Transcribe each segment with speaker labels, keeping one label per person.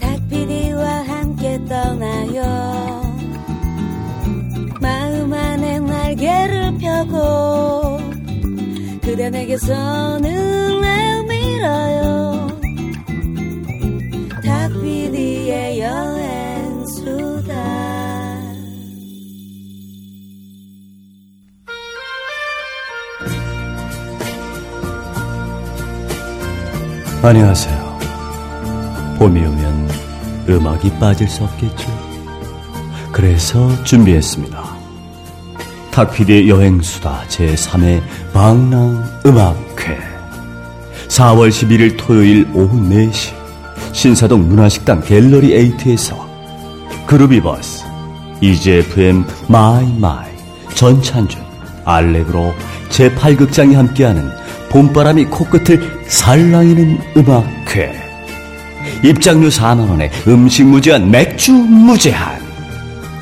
Speaker 1: 닭피디와 함께 떠나요 마음 안에 날개를 펴고 그대 내게 손을 내밀어요 닭피디의 여행수다
Speaker 2: 안녕하세요. 봄이 오면 음악이 빠질 수 없겠죠. 그래서 준비했습니다. 탁피디의 여행수다 제3회 방랑 음악회. 4월 11일 토요일 오후 4시 신사동 문화식당 갤러리 에이트에서 그루비버스, EGFM 마이마이, 전찬준, 알렉으로 제8극장이 함께하는 봄바람이 코끝을 살랑이는 음악회. 입장료 4만원에 음식 무제한, 맥주 무제한.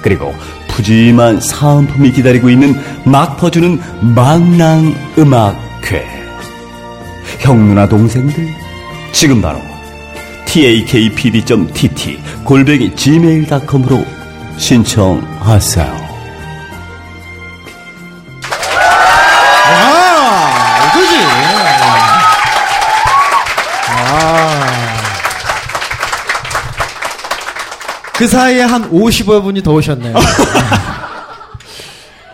Speaker 2: 그리고 푸짐한 사은품이 기다리고 있는 막 퍼주는 망랑 음악회. 형 누나 동생들, 지금 바로 takpd.tt 골뱅이 gmail.com으로 신청하세요.
Speaker 3: 아, 이거지. 아. 그 사이에 한 50여 분이 더 오셨네요.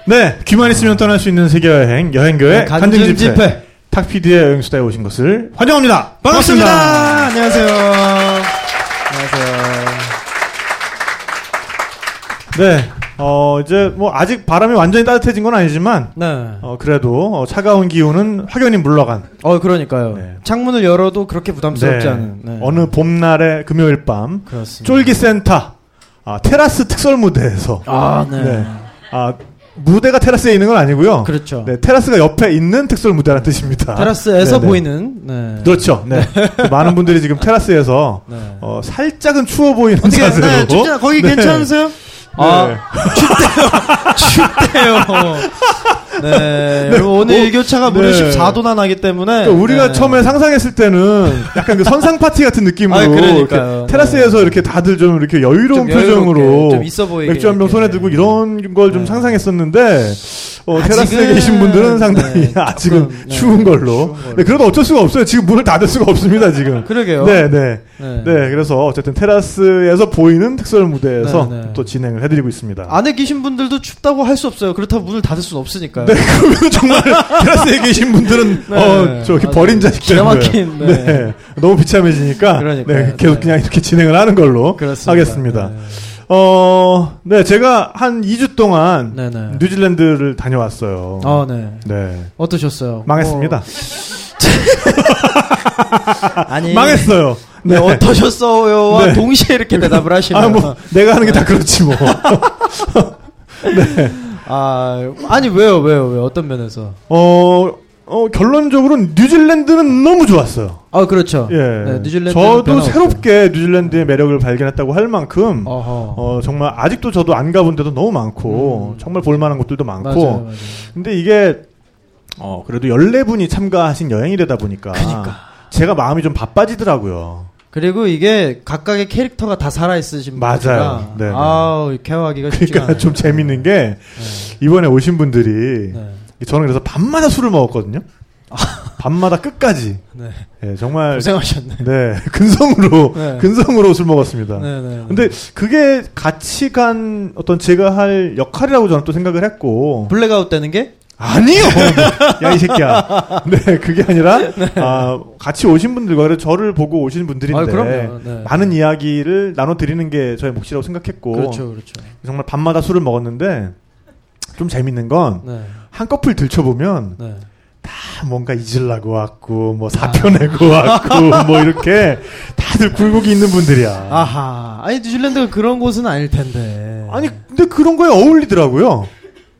Speaker 4: 네, 귀만 있으면 떠날 수 있는 세계 여행 여행교회
Speaker 3: 네,
Speaker 4: 간증
Speaker 3: 간증
Speaker 4: 집회.
Speaker 3: 집회.
Speaker 4: 탁피디의 여행수다에 오신 것을 환영합니다.
Speaker 3: 반갑습니다. 안녕하세요. 안녕하세요.
Speaker 4: 네, 어 이제 뭐 아직 바람이 완전히 따뜻해진 건 아니지만
Speaker 3: 네.
Speaker 4: 어 그래도 어, 차가운 기운은 확연히 물러간
Speaker 3: 어, 그러니까요.
Speaker 4: 네.
Speaker 3: 창문을 열어도 그렇게 부담스럽지
Speaker 4: 네,
Speaker 3: 않은. 네.
Speaker 4: 어느 봄날의 금요일 밤
Speaker 3: 그렇습니다.
Speaker 4: 쫄기센터 아, 테라스 특설 무대에서
Speaker 3: 아, 네.
Speaker 4: 네. 아 무대가 테라스에 있는 건 아니고요.
Speaker 3: 그렇죠.
Speaker 4: 네, 테라스가 옆에 있는 특설 무대라는 뜻입니다.
Speaker 3: 테라스에서
Speaker 4: 네, 네.
Speaker 3: 보이는. 네.
Speaker 4: 그렇죠. 네. 그 많은 분들이 지금 테라스에서
Speaker 3: 네.
Speaker 4: 어, 살짝은 추워 보이는
Speaker 3: 어떻게
Speaker 4: 자세로.
Speaker 3: 네, 춥잖아. 거기
Speaker 4: 네.
Speaker 3: 괜찮으세요?
Speaker 4: 네.
Speaker 3: 아, 춥대요. 네, 여러분 오늘
Speaker 4: 뭐,
Speaker 3: 일교차가 무려
Speaker 4: 네.
Speaker 3: 14도나 나기 때문에
Speaker 4: 그러니까 우리가
Speaker 3: 네.
Speaker 4: 처음에 상상했을 때는 약간 그 선상 파티 같은 느낌으로
Speaker 3: 아, 그러니까요.
Speaker 4: 이렇게 테라스에서 이렇게 다들 좀 이렇게 여유로운
Speaker 3: 좀 여유롭게,
Speaker 4: 표정으로
Speaker 3: 좀 있어 보이게
Speaker 4: 맥주 한 병
Speaker 3: 이렇게.
Speaker 4: 손에 들고 이런 걸 좀
Speaker 3: 네.
Speaker 4: 상상했었는데 어,
Speaker 3: 아직은-
Speaker 4: 테라스에 계신 분들은
Speaker 3: 네,
Speaker 4: 상당히 아직은
Speaker 3: 조금, 네,
Speaker 4: 추운 걸로.
Speaker 3: 추운 걸로.
Speaker 4: 네, 그래도 어쩔 수가 없어요. 지금 문을 닫을 수가 없습니다. 지금.
Speaker 3: 그러게요.
Speaker 4: 네, 네.
Speaker 3: 네.
Speaker 4: 네, 그래서 어쨌든 테라스에서 보이는 특설 무대에서
Speaker 3: 네, 아, 네.
Speaker 4: 또 진행을 해드리고 있습니다.
Speaker 3: 안에 계신 분들도 춥다고 할 수 없어요. 그렇다고 문을 닫을 수는 없으니까요.
Speaker 4: 네, 그러면 정말 테라스에 계신 분들은
Speaker 3: 네,
Speaker 4: 어 저기
Speaker 3: 맞아요.
Speaker 4: 버린 자식 되는
Speaker 3: 기가
Speaker 4: 거예요.
Speaker 3: 막힌, 네.
Speaker 4: 네. 너무 비참해지니까
Speaker 3: 그러니까요.
Speaker 4: 네, 계속
Speaker 3: 네.
Speaker 4: 그냥 이렇게 진행을 하는 걸로
Speaker 3: 그렇습니다.
Speaker 4: 하겠습니다.
Speaker 3: 네.
Speaker 4: 어, 네, 제가 한 2주 동안
Speaker 3: 네, 네.
Speaker 4: 뉴질랜드를 다녀왔어요.
Speaker 3: 아, 네.
Speaker 4: 네.
Speaker 3: 어떠셨어요?
Speaker 4: 망했습니다.
Speaker 3: 뭐, 아니.
Speaker 4: 망했어요.
Speaker 3: 네, 어떠셨어요와
Speaker 4: 네.
Speaker 3: 동시에 이렇게 대답을 하시면
Speaker 4: 아, 뭐 내가 하는 게
Speaker 3: 네.
Speaker 4: 다 그렇지 뭐.
Speaker 3: 아, 아니 왜요? 왜요? 왜 어떤 면에서?
Speaker 4: 어, 어 결론적으로는 뉴질랜드는 너무 좋았어요.
Speaker 3: 아, 그렇죠.
Speaker 4: 예.
Speaker 3: 네, 뉴질랜드
Speaker 4: 저도 새롭게 뉴질랜드의 매력을 발견했다고 할 만큼
Speaker 3: 어허.
Speaker 4: 어, 정말 아직도 저도 안 가본 데도 너무 많고,
Speaker 3: 음.
Speaker 4: 정말 볼만한 곳들도 많고.
Speaker 3: 맞아요, 맞아요.
Speaker 4: 근데 이게, 어, 그래도 14분이 참가하신 여행이되다 보니까. 제가 마음이 좀 바빠지더라고요.
Speaker 3: 그리고 이게 각각의 캐릭터가 다 살아 있으신
Speaker 4: 맞아요.
Speaker 3: 분이라
Speaker 4: 네, 네.
Speaker 3: 아우 케어하기가 쉽지가
Speaker 4: 그러니까
Speaker 3: 않아요.
Speaker 4: 좀 재밌는 게, 이번에 오신 분들이,
Speaker 3: 네.
Speaker 4: 저는 그래서 밤마다 술을 먹었거든요. 밤마다 끝까지.
Speaker 3: 네.
Speaker 4: 예, 정말.
Speaker 3: 고생하셨네.
Speaker 4: 네, 근성으로,
Speaker 3: 네.
Speaker 4: 근성으로 술 먹었습니다.
Speaker 3: 네, 네, 네.
Speaker 4: 근데 그게 같이 간 어떤 제가 할 역할이라고 저는 또 생각을 했고.
Speaker 3: 블랙아웃 되는 게?
Speaker 4: 아니요. 야 이 새끼야. 네, 그게 아니라 아, 같이 오신 분들과 그래서 저를 보고 오신 분들인데
Speaker 3: 아, 그럼요. 네.
Speaker 4: 많은 이야기를 나눠 드리는 게 저의 몫이라고 생각했고
Speaker 3: 그렇죠, 그렇죠.
Speaker 4: 정말 밤마다 술을 먹었는데 좀 재밌는 건
Speaker 3: 네,
Speaker 4: 한꺼풀 들춰보면
Speaker 3: 네.
Speaker 4: 다 뭔가 잊으려고 왔고
Speaker 3: 아.
Speaker 4: 뭐 사표 내고 왔고 뭐 이렇게 다들 굴곡이 있는 분들이야.
Speaker 3: 아하. 아니 뉴질랜드가 그런 곳은 아닐 텐데.
Speaker 4: 아니 근데 그런 거에 어울리더라고요.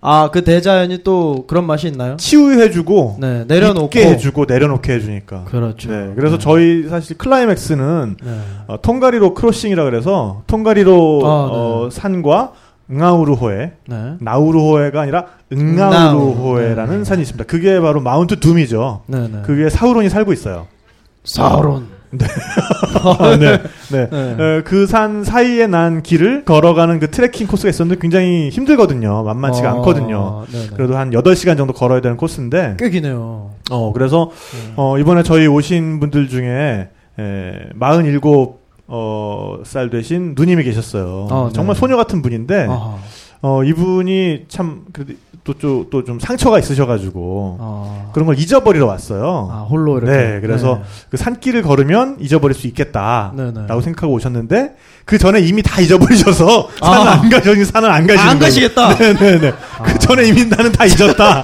Speaker 3: 아그 대자연이 또 그런 맛이 있나요?
Speaker 4: 치유해주고
Speaker 3: 네, 내려놓고.
Speaker 4: 있게 해주고 내려놓게 해주니까.
Speaker 3: 그렇죠.
Speaker 4: 네, 그래서 저희 사실 클라이맥스는
Speaker 3: 네.
Speaker 4: 어, 통가리로 크로싱이라 그래서 통가리로
Speaker 3: 아,
Speaker 4: 어, 산과 응아우루호에
Speaker 3: 네.
Speaker 4: 나우루호에가 아니라 응아우루호에라는
Speaker 3: 네.
Speaker 4: 산이 있습니다. 그게 바로 마운트 둠이죠.
Speaker 3: 네, 네.
Speaker 4: 그 위에 사우론이 살고 있어요.
Speaker 3: 사론.
Speaker 4: 아, 네. 네.
Speaker 3: 네.
Speaker 4: 그 산 사이에 난 길을 걸어가는 그 트레킹 코스가 있었는데 굉장히 힘들거든요. 만만치가
Speaker 3: 어,
Speaker 4: 않거든요.
Speaker 3: 네네.
Speaker 4: 그래도 한 8시간 정도 걸어야 되는 코스인데,
Speaker 3: 꽤 기네요.
Speaker 4: 어, 그래서, 어, 이번에 저희 오신 분들 중에, 에, 47, 어, 살 되신 누님이 계셨어요.
Speaker 3: 어, 네.
Speaker 4: 정말 소녀 같은 분인데,
Speaker 3: 아하.
Speaker 4: 어, 이분이 참, 그래도 또, 또, 또 좀 상처가 있으셔가지고,
Speaker 3: 아.
Speaker 4: 그런 걸 잊어버리러 왔어요.
Speaker 3: 아, 홀로 이렇게. 네,
Speaker 4: 네, 그래서 그 산길을 걸으면 잊어버릴 수 있겠다라고
Speaker 3: 네네.
Speaker 4: 생각하고 오셨는데 그 전에 이미 다 잊어버리셔서
Speaker 3: 아.
Speaker 4: 산을 안 가시니 산을 안 가시는
Speaker 3: 아, 안
Speaker 4: 걸로.
Speaker 3: 가시겠다. 아.
Speaker 4: 네네네. 그 전에 이미 나는 다 잊었다.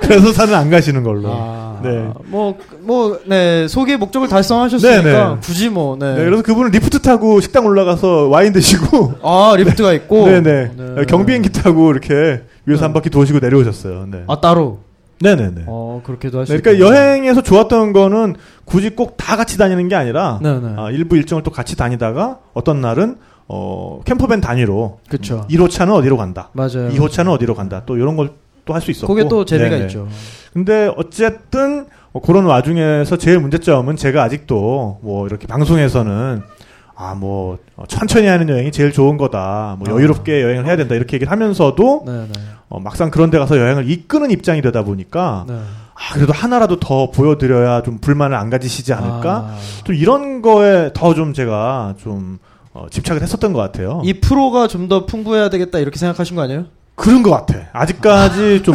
Speaker 4: 그래서 산을 안 가시는 걸로.
Speaker 3: 아,
Speaker 4: 네.
Speaker 3: 뭐, 뭐, 네, 소개 목적을 달성하셨으니까,
Speaker 4: 네네.
Speaker 3: 굳이 뭐, 네.
Speaker 4: 네, 그래서 그분은 리프트 타고 식당 올라가서 와인 드시고
Speaker 3: 아, 리프트가 있고,
Speaker 4: 네네
Speaker 3: 네.
Speaker 4: 경비행기 타고 이렇게 위에서 한 바퀴 도시고 내려오셨어요. 네.
Speaker 3: 아, 따로.
Speaker 4: 네네네.
Speaker 3: 어, 그렇게도 할수
Speaker 4: 네, 그러니까 여행에서 좋았던 거는 굳이 꼭 다 같이 다니는 게 아니라
Speaker 3: 네네.
Speaker 4: 아, 일부 일정을 또 같이 다니다가 어떤 날은 어, 캠퍼밴 단위로
Speaker 3: 그쵸.
Speaker 4: 1호차는 어디로 간다.
Speaker 3: 맞아요.
Speaker 4: 2호차는 어디로 간다. 또 이런 걸 또 할 수 있었고.
Speaker 3: 네. 그게 또 재미가
Speaker 4: 네네.
Speaker 3: 있죠.
Speaker 4: 근데 어쨌든 어, 그런 와중에서 제일 문제점은 제가 아직도 뭐 이렇게 방송에서는 아 뭐 천천히 하는 여행이 제일 좋은 거다. 뭐
Speaker 3: 아.
Speaker 4: 여유롭게 여행을 해야 된다. 이렇게 얘기를 하면서도
Speaker 3: 네네.
Speaker 4: 어, 막상 그런 데 가서 여행을 이끄는 입장이 되다 보니까
Speaker 3: 네.
Speaker 4: 아, 그래도 하나라도 더 보여드려야 좀 불만을 안 가지시지 않을까?
Speaker 3: 아.
Speaker 4: 좀 이런 거에 더 좀 제가 좀 어, 집착을 했었던 것 같아요.
Speaker 3: 이 프로가 좀 더 풍부해야 되겠다 이렇게 생각하신 거 아니에요?
Speaker 4: 그런 것 같아. 아직까지 좀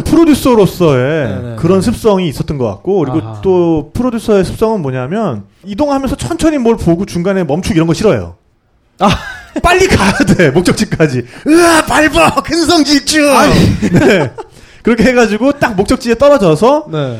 Speaker 4: 프로듀서로서의
Speaker 3: 네네.
Speaker 4: 그런 습성이 있었던 것 같고, 그리고
Speaker 3: 아하.
Speaker 4: 또 프로듀서의 습성은 뭐냐면, 이동하면서 천천히 뭘 보고 중간에 멈추고 이런 거 싫어요.
Speaker 3: 아.
Speaker 4: 빨리 가야 돼, 목적지까지. 으아, 밟아! 근성 질주! 네. 그렇게 해가지고 딱 목적지에 떨어져서
Speaker 3: 네.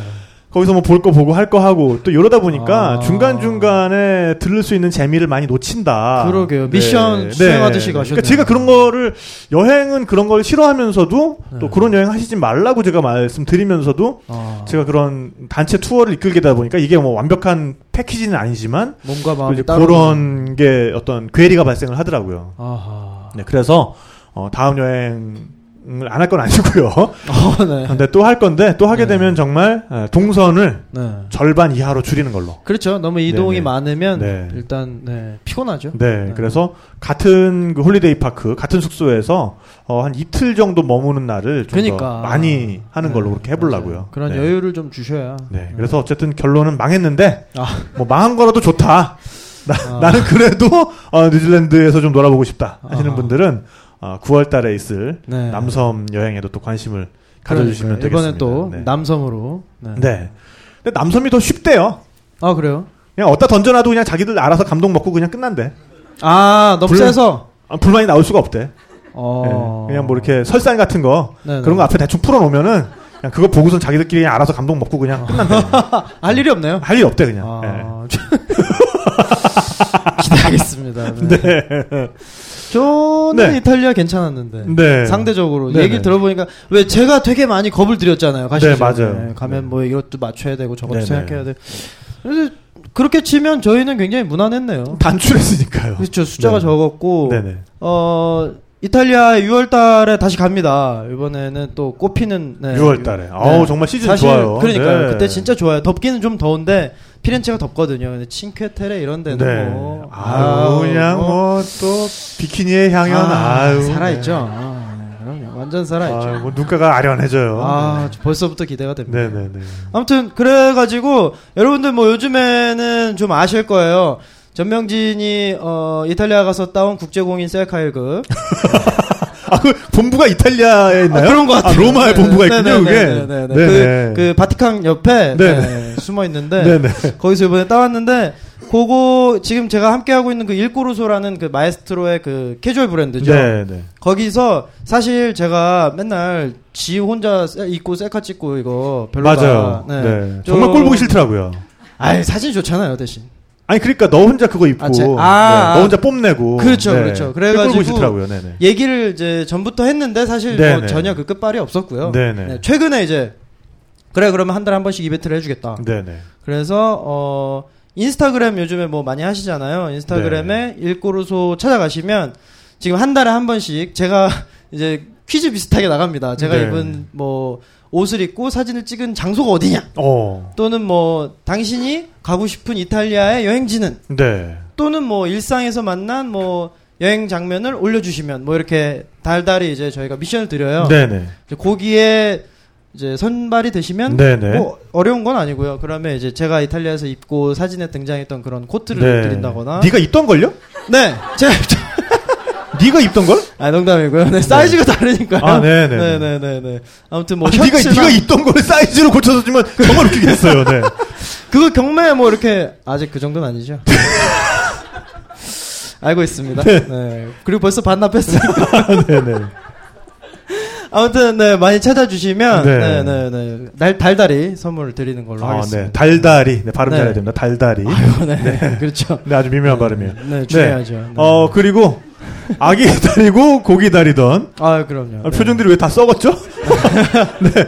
Speaker 4: 거기서 뭐 볼 거 보고 할 거 하고 또 이러다 보니까
Speaker 3: 아.
Speaker 4: 중간 중간에 들을 수 있는 재미를 많이 놓친다. 네.
Speaker 3: 그러게요. 미션 수행하듯이 가셨네요.
Speaker 4: 그러니까 제가 그런 거를 여행은 그런 걸 싫어하면서도
Speaker 3: 네.
Speaker 4: 또 그런 여행 하시지 말라고 제가 말씀드리면서도
Speaker 3: 아,
Speaker 4: 제가 그런 단체 투어를 이끌게다 보니까 이게 뭐 완벽한 패키지는 아니지만
Speaker 3: 몸과
Speaker 4: 또
Speaker 3: 마음이
Speaker 4: 이제
Speaker 3: 따로.
Speaker 4: 그런 게 어떤 괴리가 발생을 하더라고요.
Speaker 3: 아하.
Speaker 4: 네, 그래서 어, 다음 여행을 안 할 건 아니고요.
Speaker 3: 어, 네.
Speaker 4: 근데 또 할 건데 또 하게
Speaker 3: 네.
Speaker 4: 되면 정말 어, 동선을
Speaker 3: 네.
Speaker 4: 절반 이하로 줄이는 걸로.
Speaker 3: 그렇죠. 너무 이동이
Speaker 4: 네네.
Speaker 3: 많으면
Speaker 4: 네.
Speaker 3: 일단 네, 피곤하죠.
Speaker 4: 네, 그래서 같은 그 홀리데이 파크, 같은 숙소에서 어, 한 이틀 정도 머무는 날을 좀 더
Speaker 3: 그러니까.
Speaker 4: 많이 하는 걸로
Speaker 3: 네,
Speaker 4: 그렇게 해보려고요.
Speaker 3: 맞아요. 그런
Speaker 4: 네.
Speaker 3: 여유를 좀 주셔야.
Speaker 4: 네, 그래서 어쨌든 결론은 망했는데
Speaker 3: 아,
Speaker 4: 뭐 망한 거라도 좋다. 나,
Speaker 3: 아.
Speaker 4: 나는 그래도 어, 뉴질랜드에서 좀 놀아보고 싶다 하시는
Speaker 3: 아.
Speaker 4: 분들은 어, 9월달에 있을
Speaker 3: 네.
Speaker 4: 남섬 여행에도 또 관심을 가져주시면
Speaker 3: 그러니까요. 이번엔
Speaker 4: 되겠습니다.
Speaker 3: 또
Speaker 4: 네.
Speaker 3: 남섬으로. 네.
Speaker 4: 네. 근데 남섬이 더 쉽대요.
Speaker 3: 아 그래요?
Speaker 4: 그냥 어디다 던져놔도 그냥 자기들 알아서 감동 먹고 그냥 끝난대.
Speaker 3: 아 너무
Speaker 4: 물론-
Speaker 3: 세서.
Speaker 4: 아, 불만이 나올 수가 없대.
Speaker 3: 어.
Speaker 4: 예, 그냥 뭐 이렇게 설산 같은 거
Speaker 3: 네네.
Speaker 4: 그런 거 앞에 대충 풀어놓으면은 그냥 그거 보고선 자기들끼리 그냥 알아서 감동 먹고 그냥 끝난다.
Speaker 3: 할 일이 없네요.
Speaker 4: 할 일 없대 그냥.
Speaker 3: 아,
Speaker 4: 네.
Speaker 3: 기대하겠습니다. 네.
Speaker 4: 예.
Speaker 3: 저는
Speaker 4: 네.
Speaker 3: 이탈리아 괜찮았는데
Speaker 4: 네.
Speaker 3: 상대적으로
Speaker 4: 네네.
Speaker 3: 얘기를 들어보니까 왜 제가 되게 많이 겁을 들였잖아요. 가시기
Speaker 4: 네,
Speaker 3: 전에.
Speaker 4: 맞아요.
Speaker 3: 가면
Speaker 4: 네.
Speaker 3: 뭐 이것도 맞춰야 되고 저것도
Speaker 4: 네네.
Speaker 3: 생각해야 돼. 그래서 그렇게 치면 저희는 굉장히 무난했네요.
Speaker 4: 단출했으니까요.
Speaker 3: 그렇죠. 숫자가
Speaker 4: 네.
Speaker 3: 적었고
Speaker 4: 네네.
Speaker 3: 어 이탈리아 6월달에 다시 갑니다. 이번에는 또 꽃피는 네.
Speaker 4: 6월달에. 아우, 정말 시즌
Speaker 3: 사실
Speaker 4: 좋아요.
Speaker 3: 그러니까요.
Speaker 4: 네.
Speaker 3: 그때 진짜 좋아요. 덥기는 좀 더운데 피렌체가 덥거든요. 근데 칭퀘테레 이런 데는
Speaker 4: 네.
Speaker 3: 뭐
Speaker 4: 아유, 그냥 뭐 또 비키니의 향연 아, 유
Speaker 3: 살아있죠. 아, 네. 그럼요. 완전 살아있죠.
Speaker 4: 아유, 뭐 눈가가 아련해져요.
Speaker 3: 아, 저 벌써부터 기대가 됩니다.
Speaker 4: 네네네.
Speaker 3: 아무튼 그래가지고 여러분들 뭐 요즘에는 좀 아실 거예요. 전명진이 어, 이탈리아 가서 따온 국제공인 셀카 1급
Speaker 4: 아, 그 본부가 이탈리아에 있나요?
Speaker 3: 아, 그런 것 같아요.
Speaker 4: 아, 로마에
Speaker 3: 네,
Speaker 4: 본부가
Speaker 3: 네,
Speaker 4: 있군요,
Speaker 3: 네,
Speaker 4: 그게.
Speaker 3: 네, 네, 네.
Speaker 4: 네네.
Speaker 3: 그, 그 바티칸 옆에
Speaker 4: 네,
Speaker 3: 숨어 있는데
Speaker 4: 네네.
Speaker 3: 거기서 이번에 따왔는데 그거 지금 제가 함께 하고 있는 그 일꼬르소라는 그 마에스트로의 그 캐주얼 브랜드죠.
Speaker 4: 네네.
Speaker 3: 거기서 사실 제가 맨날 지 혼자 셀- 입고 셀카 찍고 이거 별로다.
Speaker 4: 맞아요. 네.
Speaker 3: 좀-
Speaker 4: 정말 꼴 보기 싫더라고요.
Speaker 3: 아이 사진 좋잖아요 대신.
Speaker 4: 아니 그러니까 너 혼자 그거 입고
Speaker 3: 아, 제- 아,
Speaker 4: 네,
Speaker 3: 아.
Speaker 4: 너 혼자 뽐내고
Speaker 3: 그렇죠, 그렇죠. 그래가지고-
Speaker 4: 꼴보기 싫더라고요. 네네.
Speaker 3: 얘기를 이제 전부터 했는데 사실 뭐
Speaker 4: 네네.
Speaker 3: 전혀 그 끝발이 없었고요.
Speaker 4: 네네.
Speaker 3: 네, 최근에 이제 그래 그러면 한 달에 한 번씩 이벤트를 해주겠다.
Speaker 4: 네네.
Speaker 3: 그래서 어 인스타그램 요즘에 뭐 많이 하시잖아요.
Speaker 4: 네.
Speaker 3: 인스타그램에 일꼬르소 찾아가시면 지금 한 달에 한 번씩 제가 이제 퀴즈 비슷하게 나갑니다. 제가
Speaker 4: 네.
Speaker 3: 입은 뭐 옷을 입고 사진을 찍은 장소가 어디냐
Speaker 4: 어.
Speaker 3: 또는 뭐 당신이 가고 싶은 이탈리아의 여행지는
Speaker 4: 네.
Speaker 3: 또는 뭐 일상에서 만난 뭐 여행 장면을 올려주시면 뭐 이렇게 달달이 이제 저희가 미션을 드려요.
Speaker 4: 네네.
Speaker 3: 이제 거기에 이제 선발이 되시면
Speaker 4: 네네.
Speaker 3: 뭐 어려운 건 아니고요. 그러면 이제 제가 이탈리아에서 입고 사진에 등장했던 그런 코트를 드린다거나
Speaker 4: 네가 입던 걸요?
Speaker 3: 네, 제
Speaker 4: 네가 입던 걸?
Speaker 3: 아 농담이고요. 네, 사이즈가 다르니까요.
Speaker 4: 아, 네네.
Speaker 3: 네네네네. 아무튼 뭐
Speaker 4: 아니, 네가
Speaker 3: 셔츠나 그
Speaker 4: 네가 입던 걸 사이즈로 고쳐서 주면 정말 웃기겠어요. 네.
Speaker 3: 그거 경매 뭐 이렇게 아직 그 정도는 아니죠. 알고 있습니다. 네. 그리고 벌써 반납했어요.
Speaker 4: 아, 네네.
Speaker 3: 아무튼 네 많이 찾아주시면
Speaker 4: 네.
Speaker 3: 네네네 날 달달이 선물을 드리는 걸로
Speaker 4: 아,
Speaker 3: 하겠습니다.
Speaker 4: 네. 달달이. 네, 발음
Speaker 3: 네.
Speaker 4: 잘해야 됩니다. 달달이.
Speaker 3: 아유, 네. 그렇죠.
Speaker 4: 네, 아주 미묘한 발음이에요.
Speaker 3: 네, 중요하죠. 네.
Speaker 4: 어, 그리고 아기 다리고 고기 다리던
Speaker 3: 아 그럼요.
Speaker 4: 아,
Speaker 3: 네.
Speaker 4: 표정들이 왜 다 썩었죠?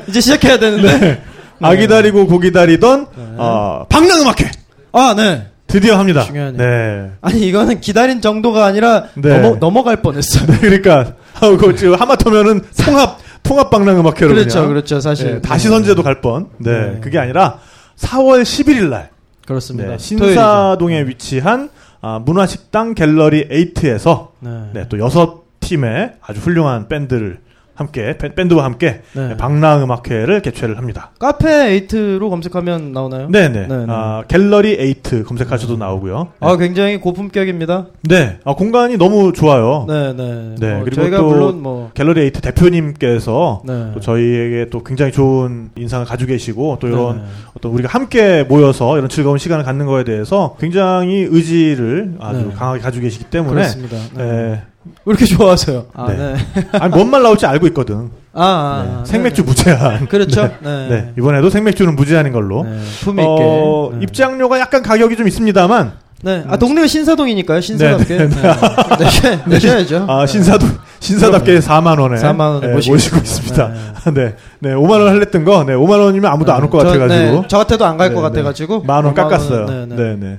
Speaker 3: 이제 시작해야 되는데.
Speaker 4: 네. 아기 다리고 고기 다리던
Speaker 3: 네.
Speaker 4: 어, 방랑음악회
Speaker 3: 아 네.
Speaker 4: 드디어 합니다.
Speaker 3: 중요하네요.
Speaker 4: 네.
Speaker 3: 아니 이거는 기다린 정도가 아니라
Speaker 4: 네.
Speaker 3: 넘어 넘어갈 뻔했어요.
Speaker 4: 네, 그러니까 아, 그 지금 하마터면은 통합 통합 방랑음악회로
Speaker 3: 그렇죠,
Speaker 4: 그냥.
Speaker 3: 그렇죠. 사실
Speaker 4: 예, 다시 선제도 갈 뻔. 네,
Speaker 3: 네.
Speaker 4: 그게 아니라 4월 11일 날
Speaker 3: 그렇습니다.
Speaker 4: 네,
Speaker 3: 토요일이죠.
Speaker 4: 신사동에 위치한 아, 문화식당 갤러리 8에서
Speaker 3: 네.
Speaker 4: 네, 또 여섯 팀의 아주 훌륭한 밴드를 함께 밴- 밴드와 함께
Speaker 3: 네.
Speaker 4: 네, 방랑음악회를 개최를 합니다.
Speaker 3: 카페 8로 검색하면 나오나요? 네,
Speaker 4: 네네.
Speaker 3: 네.
Speaker 4: 아, 갤러리 8 검색하셔도 나오고요. 네.
Speaker 3: 아 굉장히 고품격입니다.
Speaker 4: 네. 아, 공간이 너무 좋아요.
Speaker 3: 네, 네.
Speaker 4: 네,
Speaker 3: 뭐
Speaker 4: 그리고
Speaker 3: 저희가
Speaker 4: 또
Speaker 3: 물론 뭐
Speaker 4: 갤러리 8 대표님께서
Speaker 3: 네.
Speaker 4: 또 저희에게 또 굉장히 좋은 인상을 가지고 계시고 또 이런
Speaker 3: 네.
Speaker 4: 어떤 우리가 함께 모여서 이런 즐거운 시간을 갖는 거에 대해서 굉장히 의지를 아주
Speaker 3: 네.
Speaker 4: 강하게 가지고 계시기 때문에
Speaker 3: 그렇습니다. 네.
Speaker 4: 예.
Speaker 3: 왜 이렇게 좋아하세요? 아,
Speaker 4: 네.
Speaker 3: 네.
Speaker 4: 아니 뭔 말 나올지 알고 있거든.
Speaker 3: 아, 아, 아,
Speaker 4: 네. 생맥주 무제한.
Speaker 3: 그렇죠.
Speaker 4: 네.
Speaker 3: 네.
Speaker 4: 네. 이번에도 생맥주는 무제한인 걸로.
Speaker 3: 네, 품위 있게.
Speaker 4: 어,
Speaker 3: 네.
Speaker 4: 입장료가 약간 가격이 좀 있습니다만
Speaker 3: 네. 아, 동네가 신사동이니까요. 신사답게. 네,
Speaker 4: 네, 네.
Speaker 3: 내셔- 내셔야죠.
Speaker 4: 아,
Speaker 3: 네.
Speaker 4: 신사도 신사답게 4만 원에
Speaker 3: 4만 원에
Speaker 4: 예,
Speaker 3: 모시고
Speaker 4: 모시고 있습니다. 네. 네. 5만 원 할랬던 거. 네. 5만 원이면 아무도 안 올 것
Speaker 3: 저-
Speaker 4: 같아 가지고.
Speaker 3: 네, 저 같아도 안 갈 것
Speaker 4: 네,
Speaker 3: 같아
Speaker 4: 네.
Speaker 3: 가지고
Speaker 4: 만 원 깎았어요.
Speaker 3: 네, 네.
Speaker 4: 네, 네.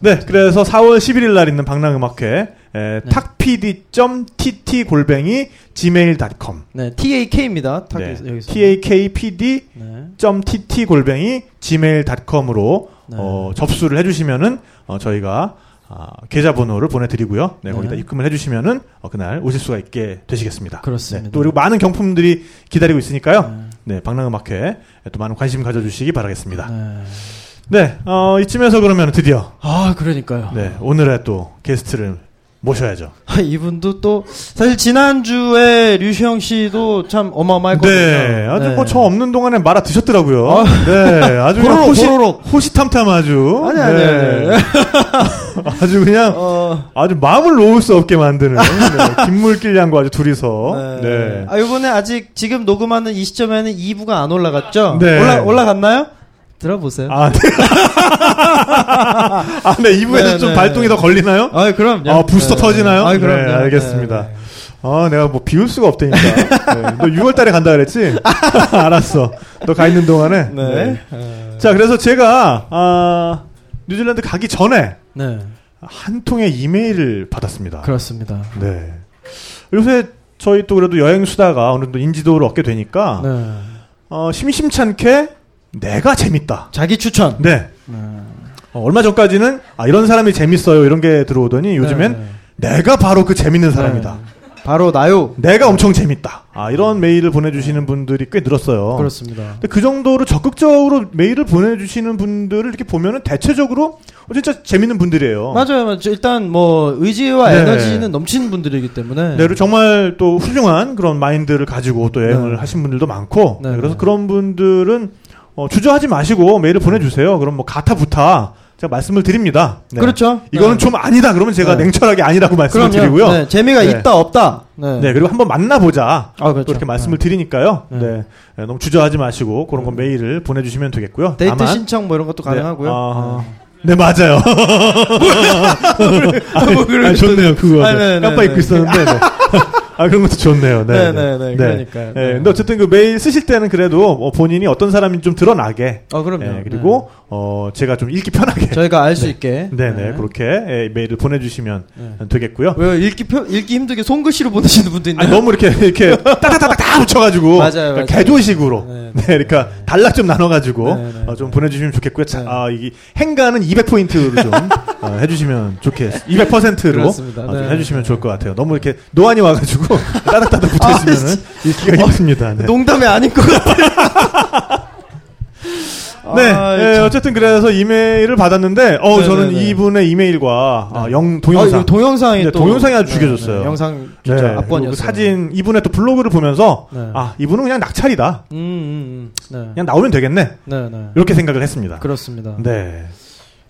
Speaker 4: 네, 그래서 4월 11일 날 있는 방랑음악회
Speaker 3: 네.
Speaker 4: 에, 탁pd.tt 골뱅이 gmail.com
Speaker 3: 네, TAK입니다. 탁
Speaker 4: 네,
Speaker 3: 여기서.
Speaker 4: takpd
Speaker 3: 네.
Speaker 4: tt 골뱅이 gmail.com으로 어,
Speaker 3: 네.
Speaker 4: 접수를 해주시면은 어, 저희가 아, 계좌번호를 보내드리고요. 네,
Speaker 3: 네.
Speaker 4: 거기다 입금을 해주시면은 어, 그날 오실 수가 있게 되시겠습니다.
Speaker 3: 그렇습니다.
Speaker 4: 네, 또 그리고 많은 경품들이 기다리고 있으니까요.
Speaker 3: 네.
Speaker 4: 네, 방랑음악회 또 많은 관심 가져주시기 바라겠습니다.
Speaker 3: 네.
Speaker 4: 네, 어, 이쯤에서 그러면 드디어
Speaker 3: 아, 그러니까요.
Speaker 4: 네, 오늘의 또 게스트를 모셔야죠.
Speaker 3: 아, 이분도 또 사실 지난주에 류시영 씨도 참 어마어마했거든요.
Speaker 4: 네, 아주
Speaker 3: 네.
Speaker 4: 뭐저 없는 동안에 말아 드셨더라고요.
Speaker 3: 아.
Speaker 4: 네, 아주 그냥
Speaker 3: 호로록,
Speaker 4: 호시,
Speaker 3: 호로록.
Speaker 4: 호시탐탐 아주.
Speaker 3: 아니 아니
Speaker 4: 네.
Speaker 3: 아니.
Speaker 4: 아주 그냥
Speaker 3: 어.
Speaker 4: 아주 마음을 놓을 수 없게 만드는 네, 김물길 양과 아주 둘이서.
Speaker 3: 네.
Speaker 4: 네.
Speaker 3: 아, 요번에 아직 지금 녹음하는 이 시점에는 2부가 안 올라갔죠?
Speaker 4: 네.
Speaker 3: 올라 올라갔나요? 들어보세요.
Speaker 4: 아, 네. 아, 네, 2부에서
Speaker 3: 네,
Speaker 4: 좀
Speaker 3: 네,
Speaker 4: 발동이
Speaker 3: 네.
Speaker 4: 더 걸리나요?
Speaker 3: 아, 그럼.
Speaker 4: 아, 부스터 터지나요?
Speaker 3: 아, 그럼.
Speaker 4: 네, 알겠습니다. 아, 내가 뭐 비울 수가 없다니까. 네, 너 6월 달에 간다 그랬지? 알았어. 너 가 있는 동안에.
Speaker 3: 네. 네.
Speaker 4: 자, 그래서 제가 아, 뉴질랜드 가기 전에
Speaker 3: 네.
Speaker 4: 한 통의 이메일을 받았습니다.
Speaker 3: 그렇습니다.
Speaker 4: 네. 요새 저희 또 그래도 여행 수다가 어느 정도 인지도를 얻게 되니까
Speaker 3: 네.
Speaker 4: 어, 심심찮게 내가 재밌다.
Speaker 3: 자기 추천.
Speaker 4: 네.
Speaker 3: 네.
Speaker 4: 어, 얼마 전까지는 아, 이런 사람이 재밌어요 이런 게 들어오더니 요즘엔
Speaker 3: 네,
Speaker 4: 내가 바로 그 재밌는 사람이다. 네.
Speaker 3: 바로 나요.
Speaker 4: 내가 엄청 재밌다. 아, 이런 메일을 보내주시는 분들이 꽤 늘었어요.
Speaker 3: 네. 그렇습니다.
Speaker 4: 근데 그 정도로 적극적으로 메일을 보내주시는 분들을 이렇게 보면은 대체적으로 어, 진짜 재밌는 분들이에요.
Speaker 3: 맞아요. 맞아요. 일단 뭐 의지와
Speaker 4: 네.
Speaker 3: 에너지는 넘치는 분들이기 때문에
Speaker 4: 네, 그리고 정말 또 훌륭한 그런 마인드를 가지고 또 여행을
Speaker 3: 네.
Speaker 4: 하신 분들도 많고
Speaker 3: 네,
Speaker 4: 네, 그래서
Speaker 3: 네.
Speaker 4: 그런 분들은 어, 주저하지 마시고 메일을 보내주세요. 그럼 뭐 가타 부타 제가 말씀을 드립니다. 네.
Speaker 3: 그렇죠.
Speaker 4: 이거는
Speaker 3: 네.
Speaker 4: 좀 아니다. 그러면 제가
Speaker 3: 네.
Speaker 4: 냉철하게 아니라고 말씀을 드리고요.
Speaker 3: 네, 재미가
Speaker 4: 네.
Speaker 3: 있다 없다. 네.
Speaker 4: 네, 그리고 한번 만나보자.
Speaker 3: 아, 그렇죠.
Speaker 4: 또 이렇게 말씀을 드리니까요.
Speaker 3: 네.
Speaker 4: 네. 네, 너무 주저하지 마시고 그런 건 메일을 보내주시면 되겠고요.
Speaker 3: 데이트
Speaker 4: 다만-
Speaker 3: 신청 뭐 이런 것도 가능하고요.
Speaker 4: 네, 아, 네, 맞아요. 아,
Speaker 3: 뭐 그런
Speaker 4: 아, 좋네요 그거.
Speaker 3: 아,
Speaker 4: 네.
Speaker 3: 네, 네,
Speaker 4: 깜빡
Speaker 3: 네.
Speaker 4: 잊고 있었는데. 네. 아 그런 것도 좋네요.
Speaker 3: 네,
Speaker 4: 네,
Speaker 3: 네, 네, 그러니까요.
Speaker 4: 네,
Speaker 3: 네.
Speaker 4: 근데 어쨌든 그 메일 쓰실 때는 그래도 뭐 본인이 어떤 사람인지 좀 드러나게.
Speaker 3: 어, 그럼요. 그렇죠.
Speaker 4: 네, 그리고 어 제가 좀 읽기 편하게
Speaker 3: 저희가 알 수 있게.
Speaker 4: 네네 그렇게 예, 메일을 보내주시면
Speaker 3: 네.
Speaker 4: 되겠고요.
Speaker 3: 왜요? 읽기 표, 읽기 힘들게 손글씨로 보내시는 분도
Speaker 4: 아니,
Speaker 3: 있는데.
Speaker 4: 너무 이렇게 이렇게 따다다다다 붙여가지고
Speaker 3: 맞아요,
Speaker 4: 그러니까
Speaker 3: 맞아요.
Speaker 4: 개조식으로
Speaker 3: 네,
Speaker 4: 네, 그러니까 단락 좀 나눠가지고
Speaker 3: 네, 네,
Speaker 4: 어, 좀 보내주시면 좋겠고요. 자,
Speaker 3: 네.
Speaker 4: 아, 이 행가는 200포인트로 좀 어, 해주시면 좋겠 200%로
Speaker 3: 그렇습니다.
Speaker 4: 어, 좀
Speaker 3: 네.
Speaker 4: 해주시면 좋을 것 같아요. 너무 이렇게 노안이 와가지고 따다다다
Speaker 3: 아,
Speaker 4: 붙어있으면은 읽기가 힘듭니다. 네.
Speaker 3: 농담이 아닌 것 같아.
Speaker 4: 네,
Speaker 3: 아,
Speaker 4: 예,
Speaker 3: 참.
Speaker 4: 어쨌든 그래서 이메일을 받았는데, 어,
Speaker 3: 네,
Speaker 4: 저는
Speaker 3: 네, 네.
Speaker 4: 이분의 이메일과 아, 영
Speaker 3: 아,
Speaker 4: 동영상,
Speaker 3: 이거 동영상이
Speaker 4: 네,
Speaker 3: 또
Speaker 4: 동영상이 아주 죽여줬어요.
Speaker 3: 영상
Speaker 4: 네,
Speaker 3: 진짜
Speaker 4: 그리고
Speaker 3: 압권이었어요.
Speaker 4: 그 사진 이분의 또 블로그를 보면서,
Speaker 3: 네.
Speaker 4: 아, 이분은 그냥 낙찰이다,
Speaker 3: 음, 음, 음. 네.
Speaker 4: 그냥 나오면 되겠네,
Speaker 3: 네, 네.
Speaker 4: 이렇게 생각을 했습니다.
Speaker 3: 그렇습니다.
Speaker 4: 네,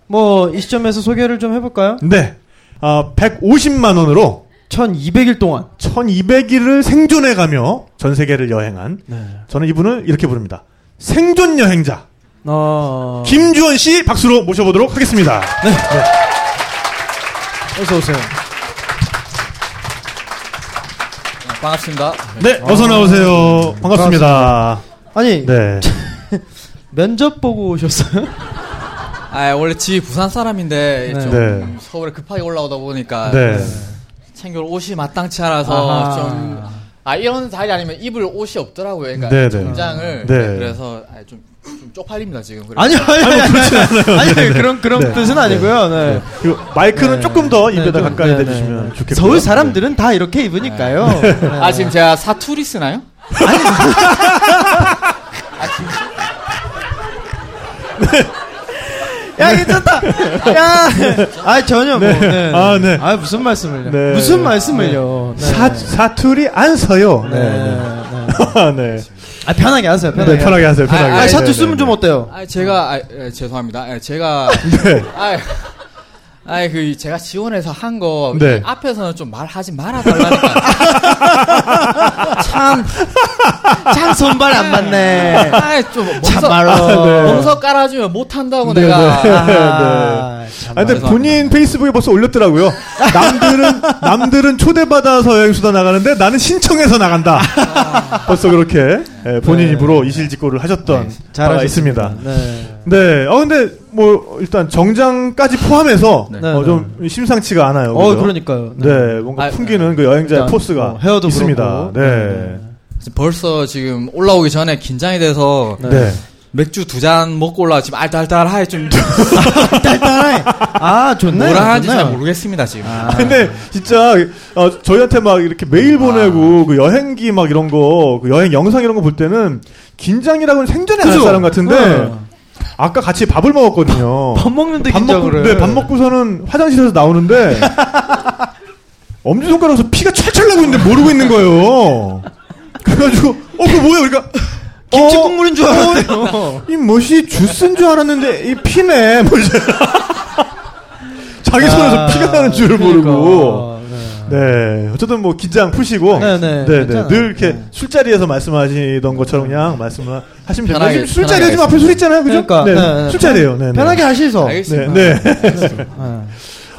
Speaker 3: 뭐 이 시점에서 소개를 좀 해볼까요?
Speaker 4: 네, 아, 150만 원으로
Speaker 3: 1,200일 동안.
Speaker 4: 1,200일을 생존해가며 전 세계를 여행한
Speaker 3: 네.
Speaker 4: 저는 이분을 이렇게 부릅니다. 생존 여행자
Speaker 3: 어,
Speaker 4: 김주원 씨 박수로 모셔보도록 하겠습니다.
Speaker 3: 어서 오세요.
Speaker 5: 반갑습니다.
Speaker 4: 네, 어서 나오세요. 반갑습니다.
Speaker 3: 아니
Speaker 4: 네.
Speaker 3: 면접 보고 오셨어요?
Speaker 5: 아 원래 집이 부산 사람인데
Speaker 3: 네.
Speaker 5: 좀
Speaker 4: 네.
Speaker 5: 서울에 급하게 올라오다 보니까
Speaker 4: 네.
Speaker 5: 챙겨올 옷이 마땅치 않아서
Speaker 3: 아하.
Speaker 5: 좀. 아 이런 자리 아니면 입을 옷이 없더라고요. 그러니까
Speaker 4: 네, 네. 네.
Speaker 5: 정장을 그래서 아, 좀, 좀 쪽팔립니다 지금. 그래서
Speaker 3: 아니요, 아니요, 아니요, 아니요, 아니, 그런 그런
Speaker 4: 뭐 네.
Speaker 3: 뜻은 아니고요. 네.
Speaker 4: 그리고 마이크는
Speaker 3: 네.
Speaker 4: 조금 더
Speaker 3: 네,
Speaker 4: 입에다
Speaker 3: 좀,
Speaker 4: 가까이
Speaker 3: 네,
Speaker 4: 대주시면
Speaker 3: 네, 네.
Speaker 4: 좋겠고요.
Speaker 3: 서울 사람들은 다 이렇게 입으니까요. 네.
Speaker 5: 아 지금 제가 사투리 쓰나요?
Speaker 3: 야 괜찮다. 야, 아 전혀 뭐. 네.
Speaker 4: 아, 네.
Speaker 3: 아 무슨 말씀을요?
Speaker 4: 네.
Speaker 3: 무슨 말씀을요? 네.
Speaker 4: 사, 사투리 안 서요.
Speaker 3: 네. 네.
Speaker 4: 네. 네. 네.
Speaker 3: 아 편하게 하세요. 편하게.
Speaker 4: 네, 편하게 하세요.
Speaker 5: 아,
Speaker 4: 편하게.
Speaker 5: 아,
Speaker 3: 아,
Speaker 4: 네,
Speaker 3: 샷투
Speaker 4: 네,
Speaker 3: 쓰면
Speaker 4: 네.
Speaker 3: 좀 어때요?
Speaker 5: 아 제가 아, 예, 죄송합니다. 아, 제가
Speaker 4: 네.
Speaker 5: 아, 아, 그 제가 지원해서 한 거
Speaker 4: 네.
Speaker 5: 앞에서는 좀 말하지 말아 달라니까. 참,
Speaker 3: 참 손발 안 맞네.
Speaker 5: 아, 좀 몸서,
Speaker 3: 참말로.
Speaker 5: 몸서 깔아주면 못 한다고
Speaker 4: 네,
Speaker 5: 내가.
Speaker 4: 네.
Speaker 3: 아,
Speaker 4: 아, 근데
Speaker 5: 죄송합니다.
Speaker 4: 본인 페이스북에 벌써 올렸더라고요. 남들은, 남들은 초대받아서 여행수다 나가는데 나는 신청해서 나간다. 벌써 그렇게 예, 본인 입으로 이실직고를 하셨던 바가 있습니다.
Speaker 3: 네.
Speaker 4: 네. 어 근데 뭐 일단 정장까지 포함해서
Speaker 5: 네.
Speaker 4: 어, 좀 심상치가 않아요.
Speaker 3: 어,
Speaker 4: 그죠?
Speaker 3: 그러니까요.
Speaker 4: 네, 뭔가
Speaker 5: 아,
Speaker 4: 풍기는 그 여행자의
Speaker 3: 일단
Speaker 4: 포스가
Speaker 3: 뭐 헤어도
Speaker 4: 있습니다.
Speaker 3: 그렇고.
Speaker 4: 네.
Speaker 5: 벌써 지금 올라오기 전에 긴장이 돼서
Speaker 4: 네.
Speaker 5: 맥주 두 잔 먹고 올라 지금 알딸딸하게 좀
Speaker 3: 딸딸해. 아, 좋네.
Speaker 5: 뭐라 하는지
Speaker 3: 좋네요.
Speaker 5: 잘 모르겠습니다 지금.
Speaker 4: 아, 근데 진짜 어, 저희한테 막 이렇게
Speaker 3: 아.
Speaker 4: 메일 보내고 그 여행기 막 이런 거그 여행 영상 이런 거 볼 때는 긴장이라고는 생전에 안 할
Speaker 3: 그죠?
Speaker 4: 사람 같은데
Speaker 3: 네.
Speaker 4: 아까 같이 밥을 먹었거든요.
Speaker 3: 밥 먹는데
Speaker 4: 밥 먹고
Speaker 3: 긴장을 해.
Speaker 4: 네, 밥 먹고서는 화장실에서 나오는데 엄지 손가락에서 피가 철철 나고 있는데 모르고 있는 거예요. 그래가지고 어 그 뭐야 그러니까
Speaker 3: 김치
Speaker 4: 어,
Speaker 3: 국물인 줄 알았대요.
Speaker 4: 이 멋이 주스인 줄 알았는데 이 피네 뭐 이제 자기 손에서
Speaker 3: 아,
Speaker 4: 피가 나는 줄을
Speaker 3: 그러니까.
Speaker 4: 모르고
Speaker 3: 네.
Speaker 4: 네 어쨌든 뭐 긴장 푸시고
Speaker 3: 네, 네, 괜찮아요.
Speaker 4: 늘 이렇게
Speaker 3: 네.
Speaker 4: 술자리에서 말씀하시던 것처럼 그냥 말씀을 하시면
Speaker 5: 편하게,
Speaker 4: 되는 술자리에 지금
Speaker 5: 편하게
Speaker 4: 앞에 술 있잖아요 그죠
Speaker 3: 그러니까. 네, 네.
Speaker 4: 술자리에요 네, 네.
Speaker 3: 편하게 하시소.
Speaker 5: 알겠습니다.
Speaker 4: 네네
Speaker 3: 네.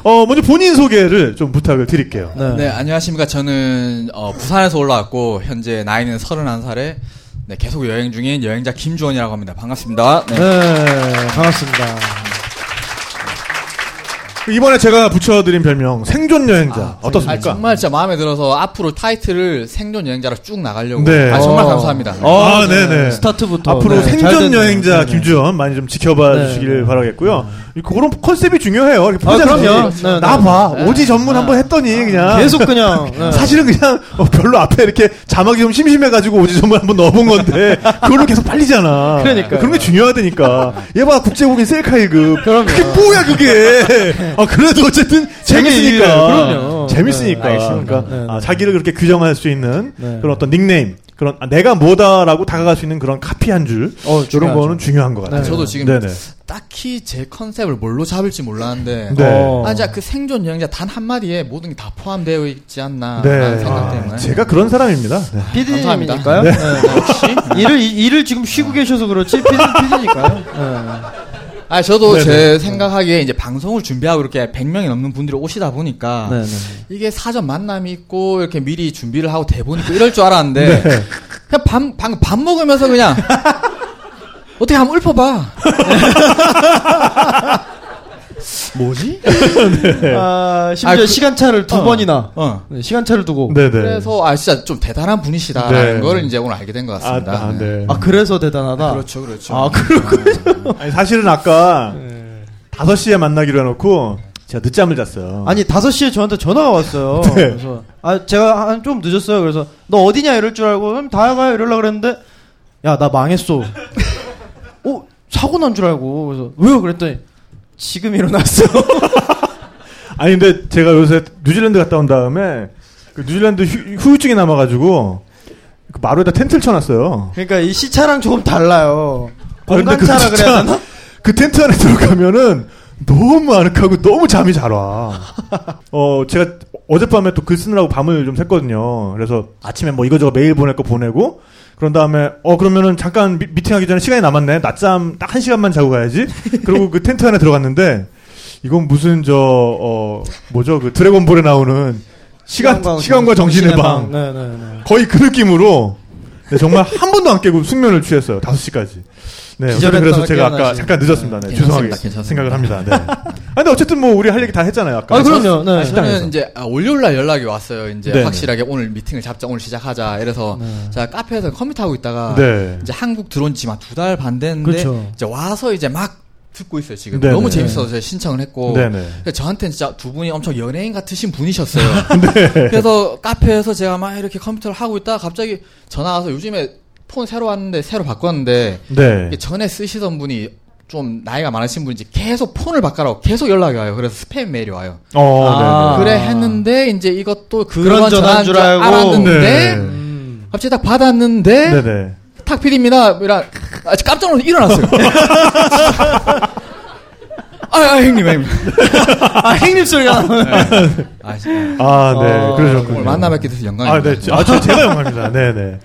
Speaker 4: 어 먼저 본인 소개를 좀 부탁을 드릴게요
Speaker 3: 네.
Speaker 5: 네 안녕하십니까 저는 어, 부산에서 올라왔고 현재 나이는 31살에 네, 계속 여행 중인 여행자 김주원이라고 합니다. 반갑습니다. 네.
Speaker 3: 네, 반갑습니다.
Speaker 4: 이번에 제가 붙여드린 별명 생존 여행자
Speaker 5: 아,
Speaker 4: 어떻습니까
Speaker 5: 아, 정말 진짜 마음에 들어서 앞으로 타이틀을 생존 여행자로 쭉 나가려고.
Speaker 4: 네.
Speaker 5: 아, 정말
Speaker 3: 어.
Speaker 5: 감사합니다.
Speaker 4: 어. 아, 네네.
Speaker 3: 스타트부터.
Speaker 4: 앞으로
Speaker 3: 네, 잘
Speaker 4: 생존
Speaker 3: 됐네요.
Speaker 4: 여행자
Speaker 3: 네, 네.
Speaker 4: 김주현 많이 좀 지켜봐
Speaker 3: 네.
Speaker 4: 주시길 바라겠고요. 그런 컨셉이 중요해요. 이렇게
Speaker 3: 아,
Speaker 4: 포장이.
Speaker 3: 그럼요. 네,
Speaker 4: 나봐.
Speaker 5: 네.
Speaker 4: 오지 전문 한번 했더니 그냥
Speaker 3: 계속 그냥. 네.
Speaker 4: 사실은 그냥 어, 별로 앞에 이렇게 자막이 좀 심심해가지고 오지 전문 한번 넣어본 건데 그걸로 계속 팔리잖아.
Speaker 3: 그러니까요.
Speaker 4: 그런 게 중요하다니까. 얘봐 국제공인 셀카이급.
Speaker 3: 그럼요.
Speaker 4: 그게 뭐야 그게. 아 그래도 어쨌든 재밌으니까.
Speaker 3: 그럼요.
Speaker 4: 재밌으니까.
Speaker 3: 네, 알겠습니다.
Speaker 4: 그러니까
Speaker 3: 네, 네.
Speaker 4: 아, 자기를 그렇게 규정할 수 있는
Speaker 3: 네.
Speaker 4: 그런 어떤 닉네임. 그런 아, 내가 뭐다라고 다가갈 수 있는 그런 카피 한 줄.
Speaker 3: 어,
Speaker 4: 이런
Speaker 3: 중요하죠.
Speaker 4: 거는 중요한 것 같아요.
Speaker 3: 네.
Speaker 5: 저도 지금
Speaker 4: 네네.
Speaker 5: 딱히 제 컨셉을 뭘로 잡을지 몰랐는데.
Speaker 4: 네.
Speaker 3: 어.
Speaker 5: 아, 진짜 그 생존 여행자 단 한마디에 모든 게 다 포함되어 있지 않나.
Speaker 4: 네.
Speaker 5: 라는 생각
Speaker 4: 아,
Speaker 5: 때문에.
Speaker 4: 제가 그런 사람입니다. 네.
Speaker 3: PD님이니까요. 네.
Speaker 5: 혹시?
Speaker 3: 일을, 이- 일을 지금 쉬고 계셔서 그렇지, PD, PD니까요.
Speaker 5: 아, 저도
Speaker 4: 네네.
Speaker 5: 제 생각하기에 이제 방송을 준비하고 이렇게 100명이 넘는 분들이 오시다 보니까.
Speaker 3: 네네.
Speaker 5: 이게 사전 만남이 있고 이렇게 미리 준비를
Speaker 4: 네.
Speaker 5: 하고 대본이 있고 이럴 줄 알았는데 그냥 밥, 방금 밥 먹으면서 그냥 어떻게 한번 읊어봐.
Speaker 3: 뭐지? 아, 심지어
Speaker 5: 아, 그-
Speaker 3: 시간차를 두
Speaker 5: 어.
Speaker 3: 번이나
Speaker 5: 어.
Speaker 3: 네, 시간차를 두고
Speaker 4: 네네.
Speaker 5: 그래서 아 진짜 좀 대단한 분이시다라는
Speaker 4: 네.
Speaker 5: 걸 이제 오늘 알게 된 것
Speaker 4: 아,
Speaker 5: 같습니다.
Speaker 4: 아, 네.
Speaker 3: 아 그래서 대단하다.
Speaker 5: 그렇죠, 그렇죠.
Speaker 3: 아 그렇군요.
Speaker 4: 아니, 사실은 아까 5시에 만나기로 해놓고 제가 늦잠을 잤어요.
Speaker 3: 아니 5시에 저한테 전화가 왔어요.
Speaker 4: 네.
Speaker 3: 그래서 아 제가 한 좀 늦었어요. 그래서 너 어디냐 이럴 줄 알고 그럼 다가요 이러려고 그랬는데 야 나 망했어. 어 사고 난 줄 알고 그래서 왜요 그랬더니 지금 일어났어.
Speaker 4: 아니 근데 제가 요새 뉴질랜드 갔다 온 다음에 그 뉴질랜드 휴, 후유증이 남아가지고 그 마루에다 텐트를 쳐놨어요.
Speaker 3: 그러니까 이 시차랑 조금 달라요.
Speaker 4: 아, 근데 그
Speaker 3: 공간차라
Speaker 4: 진짜
Speaker 3: 그래야 되나?
Speaker 4: 그 텐트 안에 들어가면은 너무 아늑하고 너무 잠이 잘 와. 어, 제가 어젯밤에 또 글 쓰느라고 밤을 좀 샜거든요. 그래서 아침에 뭐 이거저거 메일 보낼 거 보내고 그런 다음에 어 그러면은 잠깐 미, 팅하기 전에 시간이 남았네. 낮잠 딱 한 시간만 자고 가야지. 그리고 그 텐트 안에 들어갔는데 이건 무슨 저 어, 뭐죠? 그 드래곤볼에 나오는 시간 시간과 정신의 방.
Speaker 3: 네네네.
Speaker 4: 거의 그 느낌으로 네, 정말 한 번도 안 깨고 숙면을 취했어요. 5시까지. 네, 어쨌든 그래서
Speaker 3: 기절했다가
Speaker 4: 제가 아까
Speaker 3: 깨어나시는.
Speaker 4: 잠깐 늦었습니다. 네, 죄송하게
Speaker 5: 괜찮습니다, 괜찮습니다.
Speaker 4: 생각을 합니다. 네. 아, 근데 어쨌든 뭐 우리 할 얘기 다 했잖아요. 아까.
Speaker 3: 아 그럼요. 네.
Speaker 4: 식당. 식당에서.
Speaker 5: 저는 이제 아, 월요일 날 연락이 왔어요. 이제
Speaker 4: 네,
Speaker 5: 확실하게 오늘 미팅을 잡자, 오늘 시작하자. 이래서 제가 카페에서 컴퓨터 하고 있다가
Speaker 4: 네.
Speaker 5: 이제 한국 들어온 지만 두 달 반 됐는데
Speaker 3: 그렇죠.
Speaker 5: 이제 와서 이제 막 듣고 있어요 지금.
Speaker 4: 네,
Speaker 5: 너무
Speaker 4: 네.
Speaker 5: 재밌어서 제가 신청을 했고
Speaker 4: 네네.
Speaker 5: 그러니까 저한테는 진짜 두 분이 엄청 연예인 같으신 분이셨어요.
Speaker 4: 네.
Speaker 5: 그래서 카페에서 제가 막 이렇게 컴퓨터를 하고 있다가 갑자기 전화 와서 요즘에 폰 새로 왔는데 새로 바꿨는데
Speaker 4: 네.
Speaker 5: 이게 전에 쓰시던 분이 좀 나이가 많으신 분인지 계속 폰을 바꿔라고 계속 연락이 와요. 그래서 스팸 메일이 와요.
Speaker 4: 어,
Speaker 3: 아.
Speaker 4: 네네.
Speaker 5: 그래 했는데 이제 이것도
Speaker 3: 그런
Speaker 5: 그런
Speaker 3: 전화인
Speaker 5: 전화인
Speaker 3: 줄
Speaker 5: 줄
Speaker 3: 알고.
Speaker 5: 알았는데
Speaker 4: 네.
Speaker 5: 갑자기 딱 받았는데
Speaker 4: 네네.
Speaker 5: 탁 PD입니다. 이라 아, 진짜 깜짝 놀라서 일어났어요. 아, 아, 형님, 형님.
Speaker 3: 아 행님 소리가 나네.
Speaker 5: 아, 진짜.
Speaker 4: 아, 네.
Speaker 3: 아,
Speaker 4: 그러셨군요.
Speaker 5: 오늘 만나 뵙게 돼서
Speaker 4: 아,
Speaker 5: 영광입니다.
Speaker 4: 네. 아, 저, 제가 영광입니다. 네네.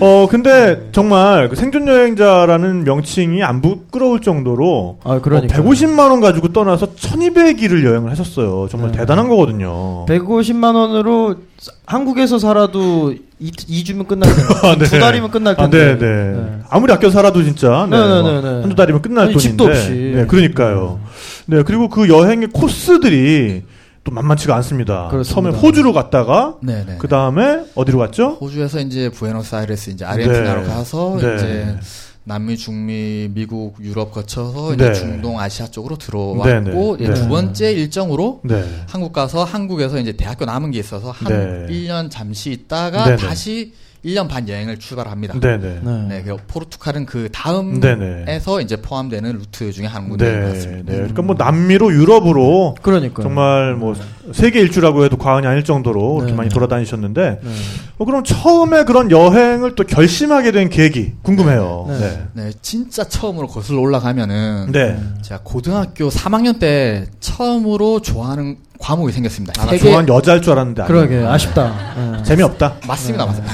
Speaker 4: 어, 근데 정말 그 생존 여행자라는 명칭이 안 부끄러울 정도로
Speaker 3: 아 그러니까.
Speaker 4: 150만 원 가지고 떠나서 1200일을 여행을 하셨어요. 정말
Speaker 3: 네.
Speaker 4: 대단한 거거든요.
Speaker 3: 150만 원으로 사- 한국에서 살아도 이, 2주면 끝날 텐데
Speaker 4: 아, 네.
Speaker 3: 두 달이면 끝날
Speaker 4: 아,
Speaker 3: 텐데
Speaker 4: 네, 네. 아무리 아껴 살아도 진짜 네,
Speaker 3: 네, 네,
Speaker 4: 뭐
Speaker 3: 네, 네.
Speaker 4: 한두 달이면 끝날
Speaker 3: 아니,
Speaker 4: 돈인데.
Speaker 3: 집도 없이.
Speaker 4: 네, 그러니까요. 네, 그리고 그 여행의 코스들이 또 만만치가 않습니다.
Speaker 3: 그렇습니다.
Speaker 4: 처음에 호주로 갔다가
Speaker 5: 네, 네.
Speaker 4: 그 다음에 어디로 갔죠?
Speaker 5: 호주에서 이제 부에노스아이레스 이제 아르헨티나로
Speaker 4: 네.
Speaker 5: 가서
Speaker 4: 네.
Speaker 5: 이제 남미, 중미, 미국, 유럽 거쳐서 이제
Speaker 4: 네.
Speaker 5: 중동, 아시아 쪽으로 들어왔고
Speaker 4: 네, 네.
Speaker 5: 이제
Speaker 4: 네.
Speaker 5: 두 번째 일정으로
Speaker 4: 네.
Speaker 5: 한국 가서 한국에서 이제 대학교 남은 게 있어서 한
Speaker 4: 네.
Speaker 5: 1년 잠시 있다가
Speaker 4: 네, 네.
Speaker 5: 다시 1년 반 여행을 출발합니다.
Speaker 4: 네, 네.
Speaker 3: 네.
Speaker 5: 네, 그 포르투갈은 그
Speaker 4: 네, 네.
Speaker 5: 다음에서 이제 포함되는 루트 중에 한 군데인 것
Speaker 4: 네, 네.
Speaker 5: 같습니다.
Speaker 4: 그러니까 뭐 남미로 유럽으로
Speaker 3: 음. 그러니까
Speaker 4: 정말 뭐 세계 일주라고 해도 과언이 아닐 정도로 이렇게
Speaker 3: 네.
Speaker 4: 많이 돌아다니셨는데 어, 그럼 처음에 그런 여행을 또 결심하게 된 계기 궁금해요.
Speaker 3: 네.
Speaker 4: 네.
Speaker 5: 네, 진짜 처음으로 거슬러 올라가면은
Speaker 4: 네.
Speaker 5: 제가 고등학교 3학년 때 처음으로 좋아하는 과목이 생겼습니다.
Speaker 4: 아, 나
Speaker 5: 세계-
Speaker 4: 좋아하는 여자일 줄 알았는데 아니에요.
Speaker 3: 그러게 아쉽다. 네.
Speaker 4: 재미없다.
Speaker 5: 맞습니다, 맞습니다.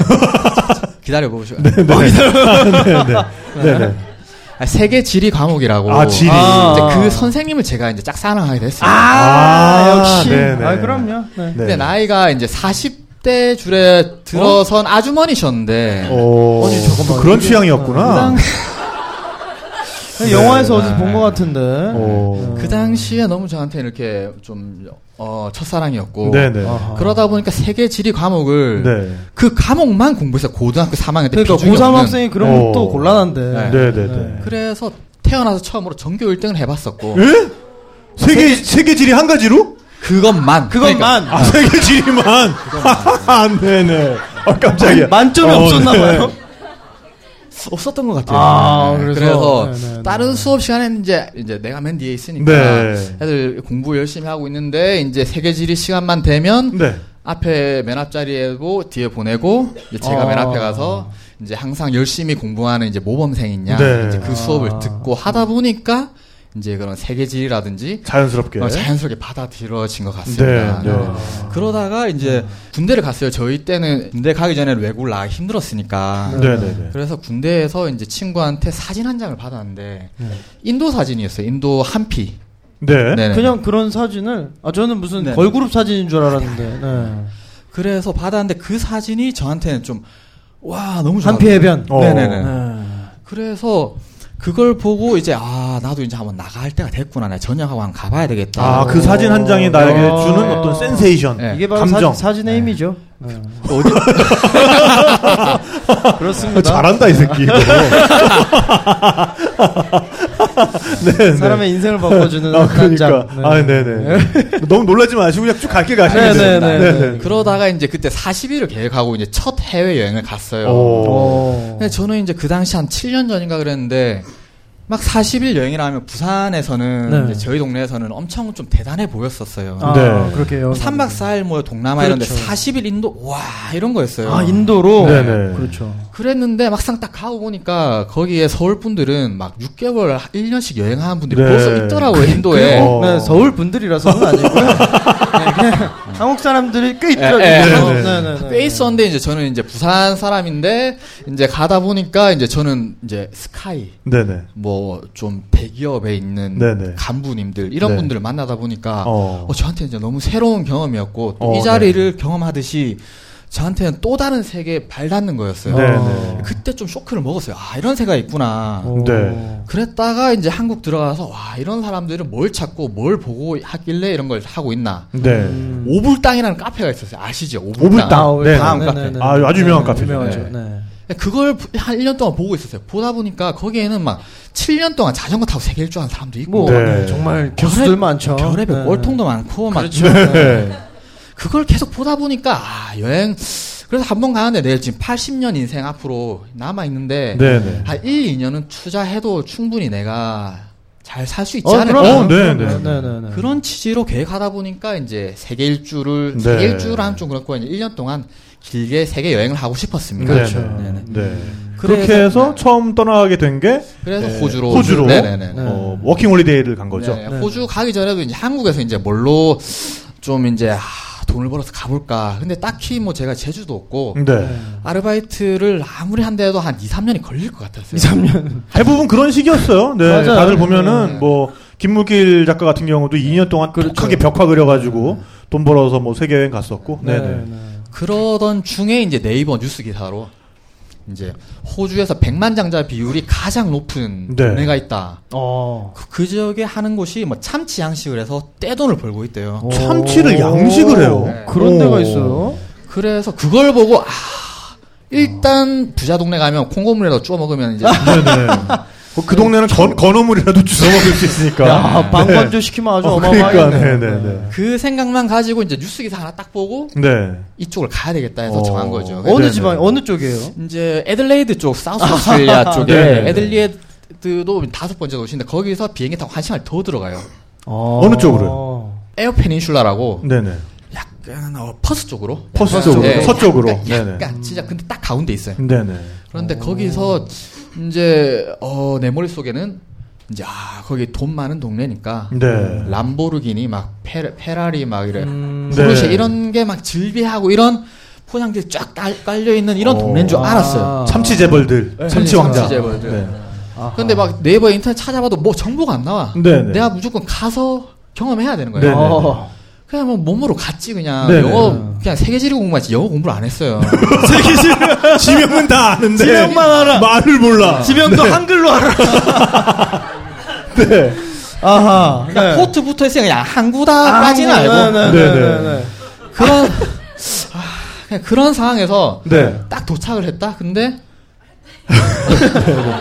Speaker 5: 기다려 보시고. 요
Speaker 4: 네, 네.
Speaker 5: 아, 세계 지리 과목이라고.
Speaker 4: 아, 지리.
Speaker 3: 아.
Speaker 5: 이제 그 선생님을 제가 이제 짝사랑하게 됐어요.
Speaker 3: 아,
Speaker 4: 아,
Speaker 3: 역시
Speaker 4: 네네.
Speaker 3: 아 그럼요. 네.
Speaker 4: 네.
Speaker 5: 근데 나이가 이제 40대 줄에 들어선 아주머니셨는데.
Speaker 3: 어.
Speaker 4: 오,
Speaker 3: 아니, 잠깐만.
Speaker 4: 어, 또 그런
Speaker 3: 이게-
Speaker 4: 취향이었구나.
Speaker 3: 그 당-
Speaker 4: 네.
Speaker 3: 영화에서 어디서 본 것 같은데.
Speaker 4: 오.
Speaker 5: 그 당시에 너무 저한테 이렇게 좀, 어, 첫사랑이었고.
Speaker 4: 네, 네.
Speaker 3: 아하.
Speaker 5: 그러다 보니까 세계 지리 과목을.
Speaker 4: 네.
Speaker 5: 그 과목만 공부해서 고등학교 3학년 때.
Speaker 3: 그러니까
Speaker 5: 비중이
Speaker 3: 고3
Speaker 5: 없는-
Speaker 3: 학생이 그런
Speaker 4: 어.
Speaker 3: 것도 곤란한데.
Speaker 5: 네.
Speaker 4: 네, 네, 네.
Speaker 5: 그래서 태어나서 처음으로 전교 1등을 해봤었고.
Speaker 3: 네.
Speaker 4: 예? 세계 세계 지리 한 가지로?
Speaker 5: 그것만. 그러니까
Speaker 3: 그것만
Speaker 4: 아, 세계 지리만. 아, 네, 네. 아, 깜짝이야.
Speaker 3: 만점이
Speaker 4: 어,
Speaker 3: 없었나
Speaker 4: 네.
Speaker 3: 봐요.
Speaker 5: 없었던 것 같아요.
Speaker 3: 아,
Speaker 5: 네.
Speaker 3: 그래서-
Speaker 5: 그래서,
Speaker 3: 네, 네,
Speaker 5: 다른 수업 시간에는 이제 이제 내가 맨 뒤에 있으니까
Speaker 4: 네.
Speaker 5: 애들 공부 열심히 하고 있는데 이제 세계지리 시간만 되면
Speaker 4: 네.
Speaker 5: 앞에 맨 앞자리에도 뒤에 보내고 이제 제가
Speaker 3: 아.
Speaker 5: 맨 앞에 가서 이제 항상 열심히 공부하는 이제 모범생이냐
Speaker 4: 네.
Speaker 5: 이제 그 수업을 듣고 하다 보니까 이제 그런 세계지리라든지
Speaker 4: 자연스럽게.
Speaker 5: 어, 자연스럽게 받아들여진 것 같습니다.
Speaker 4: 네, 네.
Speaker 5: 그러다가 이제 군대를 갔어요. 저희 때는 군대 가기 전에 외국을 나가기 힘들었으니까.
Speaker 4: 네, 네, 네.
Speaker 5: 그래서 군대에서 이제 친구한테 사진 한 장을 받았는데 인도 사진이었어요. 인도 한피.
Speaker 4: 네.
Speaker 5: 네네.
Speaker 3: 그냥 그런 사진을 아 저는 무슨
Speaker 5: 네.
Speaker 3: 걸그룹 사진인 줄 알았는데. 네.
Speaker 5: 그래서 받았는데 그 사진이 저한테는 좀 와 너무 좋아.
Speaker 3: 한피 해변.
Speaker 4: 어.
Speaker 5: 네네네.
Speaker 3: 네.
Speaker 5: 그래서 그걸 보고 이제 아 나도 이제 한번 나갈 때가 됐구나. 나 전역하고 한번 가봐야 되겠다.
Speaker 4: 아, 그 사진 한 장이 나에게
Speaker 3: 야.
Speaker 4: 주는 어떤 센세이션.
Speaker 5: 네.
Speaker 3: 이게 바로
Speaker 4: 감정.
Speaker 3: 사, 진의 힘이죠. 네. 그렇습니다.
Speaker 4: 잘한다, 이 새끼. 너. 네, 네.
Speaker 3: 사람의 인생을 바꿔주는
Speaker 4: 아,
Speaker 3: 한
Speaker 4: 그러니까.
Speaker 3: 장. 네.
Speaker 4: 아, 네네. 너무 놀라지 마시고 그냥 쭉 갈게 가시면
Speaker 3: 네,
Speaker 4: 돼요.
Speaker 3: 네, 네, 네.
Speaker 5: 그러다가 이제 그때 40일을 계획하고 이제 첫 해외 여행을
Speaker 4: 네.
Speaker 5: 갔어요.
Speaker 4: 오. 네.
Speaker 3: 오.
Speaker 5: 근데 저는 이제 그 당시 한 7년 전인가 그랬는데 막 40일 여행이라 하면 부산에서는
Speaker 3: 네.
Speaker 5: 이제 저희 동네에서는 엄청 좀 대단해 보였었어요.
Speaker 3: 아,
Speaker 4: 네.
Speaker 3: 그렇게요.
Speaker 5: 3박 4일 뭐 동남아
Speaker 3: 그렇죠.
Speaker 5: 이런데 40일 인도 와 이런 거였어요.
Speaker 3: 아 인도로.
Speaker 4: 네, 네.
Speaker 3: 그렇죠.
Speaker 5: 그랬는데 막상 딱 가고 보니까 거기에 서울 분들은 막 6개월 1년씩 여행하는 분들이
Speaker 4: 네.
Speaker 5: 벌써 있더라고요 인도에.
Speaker 4: 어.
Speaker 3: 네, 서울 분들이라서는 아니고요. 네, 그냥 한국 사람들이 꽤 있더라고요.
Speaker 5: 네, 네,
Speaker 3: 어,
Speaker 4: 네.
Speaker 3: 네,
Speaker 5: 꽤 있었는데 이제 저는 이제 부산 사람인데 이제 가다 보니까 이제 저는 이제 스카이
Speaker 4: 네네.
Speaker 5: 뭐 좀 대기업에 있는
Speaker 4: 네네.
Speaker 5: 간부님들 이런
Speaker 4: 네.
Speaker 5: 분들을 만나다 보니까
Speaker 4: 어.
Speaker 5: 어. 저한테 이제 너무 새로운 경험이었고 또
Speaker 4: 어,
Speaker 5: 이 자리를 경험하듯이 저한테는 또 다른 세계에 발 닿는 거였어요.
Speaker 4: 네네.
Speaker 5: 그때 좀 쇼크를 먹었어요. 아 이런 세계가 있구나.
Speaker 3: 오.
Speaker 4: 네.
Speaker 5: 그랬다가 이제 한국 들어가서 와 이런 사람들은 뭘 찾고 뭘 보고 하길래 이런 걸 하고 있나.
Speaker 3: 음.
Speaker 4: 네.
Speaker 5: 오불땅이라는 카페가 있었어요. 아시죠? 오불땅.
Speaker 4: 오불땅.
Speaker 3: 아, 왜
Speaker 4: 네.
Speaker 3: 다음
Speaker 4: 네,
Speaker 3: 카페.
Speaker 5: 네,
Speaker 4: 네. 아, 아주 유명한 카페죠.
Speaker 3: 유명하죠.
Speaker 5: 네.
Speaker 3: 네.
Speaker 5: 그걸 부- 한 1년 동안 보고 있었어요. 보다 보니까 거기에는 막 7년 동안 자전거 타고 세계 일주한 사람도 있고
Speaker 3: 뭐
Speaker 4: 네.
Speaker 3: 네, 정말 교수들 많죠.
Speaker 5: 별의별
Speaker 3: 네.
Speaker 5: 월통도 많고 막
Speaker 3: 그렇죠.
Speaker 4: 네.
Speaker 5: 그걸 계속 보다 보니까 아 여행 그래서 한 번 가는데 내일 지금 80년 인생 앞으로 남아 있는데
Speaker 4: 네네.
Speaker 5: 한 1, 2년은 투자해도 충분히 내가 잘 살 수 있지
Speaker 3: 어,
Speaker 5: 않을까
Speaker 3: 그럼.
Speaker 4: 어,
Speaker 3: 그럼요.
Speaker 4: 네, 네.
Speaker 3: 네, 네, 네.
Speaker 5: 그런 취지로 계획하다 보니까 이제 세계 일주를
Speaker 4: 네.
Speaker 5: 세계 일주를 하면 좀 그렇고 이제 1년 동안 길게 세계 여행을 하고 싶었습니다.
Speaker 3: 그렇죠.
Speaker 5: 네네.
Speaker 4: 네.
Speaker 5: 그래서-
Speaker 4: 그렇게 해서 처음 떠나게 된 게
Speaker 5: 그래서
Speaker 4: 네.
Speaker 5: 호주로
Speaker 4: 호주로
Speaker 5: 네네네.
Speaker 3: 네.
Speaker 4: 어, 워킹 홀리데이를 간 거죠.
Speaker 5: 네,
Speaker 3: 네.
Speaker 5: 호주 가기 전에도 이제 한국에서 이제 뭘로 좀 이제 아, 돈을 벌어서 가볼까. 근데 딱히 뭐 제가 제주도 없고
Speaker 4: 네.
Speaker 5: 아르바이트를 아무리 한대도 한 2, 3년이 걸릴 것 같았어요.
Speaker 3: 2, 3년.
Speaker 4: 대부분 그런 식이었어요. 네.
Speaker 3: 맞아요.
Speaker 4: 다들
Speaker 5: 네,
Speaker 4: 보면은
Speaker 5: 네.
Speaker 4: 뭐 김무길 작가 같은 경우도 2년 동안
Speaker 3: 그렇죠.
Speaker 4: 독하게 벽화 그려가지고 돈 벌어서 뭐 세계 여행 갔었고. 네. 네.
Speaker 3: 네.
Speaker 5: 그러던 중에 이제 네이버 뉴스 기사로 이제 호주에서 백만장자 비율이 가장 높은
Speaker 4: 네.
Speaker 5: 동네가 있다.
Speaker 3: 어.
Speaker 5: 그, 그 지역에 하는 곳이 뭐 참치 양식을 해서 떼돈을 벌고 있대요.
Speaker 4: 참치를
Speaker 3: 오.
Speaker 4: 양식을 해요.
Speaker 3: 네. 그런
Speaker 4: 오.
Speaker 3: 데가 있어요.
Speaker 5: 그래서 그걸 보고 아 일단 부자 동네 가면 콩고물이라도 쪼 먹으면 이제
Speaker 4: 네네. 뭐그 동네는 건, 건어물이라도 주워 먹을 수 있으니까.
Speaker 3: 야, 방관조 시키면 아주
Speaker 4: 어,
Speaker 3: 어마어마하겠네.
Speaker 4: 그러니까, 네네네.
Speaker 5: 그 생각만 가지고 이제 뉴스 기사 하나 딱 보고
Speaker 4: 네.
Speaker 5: 이쪽을 가야 되겠다 해서
Speaker 4: 어.
Speaker 5: 정한 거죠.
Speaker 4: 어?
Speaker 3: 어느
Speaker 4: 네네.
Speaker 3: 지방 어느 쪽이에요?
Speaker 5: 이제 애들레이드 쪽 사우스 오스트레일리아 쪽에
Speaker 4: 네네.
Speaker 5: 애들레이드도 다섯 번째 도시인데 거기서 비행기 타고 한 시간 더 들어가요.
Speaker 4: 어느 쪽으로요?
Speaker 5: 에어페닌슐라라고
Speaker 4: 네네.
Speaker 5: 약간 어, 퍼스 쪽으로
Speaker 4: 음. 퍼스
Speaker 5: 약간,
Speaker 4: 쪽으로,
Speaker 5: 예,
Speaker 4: 서쪽으로.
Speaker 5: 약간,
Speaker 4: 네네.
Speaker 5: 약간 진짜 근데 딱 가운데 있어요.
Speaker 4: 네네.
Speaker 5: 그런데 거기서 이제 어, 내 머릿속에는 이제 아 거기 돈 많은 동네니까
Speaker 4: 네.
Speaker 5: 람보르기니 막 페, 페라리 막 이래
Speaker 3: 음.
Speaker 5: 포르쉐
Speaker 4: 네.
Speaker 5: 이런 게 막 즐비하고 이런 포장지 쫙 깔- 깔려 있는 이런
Speaker 4: 어.
Speaker 5: 동네인 줄 알았어요.
Speaker 3: 아.
Speaker 4: 참치 재벌들. 참치 왕자.
Speaker 5: 참치 재벌들.
Speaker 4: 네.
Speaker 3: 아하.
Speaker 5: 근데 막 네이버 인터넷 찾아봐도 뭐 정보가 안 나와.
Speaker 4: 네네.
Speaker 5: 내가 무조건 가서 경험해야 되는
Speaker 4: 네네.
Speaker 5: 거예요.
Speaker 3: 어.
Speaker 5: 그냥 뭐 몸으로 갔지 그냥
Speaker 4: 네네. 네.
Speaker 5: 영어 그냥 세계지리고 공부하지 영어 공부를 안 했어요.
Speaker 4: 지명은 다 아는데.
Speaker 3: 지명만 네. 알아.
Speaker 4: 말을 몰라.
Speaker 3: 지명도 한글로 알아.
Speaker 4: 네.
Speaker 3: 아하.
Speaker 5: 그러니까 포트부터 해서 그냥 한구다까지는 알고
Speaker 4: 아, 네, 네네.
Speaker 3: 네. 아, 네네.
Speaker 5: 그런 아, 그냥 그런 상황에서
Speaker 4: 네.
Speaker 5: 딱 도착을 했다. 근데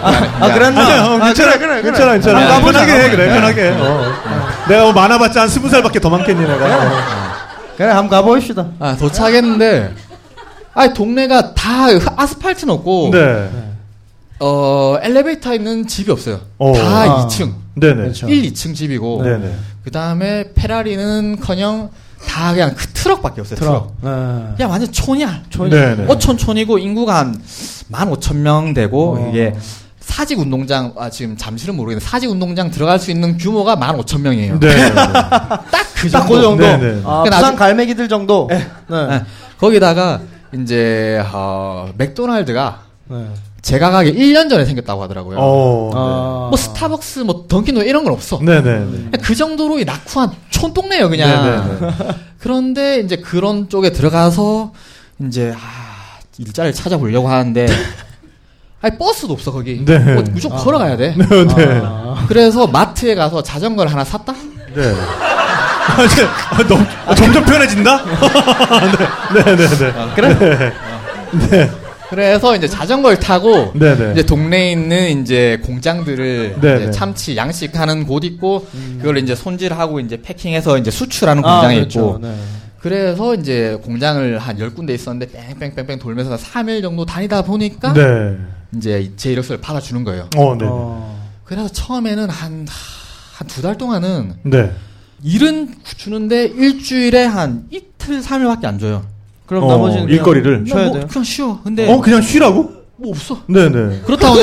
Speaker 3: 아 그랬나?
Speaker 4: 아니야, 어,
Speaker 3: 아,
Speaker 4: 괜찮아,
Speaker 3: 그래, 그래, 그래.
Speaker 4: 괜찮아, 괜찮아.
Speaker 3: 아, 가보자,
Speaker 4: 편하게 해,
Speaker 3: 가보자.
Speaker 4: 그래, 편하게 해. 어. 내가 뭐 많아봤자 한 스무 살밖에 더 많겠니, 내가.
Speaker 3: 그래 한번 가봅시다.
Speaker 5: 아, 도착했는데 아 동네가 다 아스팔트는 없고
Speaker 4: 네.
Speaker 5: 어 엘리베이터 있는 집이 없어요.
Speaker 4: 어.
Speaker 5: 다
Speaker 3: 아.
Speaker 5: 2층,
Speaker 4: 네네.
Speaker 3: 그렇죠.
Speaker 5: 1, 2층 집이고
Speaker 4: 네네.
Speaker 5: 그 다음에 페라리는커녕 다 그냥 그 트럭밖에 없어요. 트럭.
Speaker 3: 트럭. 네.
Speaker 5: 야 완전 촌이야. 촌.
Speaker 4: 네네.
Speaker 5: 어촌촌이고 인구가 한 15,000명 되고
Speaker 3: 어.
Speaker 5: 이게 사직 운동장 아 지금 잠실은 모르겠는데 사직 운동장 들어갈 수 있는 규모가 15,000명이에요.
Speaker 4: 네.
Speaker 5: 딱 그
Speaker 3: 딱그
Speaker 5: 정도.
Speaker 3: 정도.
Speaker 4: 네, 네.
Speaker 3: 아,
Speaker 5: 그러니까
Speaker 3: 부산
Speaker 5: 나중-
Speaker 3: 갈매기들 정도. 네. 네.
Speaker 5: 예. 거기다가 이제 어, 맥도날드가
Speaker 3: 네.
Speaker 5: 제가 가기 1년 전에 생겼다고 하더라고요.
Speaker 4: 어.
Speaker 3: 아.
Speaker 5: 뭐 스타벅스 뭐 던킨도 이런 건 없어.
Speaker 4: 네네.
Speaker 5: 그 정도로 이 낙후한 촌동네예요 그냥. 그런데 이제 그런 쪽에 들어가서 이제 아, 일자리를 찾아보려고 하는데 아니 버스도 없어 거기.
Speaker 4: 네.
Speaker 5: 뭐 무조건 걸어가야 돼.
Speaker 4: 네. 네.
Speaker 5: 그래서 마트에 가서 자전거를 하나 샀다.
Speaker 4: 네. 아, 이제, 아, 너무, 아, 점점 편해진다? 네, 네, 네. 네.
Speaker 5: 그래? 그래서 이제 자전거를 타고
Speaker 4: 네네.
Speaker 5: 이제 동네에 있는 이제 공장들을
Speaker 4: 네네.
Speaker 5: 이제 참치 양식하는 곳 있고 그걸 이제 손질하고 이제 패킹해서 이제 수출하는
Speaker 3: 음. 아,
Speaker 5: 공장이
Speaker 3: 그렇죠.
Speaker 5: 있고
Speaker 3: 네.
Speaker 5: 그래서 이제 공장을 한 열군데 있었는데 뺑뺑뺑뺑 돌면서 3일 정도 다니다 보니까
Speaker 4: 네.
Speaker 5: 이제 제 이력서를 받아주는 거예요.
Speaker 4: 어, 네.
Speaker 3: 어.
Speaker 5: 그래서 처음에는 한, 한 두 달 동안은
Speaker 4: 네.
Speaker 5: 일은 주는데 일주일에 한 이틀, 3일밖에 안 줘요.
Speaker 3: 그럼
Speaker 4: 어,
Speaker 3: 나머지는 그냥
Speaker 4: 일거리를.
Speaker 5: 그냥
Speaker 3: 쉬어야
Speaker 5: 뭐
Speaker 3: 돼요.
Speaker 5: 그냥 쉬어. 근데
Speaker 4: 어, 그냥 쉬라고?
Speaker 5: 뭐 없어.
Speaker 4: 네, 네.
Speaker 5: 그렇다고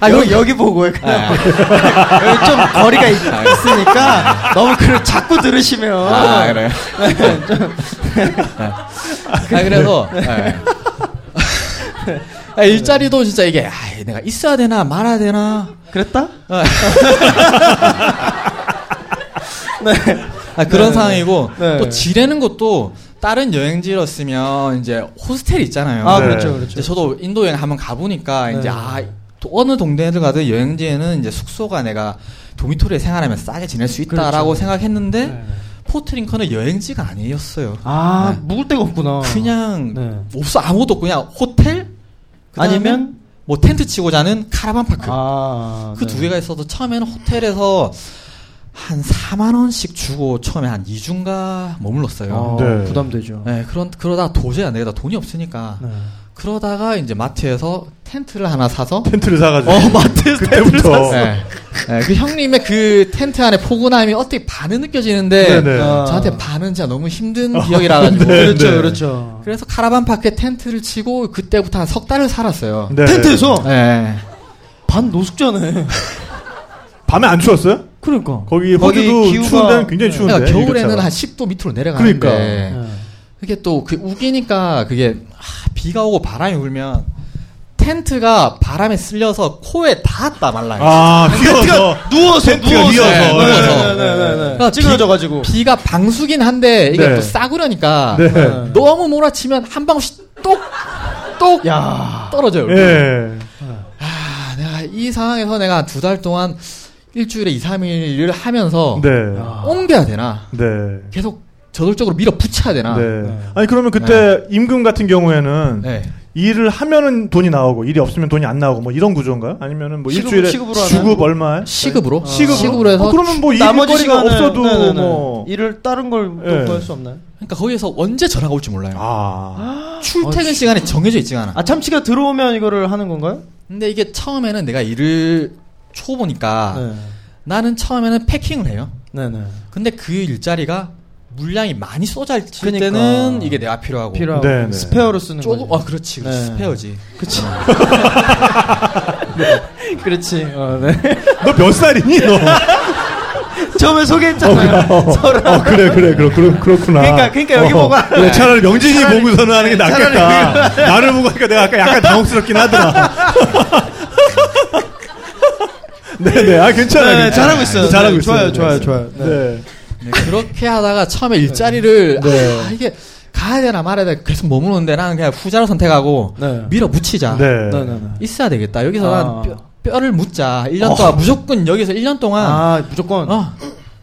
Speaker 3: 아 여기 여기 보고 해. 그냥.
Speaker 5: 네.
Speaker 3: 여기 좀 거리가 있, 으니까 너무 그걸 자꾸 들으시면
Speaker 5: 아, 그래요? 아, 그래서. 예. 아, 일자리도 진짜 이게, 아, 내가 있어야 되나 말아야 되나.
Speaker 3: 그랬다?
Speaker 5: 아, 그런 상황이고.
Speaker 3: 네.
Speaker 5: 또 지내는 것도 다른 여행지였으면 이제 호스텔 있잖아요.
Speaker 3: 아
Speaker 4: 네.
Speaker 3: 그렇죠 그렇죠.
Speaker 5: 이제 저도 인도 여행 한번 가보니까
Speaker 3: 네.
Speaker 5: 이제 아, 또 어느 동네를 가든 여행지에는 이제 숙소가 내가 도미토리에 생활하면 싸게 지낼 수 있다라고 생각했는데 포트링커는 여행지가 아니었어요. 네.
Speaker 3: 아 묵을 데가 없구나.
Speaker 5: 그냥
Speaker 3: 네.
Speaker 5: 없어 아무것도 없고 그냥 호텔 그다음에
Speaker 3: 아니면?
Speaker 5: 뭐 텐트 치고 자는 카라반 파크
Speaker 3: 아,
Speaker 5: 그 두 개가 있어서 처음에는 호텔에서 한 4만 원씩 주고 처음에 한 2주인가 머물렀어요.
Speaker 3: 어,
Speaker 4: 네.
Speaker 3: 부담되죠.
Speaker 5: 네, 그런 그러다 도저히 안 되겠다 돈이 없으니까
Speaker 3: 네.
Speaker 5: 그러다가 이제 마트에서 텐트를 하나 사서
Speaker 4: 텐트를 사가지고.
Speaker 5: 어 마트에서 텐트를
Speaker 4: 그때부터.
Speaker 5: 샀어. 네. 네, 그 형님의 그 텐트 안에 포근함이 어떻게 반은 느껴지는데
Speaker 4: 네네.
Speaker 3: 아.
Speaker 5: 저한테 반은 진짜 너무 힘든 기억이라 가지고
Speaker 4: 네,
Speaker 3: 그렇죠
Speaker 4: 네.
Speaker 3: 그렇죠.
Speaker 5: 그래서 카라반 파크에 텐트를 치고 그때부터 한 석 달을 살았어요.
Speaker 4: 네.
Speaker 3: 텐트에서
Speaker 5: 예.
Speaker 3: 반 노숙자네.
Speaker 4: 밤에 안 추웠어요?
Speaker 3: 그러니까.
Speaker 4: 거기
Speaker 3: 거기
Speaker 4: 호주도
Speaker 3: 기후가-
Speaker 4: 추운데 굉장히
Speaker 3: 네.
Speaker 4: 추운데.
Speaker 5: 그러니까 겨울에는
Speaker 4: 일교차가.
Speaker 5: 한 10도 밑으로 내려가는데
Speaker 4: 그러니까.
Speaker 3: 네.
Speaker 5: 그게 또 그 우기니까 그게 아, 비가 오고 바람이 불면 텐트가 바람에 쓸려서 코에 닿았다 말라요.
Speaker 4: 아,
Speaker 3: 네,
Speaker 4: 휘어서.
Speaker 3: 누워서
Speaker 4: 텐트가
Speaker 3: 누워서
Speaker 4: 휘어서.
Speaker 3: 네,
Speaker 5: 네,
Speaker 3: 네,
Speaker 5: 네,
Speaker 3: 네, 네, 네.
Speaker 5: 그러니까
Speaker 3: 찌그러져가지고
Speaker 5: 비, 가 방수긴 한데 이게
Speaker 4: 네.
Speaker 5: 또 싸구려니까
Speaker 4: 네.
Speaker 5: 너무 몰아치면 한 방울씩 똑똑
Speaker 3: 야.
Speaker 5: 떨어져요.
Speaker 4: 예.
Speaker 3: 네.
Speaker 5: 아, 내가 이 상황에서 내가 두 달 동안 일주일에 2, 3일을 하면서
Speaker 4: 네.
Speaker 3: 아.
Speaker 5: 옮겨야 되나?
Speaker 4: 네.
Speaker 5: 계속 저돌적으로 밀어붙여야 되나?
Speaker 4: 네. 아니 그러면 그때 임금 같은 경우에는
Speaker 5: 네.
Speaker 4: 일을 하면은 돈이 나오고 일이 없으면 돈이 안 나오고 뭐 이런 구조인가요? 아니면은 뭐
Speaker 3: 시급,
Speaker 4: 일주일에
Speaker 3: 시급으로 하나요?
Speaker 4: 주급 얼마에?
Speaker 5: 시급으로?
Speaker 4: 시급으로?
Speaker 5: 해서
Speaker 4: 어, 그러면 뭐
Speaker 3: 나머지
Speaker 4: 일거리가
Speaker 3: 시간은
Speaker 4: 없어도
Speaker 3: 네네네.
Speaker 4: 뭐
Speaker 3: 일을 다른 걸또
Speaker 4: 예.
Speaker 3: 구할 수 없나요?
Speaker 5: 그러니까 거기에서 언제 전화가 올지 몰라요.
Speaker 4: 아.
Speaker 5: 출퇴근 시간이 정해져 있지가 않아.
Speaker 3: 아 참치가 들어오면 이거를 하는 건가요?
Speaker 5: 근데 이게 처음에는 내가 일을 초보니까
Speaker 3: 아.
Speaker 5: 나는 처음에는 패킹을 해요.
Speaker 3: 네, 네.
Speaker 5: 근데 그 일자리가 물량이 많이 쏟아질
Speaker 3: 그러니까.
Speaker 5: 때는 이게 내가 필요하고
Speaker 3: 필요하고
Speaker 4: 네, 네.
Speaker 3: 스페어로 쓰는 거.
Speaker 5: 조금 아 그렇지 그렇지
Speaker 3: 네.
Speaker 5: 스페어지
Speaker 3: 그렇지. 그렇지. 어, 네.
Speaker 4: 너 몇 살이니 너?
Speaker 3: 처음에 소개했잖아요. 서로.
Speaker 4: 어, 그래 그래 그렇 그렇 그렇구나. 어.
Speaker 3: 그러니까- 그러니까 여기 보고 하는
Speaker 4: 그래, 차라리 명진이 보고서는 하는 게
Speaker 3: 차라리 그
Speaker 4: 낫겠다. 나를 보고 하니까 내가 아까 약간 당혹스럽긴 하더라. 네네 아 괜찮아.
Speaker 3: 네,
Speaker 4: 괜찮아.
Speaker 3: 잘하고 있어요.
Speaker 4: 잘하고
Speaker 3: 네,
Speaker 4: 있어요.
Speaker 3: 좋아요, 좋아요, 좋아요. 네.
Speaker 4: 네.
Speaker 5: 네, 그렇게 하다가 처음에 일자리를 아 이게 가야 되나 말아야 되나 계속 머무는데 나는 그냥 후자로 선택하고
Speaker 3: 네.
Speaker 5: 밀어붙이자
Speaker 4: 네.
Speaker 3: 네, 네, 네.
Speaker 5: 있어야 되겠다 여기서
Speaker 3: 아. 어.
Speaker 5: 난 뼈, 를 묻자 1년 동안 무조건 여기서 1년 동안
Speaker 3: 아, 무조건.
Speaker 5: 어,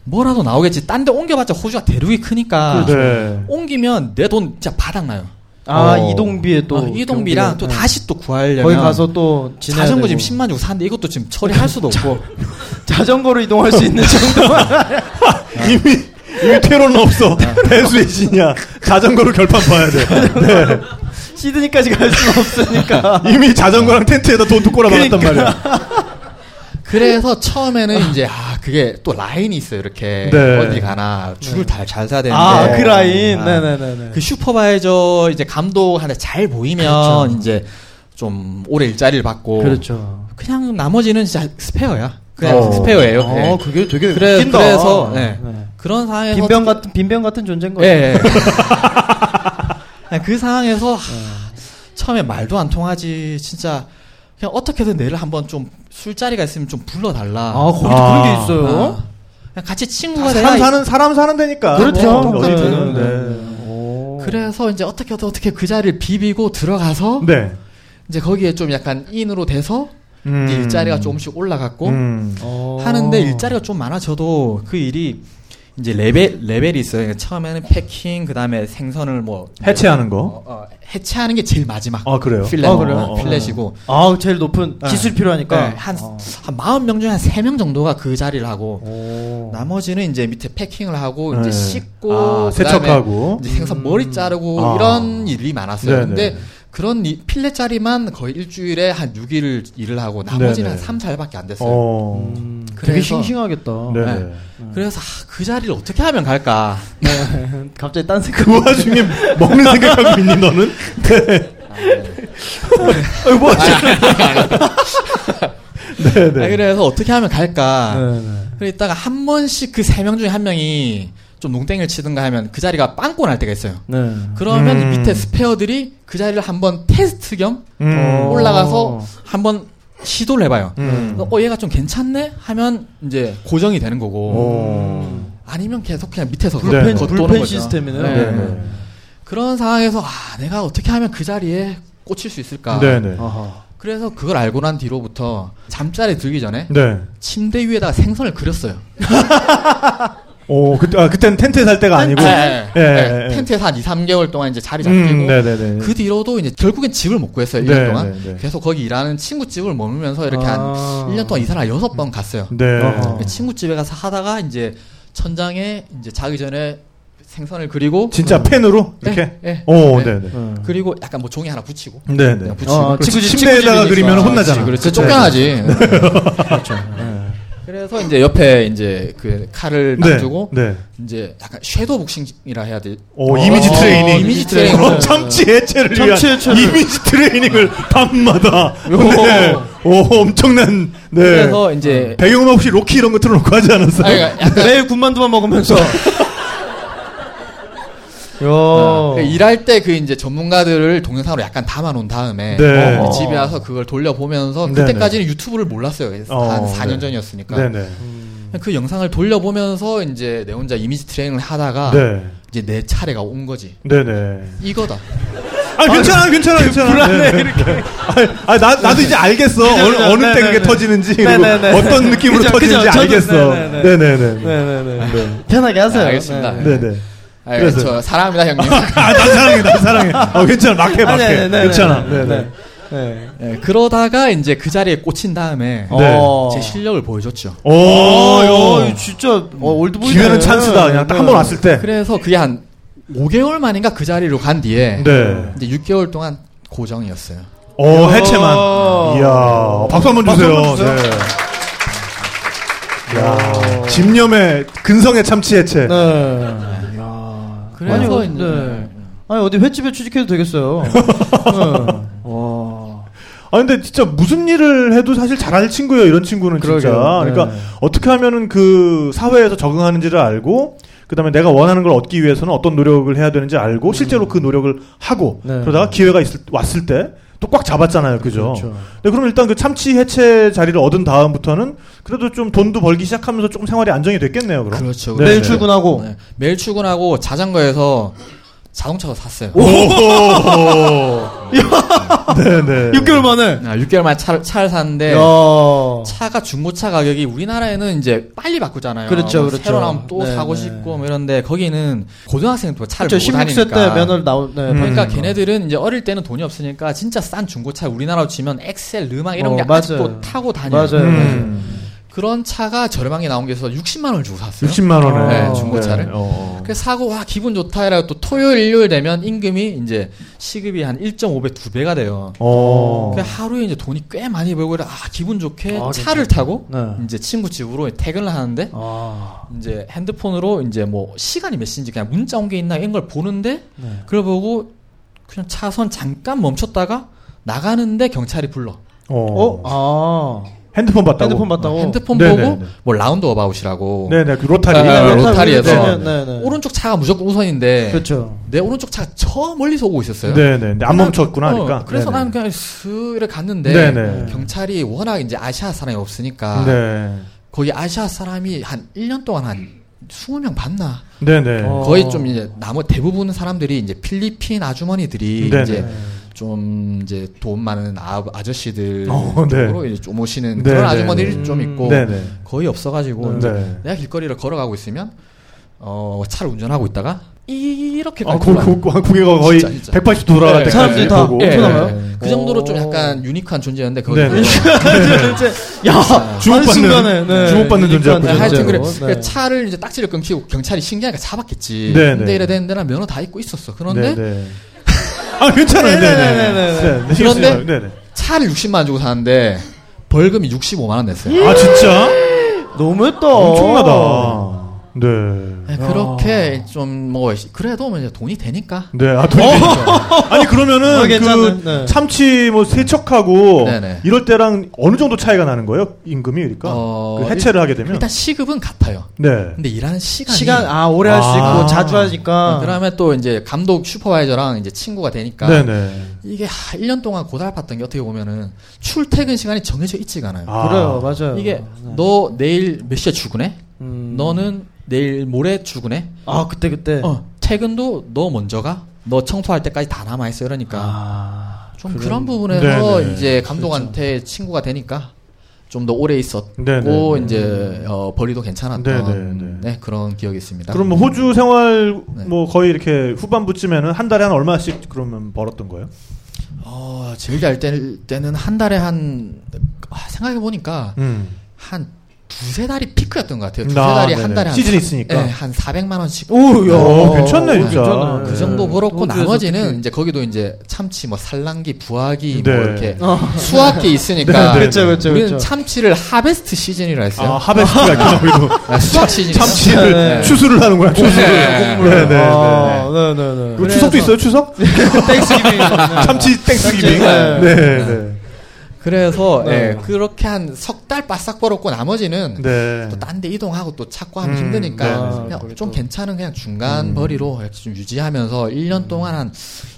Speaker 5: 뭐라도 나오겠지 딴 데 옮겨봤자 호주가 대륙이 크니까
Speaker 3: 그렇죠.
Speaker 4: 네.
Speaker 5: 옮기면 내 돈 진짜 바닥나요
Speaker 3: 아,
Speaker 4: 어.
Speaker 3: 이동비에 또
Speaker 5: 어, 이동비랑
Speaker 3: 경비랑.
Speaker 5: 또
Speaker 3: 네.
Speaker 5: 다시 또 구하려면
Speaker 3: 거기 가서 또 지내야
Speaker 5: 자전거
Speaker 3: 되고. 네.
Speaker 5: 지금 10만 주고 사는데 이것도 지금 처리할 수도 없고
Speaker 3: 자전거로 이동할 수 있는 정도만
Speaker 4: 네. 이미 이미 퇴로는 없어. 배수의 신이야. 자전거로 결판 봐야 돼.
Speaker 3: 시드니까지 갈 수는 없으니까. 그러니까.
Speaker 4: 네. 이미 자전거랑 텐트에다 돈 두꼬라 박았단 말이야.
Speaker 5: 그래서 처음에는 이제 아 그게 또 라인이 있어요 이렇게
Speaker 4: 네.
Speaker 5: 어디 가나 줄을 다 잘 서야 되는데
Speaker 3: 네. 아, 그 라인.
Speaker 5: 네. 아,
Speaker 3: 네, 네, 네, 네.
Speaker 5: 그 슈퍼바이저 이제 감독한테 잘 보이면 이제 좀 오래 일자리를 받고
Speaker 3: 그렇죠.
Speaker 5: 냥 나머지는 진짜 스페어야 그냥
Speaker 4: 어.
Speaker 5: 스페어예요
Speaker 3: 어,
Speaker 5: 예.
Speaker 3: 그게 되게
Speaker 5: 그래,
Speaker 3: 웃긴다.
Speaker 5: 그래서 예.
Speaker 3: 네.
Speaker 5: 그런 상황에서
Speaker 3: 빈병 같은 빈병 같은 존재인 거예요.
Speaker 5: 예. 예. 그 상황에서 하,
Speaker 3: 네.
Speaker 5: 처음에 말도 안 통하지 진짜 그냥 어떻게든 내를 한번 좀 술자리가 있으면 좀 불러달라.
Speaker 3: 아, 거기도
Speaker 4: 아.
Speaker 3: 그런 게 있어요.
Speaker 5: 아. 그냥 같이 친구가
Speaker 4: 사람
Speaker 5: 돼야
Speaker 4: 사는 사람 사는
Speaker 5: 아.
Speaker 4: 데니까.
Speaker 3: 아, 그렇죠.
Speaker 4: 뭐, 어디
Speaker 3: 네,
Speaker 4: 되는데.
Speaker 3: 네, 네.
Speaker 5: 그래서 이제 어떻게든 어떻게 그 자리를 비비고 들어가서
Speaker 4: 네.
Speaker 5: 이제 거기에 좀 약간 인으로 돼서
Speaker 4: 음.
Speaker 5: 이제 일자리가 조금씩 올라갔고
Speaker 4: 음.
Speaker 3: 어.
Speaker 5: 하는데 일자리가 좀 많아져도 그 일이 이제 레벨 레벨이 있어요. 그러니까 처음에는 패킹, 그 다음에 생선을 뭐
Speaker 4: 해체하는 거.
Speaker 5: 어, 어, 해체하는 게 제일 마지막.
Speaker 4: 아, 그래요?
Speaker 5: 필렛,
Speaker 3: 아, 그래요?
Speaker 5: 어,
Speaker 4: 어.
Speaker 5: 필렛이고.
Speaker 3: 아, 제일 높은 기술이 필요하니까. 어.
Speaker 5: 네, 한, 한 40명 중에 한 3명 정도가 그 자리를 하고, 나머지는 이제 밑에 패킹을 하고,
Speaker 4: 어. 네.
Speaker 5: 이제 씻고,
Speaker 4: 아,
Speaker 5: 그다음에
Speaker 4: 세척하고. 음.
Speaker 5: 이제 생선 머리 자르고,
Speaker 4: 아.
Speaker 5: 이런 일이 많았어요.
Speaker 4: 네네.
Speaker 5: 근데 그런 이- 필렛 자리만 거의 일주일에 한 6일을 일을 하고, 나머지는
Speaker 4: 네네.
Speaker 5: 한 3, 4일밖에 안 됐어요.
Speaker 4: 어.
Speaker 3: 음, 되게
Speaker 5: 그래서-
Speaker 3: 싱싱하겠다.
Speaker 4: 네.
Speaker 5: 네. 그래서 아, 그 자리를 어떻게 하면 갈까?
Speaker 3: 네. 갑자기 딴 생각.
Speaker 4: 그 와중에 먹는 생각하고 있니 너는? 네. 뭐 네,
Speaker 5: 아,
Speaker 4: 네.
Speaker 5: 그래서 어떻게 하면
Speaker 4: 아,
Speaker 5: 갈까?
Speaker 3: 네, 네.
Speaker 5: 그래 있다가 한 번씩 그 세 명 중에 한 명이 좀 농땡이를 치든가 하면 그 자리가 빵꾸 날 때가 있어요.
Speaker 3: 네.
Speaker 5: 그러면
Speaker 4: 음.
Speaker 5: 밑에 스페어들이 그 자리를 한번 테스트 겸
Speaker 4: 음.
Speaker 5: 올라가서 한번 시도를 해봐요.
Speaker 4: 음.
Speaker 5: 어, 얘가 좀 괜찮네? 하면 이제 고정이 되는 거고.
Speaker 4: 오.
Speaker 5: 아니면 계속 그냥 밑에서
Speaker 4: 불펜-
Speaker 5: 걷- 걷도는
Speaker 3: 불펜
Speaker 5: 거죠.
Speaker 3: 시스템이네요.
Speaker 5: 네.
Speaker 4: 어. 네. 네.
Speaker 5: 그런 상황에서 아, 내가 어떻게 하면 그 자리에 꽂힐 수 있을까?
Speaker 4: 네. 네.
Speaker 3: 아하.
Speaker 5: 그래서 그걸 알고 난 뒤로부터 잠자리 들기 전에
Speaker 4: 네.
Speaker 5: 침대 위에다가 생선을 그렸어요.
Speaker 4: 오, 그때 아, 그때는 텐트에 살 때가 아니고.
Speaker 5: 네,
Speaker 4: 예,
Speaker 5: 네,
Speaker 4: 예, 예.
Speaker 5: 텐트에서 한 2, 3개월 동안 이제 자리 잡히고
Speaker 4: 음, 네, 네, 네.
Speaker 5: 그 뒤로도 이제 결국엔 집을 못 구했어요.
Speaker 4: 네,
Speaker 5: 1년 동안.
Speaker 4: 네, 네.
Speaker 5: 계속 거기 일하는 친구 집을 머물면서 이렇게
Speaker 3: 아.
Speaker 5: 한 1년 동안 이사를 한 6번 갔어요. 그
Speaker 4: 네.
Speaker 3: 어허.
Speaker 5: 친구 집에 가서 하다가 이제 천장에 이제 자기 전에 생선을 그리고
Speaker 4: 진짜 펜으로
Speaker 5: 네,
Speaker 4: 이렇게.
Speaker 5: 네.
Speaker 4: 오,
Speaker 5: 네.
Speaker 4: 네, 네.
Speaker 5: 그리고 약간 뭐 종이 하나 붙이고
Speaker 4: 네, 네.
Speaker 5: 그냥 붙이고
Speaker 3: 아,
Speaker 4: 그렇지,
Speaker 3: 친구 집-
Speaker 4: 침대에다가
Speaker 5: 친구 집이니까.
Speaker 4: 그리면 혼나잖아. 네.
Speaker 5: 그렇지, 그렇지. 쫓겨나지. 그렇죠. 그래서 이제 옆에 이제 그 칼을
Speaker 4: 네.
Speaker 5: 놔두고
Speaker 4: 네.
Speaker 5: 이제 약간 섀도우 복싱이라 해야 돼.
Speaker 4: 오, 이미지
Speaker 5: 어,
Speaker 4: 트레이닝.
Speaker 5: 이미지 트레이닝.
Speaker 4: 어, 참치 해체를 위한
Speaker 3: 아, 참치 해체를.
Speaker 4: 이미지 트레이닝을 밤마다. 네. 오, 엄청난. 네.
Speaker 5: 그래서 이제
Speaker 4: 배경음악 없이 로키 이런 거 틀어놓고 하지 않았어요?
Speaker 5: 아, 그러니까 약간
Speaker 3: 매일 군만두만 먹으면서.
Speaker 4: 어.
Speaker 5: 그
Speaker 4: 네,
Speaker 3: 야.
Speaker 5: 일할 때 그 이제 전문가들을 동영상으로 약간 담아놓은 다음에
Speaker 4: 네.
Speaker 5: 어, 집에 와서 그걸 돌려보면서
Speaker 4: 네네.
Speaker 5: 그때까지는 유튜브를 몰랐어요.
Speaker 4: 어,
Speaker 5: 한 4년
Speaker 4: 네.
Speaker 5: 전이었으니까
Speaker 4: 네네.
Speaker 5: 그 영상을 돌려보면서 이제 내 혼자 이미지 트레이닝을
Speaker 3: 아.
Speaker 5: 하다가
Speaker 4: 네.
Speaker 5: 이제 내 차례가 온 거지.
Speaker 4: 네네.
Speaker 5: 이거다.
Speaker 4: 아,
Speaker 3: 그
Speaker 4: 괜찮아, 괜찮아, 괜찮아. 불안해, 이렇게. 아, 나, 나도 이제 알겠어.
Speaker 3: 그죠,
Speaker 4: 어느,
Speaker 3: 그죠.
Speaker 4: 어느 때
Speaker 3: 네네네.
Speaker 4: 그게 터지는지, 그리고
Speaker 3: 네네네.
Speaker 4: 어떤 느낌으로
Speaker 3: 그죠,
Speaker 4: 터지는지
Speaker 3: 그죠. 저도
Speaker 4: 알겠어.
Speaker 3: 네네네.
Speaker 4: 네네네.
Speaker 3: 네네네. 편하게 하세요.
Speaker 5: 아, 알겠습니다.
Speaker 3: 네.
Speaker 4: 네네.
Speaker 5: 아,
Speaker 4: 그래서-
Speaker 5: 저 사랑합니다 형님.
Speaker 4: 아, 난 사랑해, 난 사랑해. 어, 괜찮아, 막 해, 막
Speaker 3: 아니, 아니,
Speaker 4: 해.
Speaker 3: 네네.
Speaker 4: 괜찮아. 네네.
Speaker 3: 네네. 네.
Speaker 5: 네, 그러다가 이제 그 자리에 꽂힌 다음에
Speaker 4: 네.
Speaker 3: 어.
Speaker 5: 제 실력을 보여줬죠.
Speaker 4: 오,
Speaker 3: 어,
Speaker 4: 요.
Speaker 3: 야, 진짜 어, 올드보이.
Speaker 4: 기회는 찬스다. 그냥 딱 한 번 왔을 때.
Speaker 5: 그래서 그게 한 5개월 만인가 그 자리로 간 뒤에
Speaker 4: 네.
Speaker 5: 이제 6개월 동안 고정이었어요.
Speaker 4: 오, 해체만.
Speaker 3: 어.
Speaker 4: 이야, 박수 한 번 주세요.
Speaker 3: 박수 한번 주세요.
Speaker 4: 네. 이야, 집념의 근성의 참치 해체.
Speaker 3: 네. 야.
Speaker 5: 그래서
Speaker 3: 아니, 어,
Speaker 5: 이제-
Speaker 3: 네. 아니 어디 횟집에 취직해도 되겠어요. 네. 와.
Speaker 4: 아 근데 진짜 무슨 일을 해도 사실 잘할 친구예요 이런 친구는 진짜
Speaker 3: 그러게요. 네.
Speaker 4: 그러니까 어떻게 하면은 그 사회에서 적응하는지를 알고 그다음에 내가 원하는 걸 얻기 위해서는 어떤 노력을 해야 되는지 알고 실제로 그 노력을 하고
Speaker 3: 네.
Speaker 4: 그러다가 기회가 있을, 왔을 때 또 꽉 잡았잖아요 그죠
Speaker 3: 그렇죠.
Speaker 4: 네, 그럼 일단 그 참치 해체 자리를 얻은 다음부터는 그래도 좀 돈도 벌기 시작하면서 조금 생활이 안정이 됐겠네요 그럼
Speaker 5: 그렇죠.
Speaker 4: 네.
Speaker 3: 매일 출근하고.
Speaker 5: 네. 매일 출근하고 자전거에서 자동차로 샀어요.
Speaker 4: 네네
Speaker 3: 6개월 만에.
Speaker 5: 아, 6개월 만에 차를, 차를 샀는데
Speaker 3: 야.
Speaker 5: 차가 중고차 가격이 우리나라에는 이제 빨리 바꾸잖아요.
Speaker 3: 그렇죠,
Speaker 5: 뭐
Speaker 3: 그렇죠.
Speaker 5: 새로 나오면 또
Speaker 3: 네,
Speaker 5: 사고
Speaker 3: 네.
Speaker 5: 싶고 뭐 이런데 거기는 고등학생도 차를
Speaker 3: 그렇죠.
Speaker 5: 몰고
Speaker 3: 16세 때
Speaker 5: 다니니까.
Speaker 3: 면허를 나온. 네.
Speaker 4: 음.
Speaker 5: 그러니까 걔네들은 이제 어릴 때는 돈이 없으니까 진짜 싼 중고차 우리나라로 치면 엑셀, 르망 이런
Speaker 3: 어,
Speaker 5: 게
Speaker 3: 맞아요.
Speaker 5: 아직도 타고 다녀요.
Speaker 3: 맞아요.
Speaker 4: 음.
Speaker 5: 그런 차가 저렴하게 나온 게 있어서 60만 원을 주고 샀어요.
Speaker 4: 60만 원에
Speaker 5: 네, 중고차를.
Speaker 4: 네, 어.
Speaker 5: 그래서 사고 와 기분 좋다 이라고 또 토요일 일요일 되면 임금이 이제 시급이 한 1.5배 2배가 돼요.
Speaker 4: 어.
Speaker 5: 그 하루에 이제 돈이 꽤 많이 벌고 이래, 아 기분 좋게
Speaker 3: 아,
Speaker 5: 차를 타고
Speaker 3: 네.
Speaker 5: 이제 친구 집으로 퇴근을 하는데
Speaker 3: 아.
Speaker 4: 어.
Speaker 5: 이제 핸드폰으로 이제 뭐 시간이 몇 시인지 그냥 문자 온 게 있나 이런 걸 보는데
Speaker 4: 네.
Speaker 5: 그걸 보고 그냥 차선 잠깐 멈췄다가 나가는데 경찰이 불러
Speaker 3: 어?
Speaker 4: 어.
Speaker 3: 아.
Speaker 4: 핸드폰 봤다고.
Speaker 3: 핸드폰 봤다고.
Speaker 5: 핸드폰
Speaker 4: 어. 네네,
Speaker 5: 보고
Speaker 4: 네.
Speaker 5: 뭐 라운드 어바웃이라고
Speaker 4: 네네 그 로타리.
Speaker 5: 아, 아,
Speaker 4: 네,
Speaker 5: 로타리에서.
Speaker 3: 네, 네, 네.
Speaker 5: 오른쪽 차가 무조건 우선인데
Speaker 3: 그렇죠.
Speaker 5: 내 오른쪽 차가 저 멀리서 오고 있었어요.
Speaker 4: 네네. 근데 안
Speaker 5: 그냥,
Speaker 4: 멈췄구나
Speaker 5: 어,
Speaker 4: 하니까.
Speaker 5: 그래서
Speaker 4: 네네.
Speaker 5: 나는 그냥 슥 이렇게 갔는데
Speaker 4: 네네.
Speaker 5: 경찰이 워낙 이제 아시아 사람이 없으니까
Speaker 4: 네.
Speaker 5: 거기 아시아 사람이 한 1년 동안 한 20명 봤나?
Speaker 4: 네네.
Speaker 3: 어.
Speaker 5: 거의 좀 이제 나머 대부분 사람들이 이제 필리핀 아주머니들이
Speaker 4: 네네.
Speaker 5: 이제 좀 이제 돈 많은 아, 아저씨들
Speaker 4: 어, 네.
Speaker 5: 쪽으로 이제 좀 오시는
Speaker 4: 네,
Speaker 5: 그런
Speaker 4: 네,
Speaker 5: 아주머니들이
Speaker 3: 네.
Speaker 5: 좀 있고
Speaker 4: 네네.
Speaker 5: 거의 없어가지고
Speaker 4: 네.
Speaker 5: 이제 내가 길거리를 걸어가고 있으면 어 차를 운전하고 있다가 이렇게
Speaker 4: 아, 고, 고, 고, 고개가 거의
Speaker 5: 진짜, 진짜.
Speaker 4: 180도 돌아갈
Speaker 5: 네.
Speaker 4: 때까지
Speaker 3: 사람들이 다
Speaker 4: 보고.
Speaker 3: 엄청 나와요?
Speaker 5: 그 정도로 좀 약간 유니크한 존재였는데 그거
Speaker 4: 네. 아,
Speaker 3: 야,
Speaker 4: 주목받는,
Speaker 3: 하는 순간에,
Speaker 4: 주목받는 존재였군요.
Speaker 5: 네,
Speaker 4: 그죠?
Speaker 5: 하여튼 그래.
Speaker 3: 네.
Speaker 5: 그 차를 이제 딱지를 끊기고 경찰이 신기하니까 잡았겠지.
Speaker 4: 네, 네.
Speaker 5: 근데 이래 되는데 난 면허 다 잊고 있었어. 그런데
Speaker 4: 네네. 아, 괜찮아요. 네네네.
Speaker 3: 네네네네.
Speaker 5: 그런데?
Speaker 4: 네네.
Speaker 5: 차를 60만 원 주고 사는데 벌금이 65만 원 냈어요.
Speaker 4: 아, 진짜?
Speaker 3: 너무했다.
Speaker 5: 어.
Speaker 4: 엄청나다. 네.
Speaker 5: 네, 그렇게 좀 뭐 그래도 뭐 이제 돈이 되니까.
Speaker 4: 네, 아, 돈이 되니까. 아니,
Speaker 3: 어,
Speaker 4: 그러면은,
Speaker 3: 괜찮은,
Speaker 4: 그,
Speaker 3: 네.
Speaker 4: 참치 뭐 세척하고,
Speaker 5: 네네.
Speaker 4: 이럴 때랑 어느 정도 차이가 나는 거예요? 임금이, 그러니까?
Speaker 5: 어,
Speaker 4: 그 해체를 하게 되면?
Speaker 5: 일단 시급은 같아요.
Speaker 4: 네.
Speaker 5: 근데 일하는 시간이 네,
Speaker 3: 시간 아 오래 할 수
Speaker 4: 아.
Speaker 3: 있고 자주 하니까
Speaker 5: 그다음에 또 이제 감독 슈퍼바이저랑 이제 친구가 되니까
Speaker 4: 네네.
Speaker 5: 이게 하, 1년 동안 고달팠던 게 어떻게 보면은 출퇴근 시간이 정해져 있지가 않아요.
Speaker 4: 아.
Speaker 3: 그래요 맞아요
Speaker 5: 이게 너 내일 몇 시에 출근해?
Speaker 3: 네. 음.
Speaker 5: 너는 내일 모레 출근해?
Speaker 3: 아 그때 그때
Speaker 5: 어, 퇴근도 너 먼저 가? 너 청소할 때까지 다 남아 있어 이러니까
Speaker 3: 아
Speaker 5: 좀 그런, 부분에서
Speaker 4: 네네. 그렇죠.
Speaker 5: 이제 감독한테 친구가 되니까 좀 더 오래 있었고
Speaker 4: 네네.
Speaker 5: 이제 어, 벌이도 괜찮았던
Speaker 4: 네네네.
Speaker 5: 네, 그런 기억이 있습니다.
Speaker 4: 그럼 뭐 호주 생활
Speaker 5: 음. 네.
Speaker 4: 뭐 거의 이렇게 후반부쯤에는 한 달에 한 얼마씩 그러면 벌었던 거예요?
Speaker 5: 어, 제일 알 때- 때는 한 달에 한 아, 생각해 보니까
Speaker 4: 음.
Speaker 5: 한 두세 달이 피크였던 것 같아요. 두세
Speaker 4: 아,
Speaker 5: 달이 한
Speaker 4: 네네.
Speaker 5: 달에 한
Speaker 4: 시즌이
Speaker 5: 사-
Speaker 4: 있으니까.
Speaker 5: 네, 한 400만 원씩
Speaker 4: 야,
Speaker 3: 오야 네.
Speaker 4: 괜찮네, 진짜.
Speaker 5: 그 정도 벌었고
Speaker 3: 호주에서
Speaker 5: 나머지는
Speaker 3: 특히.
Speaker 5: 이제 거기도 이제 참치 뭐 산란기 부화기
Speaker 4: 네.
Speaker 5: 뭐 이렇게 수확기
Speaker 4: 네,
Speaker 5: 있으니까
Speaker 4: 네,
Speaker 3: 그렇죠 그렇죠
Speaker 5: 우리는
Speaker 3: 그렇죠
Speaker 5: 참치를 하베스트 시즌이라 했어요.
Speaker 4: 아, 하베스트가 있구나, 그래도.
Speaker 5: 아, 수확 네. 시즌.
Speaker 4: 참치를 추수를 하는 거야, 추수를.
Speaker 5: 네.
Speaker 4: 네네네.
Speaker 3: 아, 네네네
Speaker 4: 그 추석도 있어요, 추석?
Speaker 3: 땡스기빙
Speaker 4: 음. 참치
Speaker 5: 아,
Speaker 4: 땡스기빙.
Speaker 3: 네.
Speaker 4: 네네.
Speaker 5: 그래서
Speaker 3: 네.
Speaker 5: 예, 그렇게 한 석 달 바싹 벌었고 나머지는
Speaker 4: 네.
Speaker 5: 또 딴 데 이동하고 또 찾고 하면
Speaker 4: 음,
Speaker 5: 힘드니까
Speaker 4: 네, 음.
Speaker 3: 네.
Speaker 5: 그냥
Speaker 3: 거기
Speaker 5: 좀
Speaker 3: 또-
Speaker 5: 괜찮은 그냥 중간 벌이로 이렇게 좀 유지하면서 1년 동안 한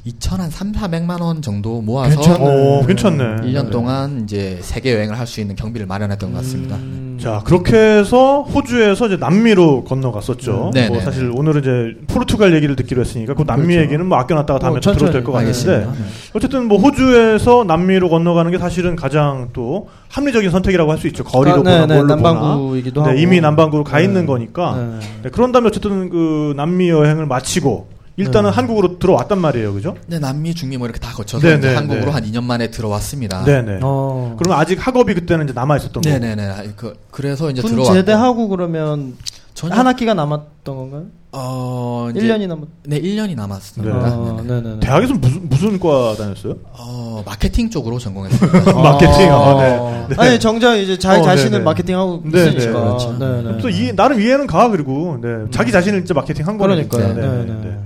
Speaker 5: 2천 한 3, 400만 원 정도 모아서 음,
Speaker 4: 오, 괜찮네.
Speaker 5: 1년 동안 이제 세계 여행을 할 수 있는 경비를 마련했던 것 같습니다.
Speaker 3: 음.
Speaker 4: 자, 그렇게 해서 호주에서 이제 남미로 건너갔었죠.
Speaker 5: 음, 네네. 그렇죠.
Speaker 4: 뭐 사실 오늘은 이제 포르투갈 얘기를 듣기로 했으니까 그 남미 얘기는 뭐 아껴놨다가 다음에
Speaker 3: 어,
Speaker 4: 또 들어도
Speaker 3: 천천히.
Speaker 4: 될 것 같은데.
Speaker 5: 알겠습니다.
Speaker 4: 어쨌든 뭐 호주에서 남미로 건너가는 게 사실은 가장 또 합리적인 선택이라고 할 수 있죠. 거리로
Speaker 3: 아, 네,
Speaker 4: 보나
Speaker 3: 네,
Speaker 4: 뭘로
Speaker 3: 남반구이기도
Speaker 4: 보나.
Speaker 3: 하고.
Speaker 4: 네, 이미 남반구로 가
Speaker 3: 네.
Speaker 4: 있는 거니까.
Speaker 3: 네.
Speaker 4: 네, 그런 다음에 어쨌든 그 남미 여행을 마치고 일단은
Speaker 3: 네.
Speaker 4: 한국으로 들어왔단 말이에요, 그죠?
Speaker 5: 네, 남미, 중미 뭐 이렇게 다 거쳐서
Speaker 4: 네네,
Speaker 5: 이제 한국으로
Speaker 4: 네.
Speaker 5: 한 2년 만에 들어왔습니다.
Speaker 4: 네네.
Speaker 3: 아, 어
Speaker 4: 그러면 아직 학업이 그때는 이제 남아 있었던 거고.
Speaker 5: 네네네. 아, 그, 그래서 이제
Speaker 3: 군
Speaker 5: 들어왔고
Speaker 3: 제대하고 그러면
Speaker 5: 전혀-
Speaker 3: 한 학기가 남았던 건가요?
Speaker 5: 어, 이제
Speaker 3: 1년이 남았
Speaker 5: 네, 1년이 남았습니다.
Speaker 3: 어,
Speaker 4: 아,
Speaker 5: 네네.
Speaker 3: 네네네
Speaker 4: 대학에서 무슨 무슨 과 다녔어요?
Speaker 5: 어, 마케팅 쪽으로 전공했습니다.
Speaker 4: 마케팅. 아,
Speaker 3: 아,
Speaker 4: 네. 네.
Speaker 3: 아니 정작 이제 자기
Speaker 4: 어,
Speaker 3: 자신을
Speaker 4: 네네.
Speaker 3: 마케팅하고
Speaker 4: 네네.
Speaker 3: 있으니까
Speaker 4: 그렇죠.
Speaker 3: 네네 음.
Speaker 4: 또 이해, 나름 이해는 가 그리고 네. 자기 자신을 이제 마케팅 한 거니까.
Speaker 3: 그러니까요. 네,
Speaker 4: 네, 네,
Speaker 3: 네.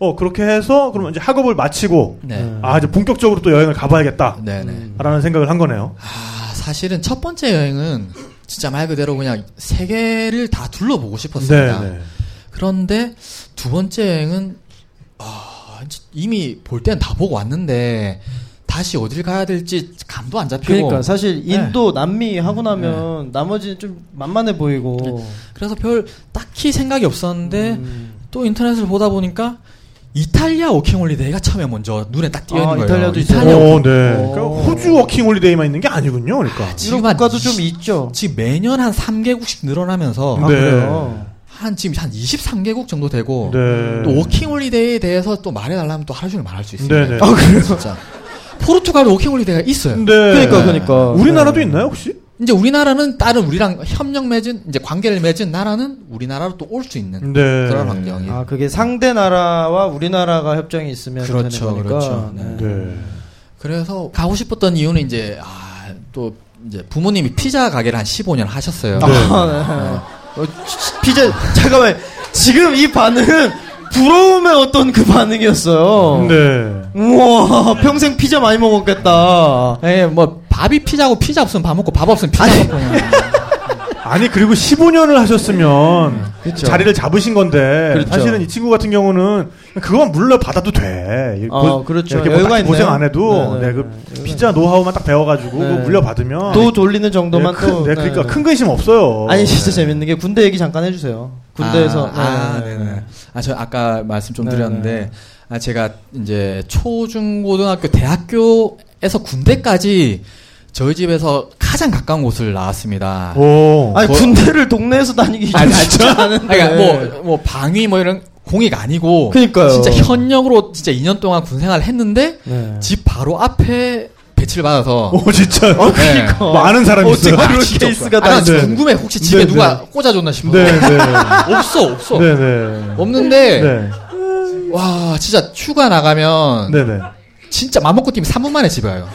Speaker 4: 어 그렇게 해서 그러면 이제 학업을 마치고
Speaker 5: 네.
Speaker 4: 아 이제 본격적으로 또 여행을 가봐야겠다라는
Speaker 5: 네네.
Speaker 4: 생각을 한 거네요.
Speaker 5: 아, 사실은 첫 번째 여행은 진짜 말 그대로 그냥 세계를 다 둘러보고 싶었습니다.
Speaker 4: 네.
Speaker 5: 그런데 두 번째 여행은 아, 이제 이미 볼 땐 다 보고 왔는데 다시 어딜 가야 될지 감도 안 잡히고
Speaker 3: 그러니까 사실
Speaker 5: 네.
Speaker 3: 인도 남미 하고 나면
Speaker 4: 네.
Speaker 3: 나머지는 좀 만만해 보이고
Speaker 5: 그래서 별 딱히 생각이 없었는데
Speaker 3: 음.
Speaker 5: 또 인터넷을 보다 보니까 이탈리아 워킹홀리데이가 처음에 먼저 눈에 딱 띄어 있는
Speaker 3: 아,
Speaker 5: 거예요.
Speaker 3: 이탈리아도 있어요.
Speaker 5: 이탈리아
Speaker 4: 오,
Speaker 5: 워킹-
Speaker 4: 네.
Speaker 3: 오.
Speaker 4: 그러니까 호주 워킹 홀리데이만 있는 게 아니군요. 그러니까.
Speaker 3: 이런
Speaker 5: 지금 한
Speaker 3: 국가도 좀
Speaker 5: 20
Speaker 3: 있죠.
Speaker 5: 지금 매년 한 3개국씩 늘어나면서
Speaker 3: 아,
Speaker 4: 네.
Speaker 3: 그래요.
Speaker 5: 한 지금 한 23개국 정도 되고
Speaker 4: 네.
Speaker 5: 또 워킹홀리데이에 대해서 또 말해달라면 또 하루 종일 말할 수 있습니다.
Speaker 4: 네네.
Speaker 5: 아 그래요? 진짜 포르투갈도 워킹홀리데이가 있어요.
Speaker 4: 네.
Speaker 3: 그러니까 그러니까
Speaker 4: 우리나라도 있나요 혹시?
Speaker 5: 이제 우리나라는 다른 우리랑 협력 맺은 이제 관계를 맺은 나라는 우리나라로 또 올 수 있는
Speaker 4: 네.
Speaker 5: 그런 환경이에요.
Speaker 3: 아 그게 상대 나라와 우리나라가 협정이 있으면
Speaker 5: 그렇죠,
Speaker 3: 되는 거니까.
Speaker 5: 그렇죠.
Speaker 3: 네.
Speaker 4: 네.
Speaker 5: 그래서 가고 싶었던 이유는 이제 아, 또 이제 부모님이 피자 가게를 한 15년
Speaker 3: 네.
Speaker 5: 하셨어요. 아.
Speaker 3: 아, 네. 어, 치- 피자 잠깐만 지금 이 반응은 부러움의 어떤 그 반응이었어요.
Speaker 4: 네.
Speaker 3: 우와 평생 피자 많이 먹었겠다.
Speaker 5: 예, 뭐 밥이 피자고 피자 없으면 밥 먹고 밥 없으면 피자 먹고 그냥.
Speaker 4: 아니 그리고 15년을 하셨으면
Speaker 3: 음, 그쵸.
Speaker 4: 자리를 잡으신 건데
Speaker 3: 그렇죠.
Speaker 4: 사실은 이 친구 같은 경우는 그건 물러 받아도 돼.
Speaker 3: 어,
Speaker 4: 고-
Speaker 3: 그렇죠.
Speaker 4: 이렇게 뭐
Speaker 3: 여유가
Speaker 4: 딱히 고생
Speaker 3: 있네요.
Speaker 4: 안 해도
Speaker 3: 네, 네,
Speaker 4: 네, 그 피자 노하우만 딱 배워가지고
Speaker 3: 네.
Speaker 4: 물려 받으면
Speaker 3: 또 돌리는 정도만
Speaker 4: 큰,
Speaker 3: 또.
Speaker 4: 네,
Speaker 3: 네,
Speaker 4: 그러니까
Speaker 3: 네.
Speaker 4: 큰 근심 없어요.
Speaker 3: 아니 진짜
Speaker 4: 네.
Speaker 3: 재밌는 게 군대 얘기 잠깐 해주세요. 군대에서.
Speaker 5: 아,
Speaker 3: 네.
Speaker 5: 네. 네 아, 저 아까 말씀 좀
Speaker 3: 네,
Speaker 5: 드렸는데, 아, 제가 이제 초중고등학교 대학교에서 군대까지 저희 집에서 가장 가까운 곳을 나왔습니다.
Speaker 4: 오.
Speaker 3: 아니
Speaker 5: 거-
Speaker 3: 군대를 동네에서 다니기
Speaker 5: 아니,
Speaker 3: 쉽지 않은데.
Speaker 5: 그러니까 뭐, 뭐 방위 뭐 이런 공익 아니고,
Speaker 3: 네. 그러니까요.
Speaker 5: 진짜 현역으로 진짜 2년 동안 군 생활을 했는데,
Speaker 3: 네.
Speaker 5: 집 바로 앞에 배치를 받아서.
Speaker 4: 오 어, 진짜.
Speaker 5: 네.
Speaker 4: 뭐 아는 사람이 있어요.
Speaker 3: 어, 어떻게
Speaker 5: 아,
Speaker 3: 이런
Speaker 5: 진짜 없어요.
Speaker 3: 케이스가
Speaker 5: 아, 나
Speaker 3: 다
Speaker 4: 있네.
Speaker 5: 궁금해. 혹시 집에
Speaker 4: 네,
Speaker 5: 누가 꽂아줬나 싶어.
Speaker 4: 네, 네.
Speaker 5: 없어, 없어.
Speaker 4: 네, 네.
Speaker 5: 없는데,
Speaker 4: 네.
Speaker 5: 와, 진짜 휴가 나가면,
Speaker 4: 네, 네.
Speaker 5: 진짜 맘먹고 뛰면 3분 만에 집에 와요.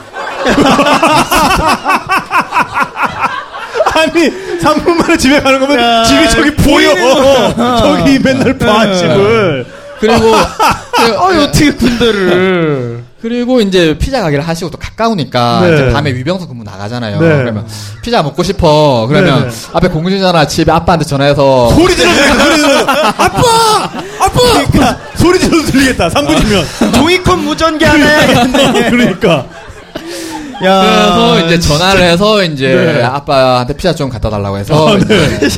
Speaker 4: 아니, 3분 만에 집에 가는 거면
Speaker 3: 아,
Speaker 4: 집이 저기 보여.
Speaker 3: 예.
Speaker 4: 저기 맨날
Speaker 3: 네.
Speaker 4: 봐, 집을.
Speaker 5: 그리고, 네.
Speaker 3: 아니 어떻게 군대를.
Speaker 5: 그리고 이제 피자 가게를 하시고 또 가까우니까
Speaker 4: 네.
Speaker 5: 이제 밤에 위병소 근무 나가잖아요.
Speaker 4: 네.
Speaker 5: 그러면 피자 먹고 싶어.
Speaker 4: 네,
Speaker 5: 그러면
Speaker 4: 네.
Speaker 5: 앞에 공중전화 집에 아빠한테 전화해서
Speaker 3: 네.
Speaker 4: 소리 질러도 소리 질러. 아빠! 아빠! 소리 질러도 들리겠다, 3분이면.
Speaker 3: 그러니까 종이컵 무전기 하네.
Speaker 4: 그러니까.
Speaker 3: 야.
Speaker 5: 그래서 이제 전화를 해서 이제
Speaker 4: 아, 네. 아,
Speaker 5: 아빠한테 피자 좀 갖다 달라고 해서 이제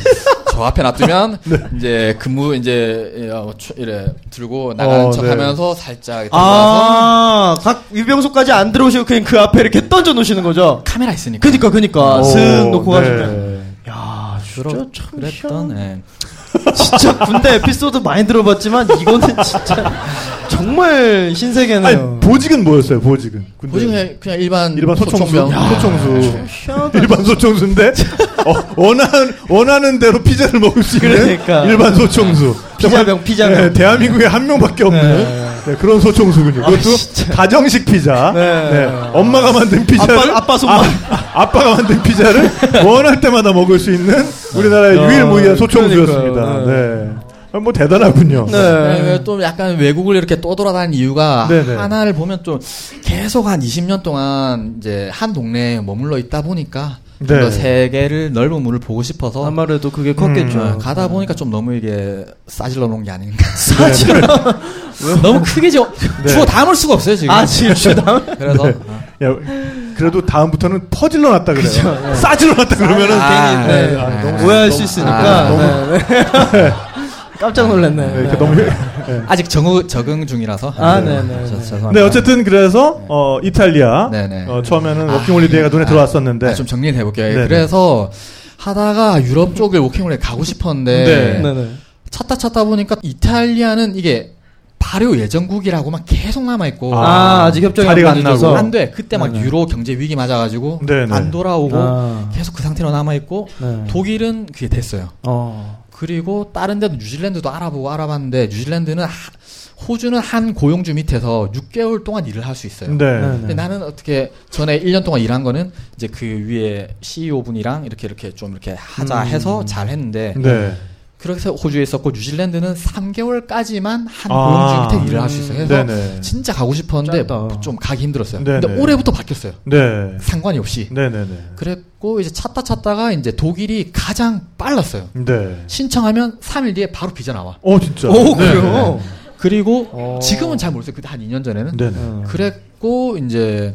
Speaker 5: 저 앞에 놔두면
Speaker 4: 네.
Speaker 5: 이제 근무 이제 어, 추- 이래 들고 나가는
Speaker 4: 어,
Speaker 5: 척
Speaker 4: 네. 아.
Speaker 5: 하면서 살짝 들어가서
Speaker 3: 아, 각 유병소까지 안 들어오시고 그냥 그 앞에 이렇게 던져 놓으시는 거죠.
Speaker 5: 카메라 있으니까
Speaker 3: 그니까 그니까 슥
Speaker 4: 오,
Speaker 3: 아, 놓고
Speaker 4: 네.
Speaker 3: 가시면. 야, 진짜
Speaker 5: 그러-
Speaker 3: 참
Speaker 5: 그랬던
Speaker 3: 희한하네.
Speaker 5: 예.
Speaker 3: 진짜 군대 에피소드 많이 들어봤지만 이거는 진짜 정말
Speaker 4: 아니,
Speaker 3: 신세계네요.
Speaker 4: 보직은 뭐였어요, 보직은? 군대.
Speaker 5: 보증 그냥, 그냥 일반
Speaker 4: 일반 소총수.
Speaker 5: 소총병.
Speaker 4: 소총수.
Speaker 3: 희한하다.
Speaker 4: 일반 소총수인데 어, 원하는 원하는 대로 피자를 먹을 수 있는
Speaker 3: 그러니까.
Speaker 4: 일반 소총수
Speaker 3: 피자병, 피자병.
Speaker 4: 네, 대한민국에 한 명밖에 없는 네, 그런 소총수군요 그것도
Speaker 3: 진짜.
Speaker 4: 가정식 피자
Speaker 3: 네.
Speaker 4: 네, 엄마가 만든 피자를
Speaker 3: 아빠- 아빠 손만.
Speaker 4: 아, 빠가 만든 피자를 원할 때마다 먹을 수 있는 우리나라의
Speaker 3: 야,
Speaker 4: 유일무이한 소총수였습니다
Speaker 3: 그러니까요.
Speaker 4: 네. 아, 뭐 대단하군요
Speaker 5: 네,
Speaker 3: 네.
Speaker 5: 왜또 약간 외국을 이렇게 떠돌아다니는 이유가
Speaker 4: 네네.
Speaker 5: 하나를 보면 좀 계속 한 20년 동안 이제 한 동네에 머물러 있다 보니까
Speaker 4: 네.
Speaker 5: 좀 더 세계를 넓은 문을 보고 싶어서
Speaker 3: 아마래도 그게 컸겠죠.
Speaker 4: 음.
Speaker 5: 어, 가다 보니까 좀 너무 이게 싸질러 놓은 게 아닌가. 네.
Speaker 3: 사실은
Speaker 5: 너무 크게 지 주워 담을 수가 없어요 지금.
Speaker 3: 아 진짜
Speaker 5: 그래서 어,
Speaker 4: 네. 야, 그래도 다음부터는 퍼질러 놨다 그래요 싸질러 놨다 그러면은 괜히,
Speaker 5: 아,
Speaker 3: 네.
Speaker 4: 아, 너무
Speaker 3: 오해할 수
Speaker 5: 아,
Speaker 3: 있으니까 네, 네. 깜짝 놀랐네.
Speaker 4: 네,
Speaker 3: 네.
Speaker 4: 이렇게 너무 혀-
Speaker 5: 아직 적응, 적응 중이라서.
Speaker 3: 아, 네네.
Speaker 5: 저- 죄송합니다.
Speaker 4: 네, 어쨌든 그래서 어 이탈리아
Speaker 5: 네네.
Speaker 4: 어, 처음에는 워킹홀리데이가 눈에 들어왔었는데
Speaker 5: 아, 좀 정리를 해볼게요.
Speaker 4: 네. 네네.
Speaker 5: 그래서 하다가 유럽 쪽에 워킹홀에 가고 싶었는데
Speaker 4: 네.
Speaker 3: 네네.
Speaker 5: 찾다 찾다 보니까 이탈리아는 이게 발효 예정국이라고만 계속 남아 있고
Speaker 3: 아, 아직 협정이
Speaker 4: 자리가
Speaker 3: 안
Speaker 4: 안
Speaker 3: 맺어져서.
Speaker 4: 나고.
Speaker 5: 안 돼. 그때 막 유로 경제 위기 맞아가지고
Speaker 4: 네네.
Speaker 5: 안 돌아오고
Speaker 3: 아.
Speaker 5: 계속 그 상태로 남아 있고
Speaker 3: 네.
Speaker 5: 독일은 그게 됐어요.
Speaker 3: 어.
Speaker 5: 그리고 다른 데도 뉴질랜드도 알아보고 알아봤는데 뉴질랜드는 하- 호주는 한 고용주 밑에서 6개월 동안 일을 할 수 있어요.
Speaker 4: 네.
Speaker 3: 네.
Speaker 5: 근데 나는 어떻게 전에 1년 동안 일한 거는 이제 그 위에 CEO 분이랑 이렇게 이렇게 좀 이렇게 하자 해서 잘 했는데
Speaker 4: 음. 네.
Speaker 5: 그렇게 해서 호주에 있었고 뉴질랜드는 3개월까지만 한
Speaker 4: 아.
Speaker 5: 고용주 밑에 일을 할 수 있어요. 그래서
Speaker 4: 네네.
Speaker 5: 진짜 가고 싶었는데
Speaker 3: 짧다.
Speaker 5: 좀 가기 힘들었어요.
Speaker 4: 네네.
Speaker 5: 근데 올해부터 바뀌었어요.
Speaker 4: 네.
Speaker 5: 상관이 없이.
Speaker 4: 네, 네, 네.
Speaker 5: 그랬고 이제 찾다 찾다가 이제 독일이 가장 빨랐어요.
Speaker 4: 네.
Speaker 5: 신청하면 3일 뒤에 바로 비자 나와.
Speaker 4: 어, 진짜.
Speaker 3: 오
Speaker 4: 네,
Speaker 3: 그래요.
Speaker 5: 그리고
Speaker 3: 어.
Speaker 5: 지금은 잘 모르겠어요. 그때 한 2년 전에는.
Speaker 4: 네, 네.
Speaker 3: 음.
Speaker 5: 그랬고 이제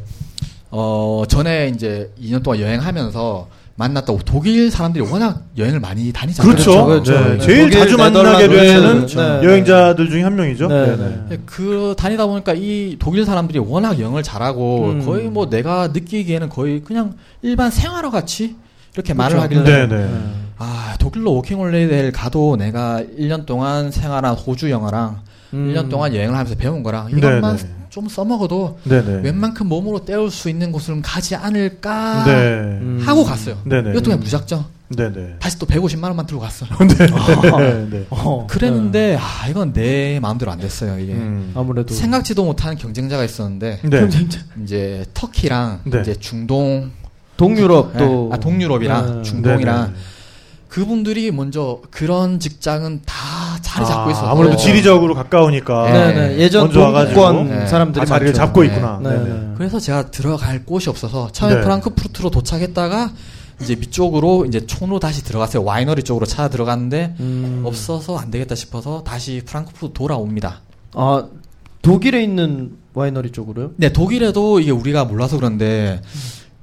Speaker 5: 어 전에 이제 2년 동안 여행하면서 만났다 독일 사람들이 워낙 여행을 많이 다니잖아요.
Speaker 4: 그렇죠.
Speaker 3: 그렇죠,
Speaker 4: 네.
Speaker 3: 그렇죠.
Speaker 4: 제일
Speaker 3: 독일,
Speaker 4: 자주 만나게
Speaker 3: 네덜란드,
Speaker 4: 되는
Speaker 3: 그렇죠. 네,
Speaker 4: 여행자들 중에 한 명이죠.
Speaker 3: 네, 네.
Speaker 4: 네, 네.
Speaker 5: 네, 그 다니다 보니까 이 독일 사람들이 워낙 영어를 잘하고
Speaker 3: 음.
Speaker 5: 거의 뭐 내가 느끼기에는 거의 그냥 일반 생활어 같이 이렇게 말을
Speaker 4: 네,
Speaker 5: 하길래
Speaker 4: 네.
Speaker 5: 아 독일로 워킹홀리데이를 가도 내가 1년 동안 생활한 호주 영어랑
Speaker 3: 음.
Speaker 5: 1년 동안 여행을 하면서 배운 거랑
Speaker 4: 네,
Speaker 5: 이것만
Speaker 4: 네.
Speaker 5: 좀 써먹어도
Speaker 4: 네, 네.
Speaker 5: 웬만큼 몸으로 때울 수 있는 곳은 가지 않을까
Speaker 4: 네.
Speaker 3: 음.
Speaker 5: 하고 갔어요.
Speaker 4: 네네.
Speaker 5: 이것도 그냥 무작정.
Speaker 4: 네, 네.
Speaker 5: 다시 또 150만 원만 들고 갔어요.
Speaker 4: 네, 네.
Speaker 3: 어.
Speaker 5: 그랬는데 아 이건 내 마음대로 안 됐어요. 이게
Speaker 4: 음.
Speaker 3: 아무래도
Speaker 5: 생각지도 못한 경쟁자가 있었는데
Speaker 4: 네.
Speaker 5: 이제 터키랑
Speaker 4: 네.
Speaker 5: 이제 중동
Speaker 3: 동유럽 또
Speaker 5: 아 동유럽이랑
Speaker 3: 네.
Speaker 5: 중동이랑
Speaker 4: 네, 네.
Speaker 5: 그분들이 먼저 그런 직장은 다 자리 잡고
Speaker 4: 아,
Speaker 5: 있어요.
Speaker 4: 아무래도 지리적으로 가까우니까
Speaker 3: 네,
Speaker 5: 네.
Speaker 3: 네. 예전
Speaker 4: 먼저 와가지고
Speaker 3: 동권
Speaker 5: 네.
Speaker 3: 사람들이
Speaker 4: 아, 자리를
Speaker 3: 많죠.
Speaker 4: 잡고
Speaker 5: 네.
Speaker 4: 있구나.
Speaker 3: 네,
Speaker 4: 네, 네.
Speaker 3: 네.
Speaker 5: 그래서 제가 들어갈 곳이 없어서 처음에
Speaker 4: 네.
Speaker 5: 프랑크푸르트로 도착했다가 이제 밑쪽으로 이제 촌으로 다시 들어갔어요. 와이너리 쪽으로 차 들어갔는데
Speaker 3: 음.
Speaker 5: 없어서 안 되겠다 싶어서 다시 프랑크푸르트 돌아옵니다.
Speaker 3: 아 독일에 있는 와이너리 쪽으로요?
Speaker 5: 네, 독일에도 이게 우리가 몰라서 그런데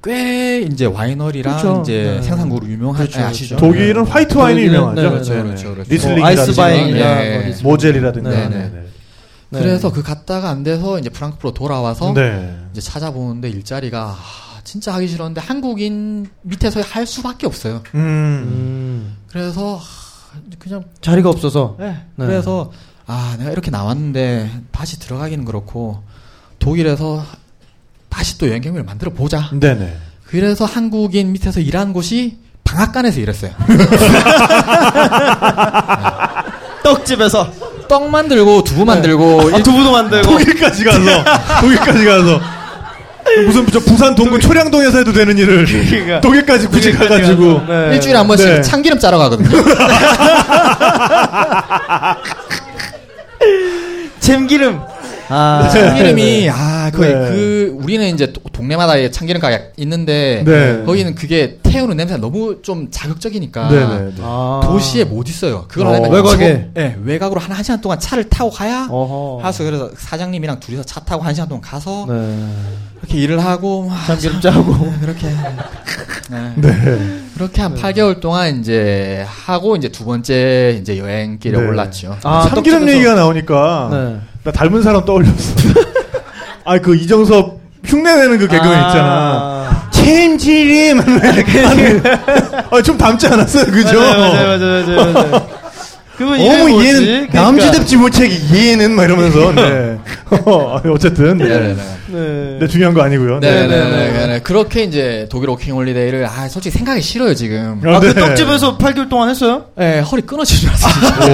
Speaker 5: 꽤 이제 와이너리랑
Speaker 4: 그렇죠.
Speaker 5: 이제
Speaker 4: 네. 그렇죠.
Speaker 5: 생산국으로 유명한 죠 아시죠?
Speaker 4: 독일은 화이트 와인이
Speaker 3: 독일은, 네,
Speaker 4: 유명하죠.
Speaker 3: 네,
Speaker 5: 네. 그렇죠,
Speaker 3: 네,
Speaker 5: 그렇죠, 그렇죠.
Speaker 4: 리슬링이라든지
Speaker 3: 아이스바인이나
Speaker 5: 네.
Speaker 3: 뭐 리슬링.
Speaker 4: 모젤이라든가.
Speaker 5: 네, 네.
Speaker 4: 네.
Speaker 3: 네.
Speaker 5: 그래서 그 갔다가 안 돼서 이제 프랑크푸르로 돌아와서
Speaker 4: 네.
Speaker 5: 이제 찾아보는데 일자리가 아, 진짜 하기 싫었는데 한국인 밑에서 할 수밖에 없어요.
Speaker 4: 음.
Speaker 3: 음,
Speaker 5: 그래서 아, 그냥
Speaker 3: 자리가 없어서 네.
Speaker 5: 그래서 아 내가 이렇게 나왔는데 다시 들어가기는 그렇고 독일에서 다시 또 여행 경비를 만들어 보자.
Speaker 3: 음.
Speaker 4: 네네.
Speaker 5: 그래서 한국인 밑에서 일한 곳이 방앗간에서 일했어요.
Speaker 3: 떡집에서
Speaker 5: 떡 만들고 두부 만들고
Speaker 3: 아, 두부도 만들고
Speaker 4: 어, 독일까지 가서 독일까지 가서 무슨 저 부산 동구 초량동에서 해도 되는 일을
Speaker 3: 그러니까.
Speaker 4: 독일까지 굳이 가가지고
Speaker 3: 네.
Speaker 5: 일주일에 한 번씩
Speaker 4: 네.
Speaker 5: 참기름 짜러 가거든요.
Speaker 3: 참기름 아
Speaker 5: 참기름이 아 거의
Speaker 4: 네.
Speaker 5: 그 우리는 이제 도- 동네마다 이게 참기름 가게 있는데
Speaker 4: 네.
Speaker 5: 거기는 그게 태우는 냄새가 너무 좀 자극적이니까
Speaker 4: 네네.
Speaker 3: 아.
Speaker 5: 도시에 못 있어요. 그걸
Speaker 4: 어,
Speaker 5: 하려면
Speaker 3: 외곽에.
Speaker 5: 저- 네, 외곽으로 한 1시간 동안 차를 타고 가야
Speaker 3: 어허.
Speaker 5: 하서 그래서 사장님이랑 둘이서 차 타고 1시간 동안 가서
Speaker 3: 네.
Speaker 5: 이렇게 일을 하고 막
Speaker 3: 참기름 짜고
Speaker 5: 네, 그렇게 네.
Speaker 3: 네.
Speaker 5: 그렇게 한 8개월 동안 이제 하고 이제 두 번째 이제 여행길에
Speaker 4: 네.
Speaker 5: 올랐죠.
Speaker 3: 아,
Speaker 4: 참기름
Speaker 3: 떡집에서.
Speaker 4: 얘기가 나오니까
Speaker 3: 네.
Speaker 4: 나 닮은 사람 떠올렸어. 아 그 이정섭 흉내내는 그 개그맨 있잖아. 체임지림 아좀 닮지 않았어요
Speaker 3: 그죠?
Speaker 4: 그죠?
Speaker 3: 맞아요, 맞아요, 맞아요. 맞아요. 그분 이름이
Speaker 4: 어머
Speaker 3: 뭐지?
Speaker 4: 얘는
Speaker 3: 그러니까.
Speaker 4: 남자답지 못하게 얘는 막 이러면서 네. 어, 어쨌든 네.
Speaker 5: 네네네.
Speaker 3: 네.
Speaker 4: 네, 중요한 거 아니고요.
Speaker 5: 네네네.
Speaker 3: 네네네.
Speaker 5: 네네. 그렇게 이제 독일 워킹 홀리데이를 아 솔직히 생각이 싫어요 지금.
Speaker 4: 아,
Speaker 3: 아,
Speaker 4: 네.
Speaker 3: 그 떡집에서 8개월 동안 했어요?
Speaker 5: 네, 허리 끊어질 줄 알았어요.
Speaker 4: 오.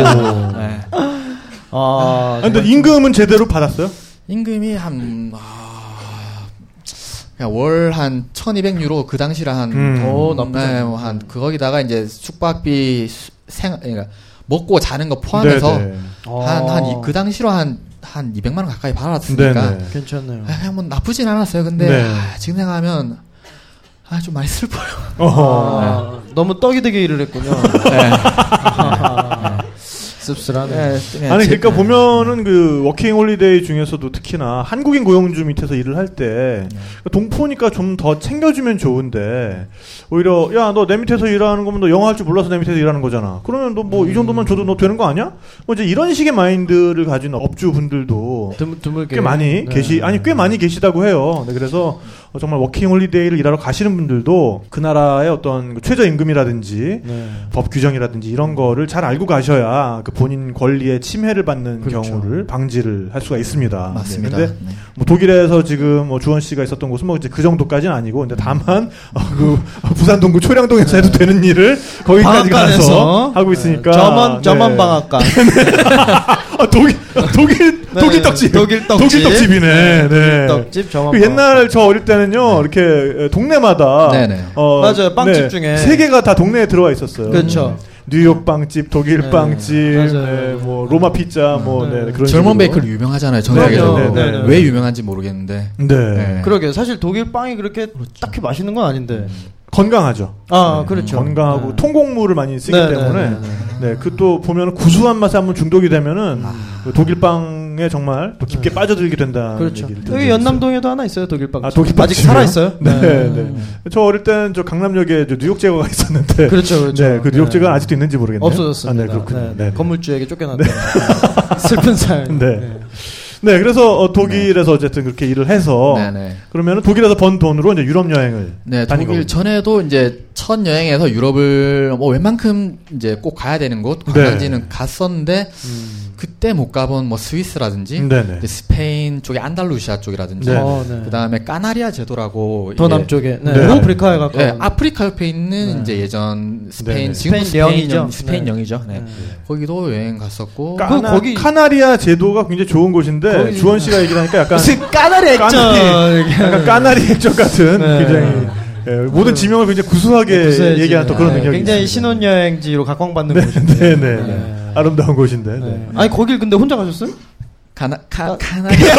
Speaker 5: 네.
Speaker 3: 아, 네.
Speaker 4: 아, 근데 임금은 제대로 받았어요?
Speaker 5: 임금이 한 아, 월한 1,200유로 그 당시라 한
Speaker 4: 음.
Speaker 3: 오, 나쁘지
Speaker 5: 네,
Speaker 3: 않네.
Speaker 5: 뭐한 그거기다가 이제 숙박비 수- 생 그러니까 먹고 자는 거 포함해서
Speaker 4: 네, 네.
Speaker 5: 한 한 그 당시로 한 한 200만 원 가까이 받았으니까
Speaker 4: 네네.
Speaker 3: 괜찮네요.
Speaker 5: 아, 그냥 뭐 나쁘진 않았어요. 근데
Speaker 4: 네.
Speaker 5: 아, 지금 생각하면 아, 좀 많이 슬퍼요.
Speaker 4: 어허.
Speaker 3: 아, 너무 떡이 되게 일을 했군요.
Speaker 5: 네.
Speaker 3: 아하. 씁쓸하네.
Speaker 5: 네, 그냥
Speaker 4: 네. 아니
Speaker 5: 제-
Speaker 4: 그러니까 보면은 그 워킹 홀리데이 중에서도 특히나 한국인 고용주 밑에서 일을 할 때 동포니까 좀 더 챙겨주면 좋은데 오히려 야 너 내 밑에서 일하는 거면 너 영어 할 줄 몰라서 내 밑에서 일하는 거잖아. 그러면 너 뭐 이 정도만 줘도 너 되는 거 아니야? 뭐 이제 이런 식의 마인드를 가진 업주분들도
Speaker 3: 드물, 드물게.
Speaker 4: 꽤 많이
Speaker 3: 네.
Speaker 4: 계시 아니 꽤 많이 계시다고 해요. 네, 그래서 어, 정말 워킹 홀리데이를 일하러 가시는 분들도 그 나라의 어떤 그 최저 임금이라든지
Speaker 3: 네.
Speaker 4: 법 규정이라든지 이런 거를 잘 알고 가셔야 그 본인 권리의 침해를 받는
Speaker 3: 그렇죠.
Speaker 4: 경우를 방지를 할 수가 있습니다.
Speaker 5: 맞습니다.
Speaker 4: 네, 근데
Speaker 5: 네.
Speaker 4: 뭐 독일에서 지금 뭐 주원 씨가 있었던 곳은 뭐 이제 그 정도까지는 아니고 근데 다만 어, 그 부산 동구 초량동에서 해도 되는 일을
Speaker 3: 네.
Speaker 4: 거기까지 가서
Speaker 3: 방앗간에서
Speaker 4: 하고 있으니까
Speaker 3: 저만, 저만
Speaker 4: 네.
Speaker 3: 방앗간.
Speaker 4: 아, 독일 독일
Speaker 3: 네,
Speaker 4: 독일 떡집
Speaker 3: 독일 떡집.
Speaker 4: 이네 네.
Speaker 3: 떡집, 저만
Speaker 4: 그
Speaker 3: 방앗간.
Speaker 4: 옛날 저 어릴 때는요 이렇게 동네마다
Speaker 5: 네네.
Speaker 4: 어,
Speaker 3: 맞아요, 빵집 중에.
Speaker 4: 세 개가 다 동네에 들어와 있었어요. 음.
Speaker 3: 그렇죠.
Speaker 4: 뉴욕 빵집, 독일
Speaker 3: 네,
Speaker 4: 빵집,
Speaker 3: 맞아요.
Speaker 4: 네, 뭐 로마 피자, 뭐
Speaker 3: 네.
Speaker 4: 네, 그런
Speaker 5: 젊은
Speaker 4: 식으로.
Speaker 5: 베이커리 유명하잖아요. 전
Speaker 4: 그럼요.
Speaker 5: 세계적으로.
Speaker 4: 네, 네, 네.
Speaker 5: 왜 유명한지 모르겠는데.
Speaker 4: 네.
Speaker 5: 네.
Speaker 3: 그러게요. 사실 독일 빵이 그렇게
Speaker 4: 그렇죠.
Speaker 3: 딱히 맛있는 건 아닌데.
Speaker 4: 건강하죠.
Speaker 3: 아, 그렇죠.
Speaker 4: 음. 건강하고
Speaker 3: 네.
Speaker 4: 통곡물을 많이 쓰기
Speaker 3: 네,
Speaker 4: 때문에
Speaker 3: 네, 네,
Speaker 4: 그 또 보면 구수한 맛에 한번 중독이 되면은 그 독일 빵에 정말 또 깊게 아, 빠져들게 된다.
Speaker 3: 네. 그렇죠. 여기 연남동에도 하나 있어요, 독일 빵.
Speaker 4: 아, 독일
Speaker 3: 아직
Speaker 4: 빵집이요?
Speaker 3: 살아 있어요?
Speaker 4: 네, 네. 저 어릴 때는 저 강남역에 저 뉴욕 제거가 있었는데
Speaker 3: 그렇죠, 그렇죠.
Speaker 4: 네, 그 뉴욕
Speaker 3: 네.
Speaker 4: 제거는 아직도 있는지 모르겠네요.
Speaker 3: 없어졌습니다.
Speaker 4: 아, 네, 그렇군요.
Speaker 3: 네,
Speaker 4: 네, 네.
Speaker 3: 건물주에게 쫓겨났다. 슬픈 삶.
Speaker 4: 네. 네, 그래서 어,
Speaker 3: 네.
Speaker 4: 독일에서 어쨌든 그렇게 일을 해서
Speaker 5: 네, 네.
Speaker 4: 그러면 독일에서 번 돈으로 이제 유럽 여행을
Speaker 5: 네,
Speaker 4: 다닌
Speaker 5: 독일
Speaker 4: 거군요.
Speaker 5: 전에도 이제 첫 여행에서 유럽을 뭐 웬만큼 이제 꼭 가야 되는 곳
Speaker 4: 네.
Speaker 5: 관광지는 갔었는데
Speaker 3: 음.
Speaker 5: 그때 못 가본 뭐 스위스라든지
Speaker 4: 네네.
Speaker 5: 이제 스페인 쪽에 안달루시아 쪽이라든지
Speaker 4: 네.
Speaker 3: 어, 네.
Speaker 5: 그다음에 까나리아 제도라고
Speaker 3: 더
Speaker 5: 이게
Speaker 3: 남쪽에 네.
Speaker 4: 네.
Speaker 3: 오프리카에 가까운
Speaker 5: 네, 아프리카 옆에 있는 이제 예전 스페인
Speaker 4: 네네.
Speaker 5: 지금
Speaker 3: 네. 스페인 영이죠.
Speaker 5: 영- 스페인
Speaker 3: 네.
Speaker 5: 영이죠. 네.
Speaker 3: 네.
Speaker 5: 거기도 여행 갔었고
Speaker 3: 그
Speaker 4: 까나,
Speaker 3: 거기-
Speaker 4: 카나리아 제도가 굉장히 좋은 곳인데
Speaker 3: 거기-
Speaker 4: 주원 씨가 얘기를 하니까 약간
Speaker 3: 무슨 까나리 액정
Speaker 4: 까나리,
Speaker 3: 이렇게.
Speaker 4: 약간 까나리 액젓 같은
Speaker 3: 네. 그
Speaker 4: 굉장히 예, 모든 지명을 굉장히 구수하게
Speaker 3: 구수해지는,
Speaker 4: 예, 얘기하는 또 그런
Speaker 3: 네,
Speaker 4: 능력이
Speaker 3: 굉장히
Speaker 4: 있습니다.
Speaker 3: 신혼여행지로 각광받는 곳인데.
Speaker 4: 네, 네, 네.
Speaker 3: 네.
Speaker 4: 아름다운 곳인데. 네.
Speaker 3: 네. 아니 거길 근데 혼자 가셨어요?
Speaker 5: 가나 카 카나리아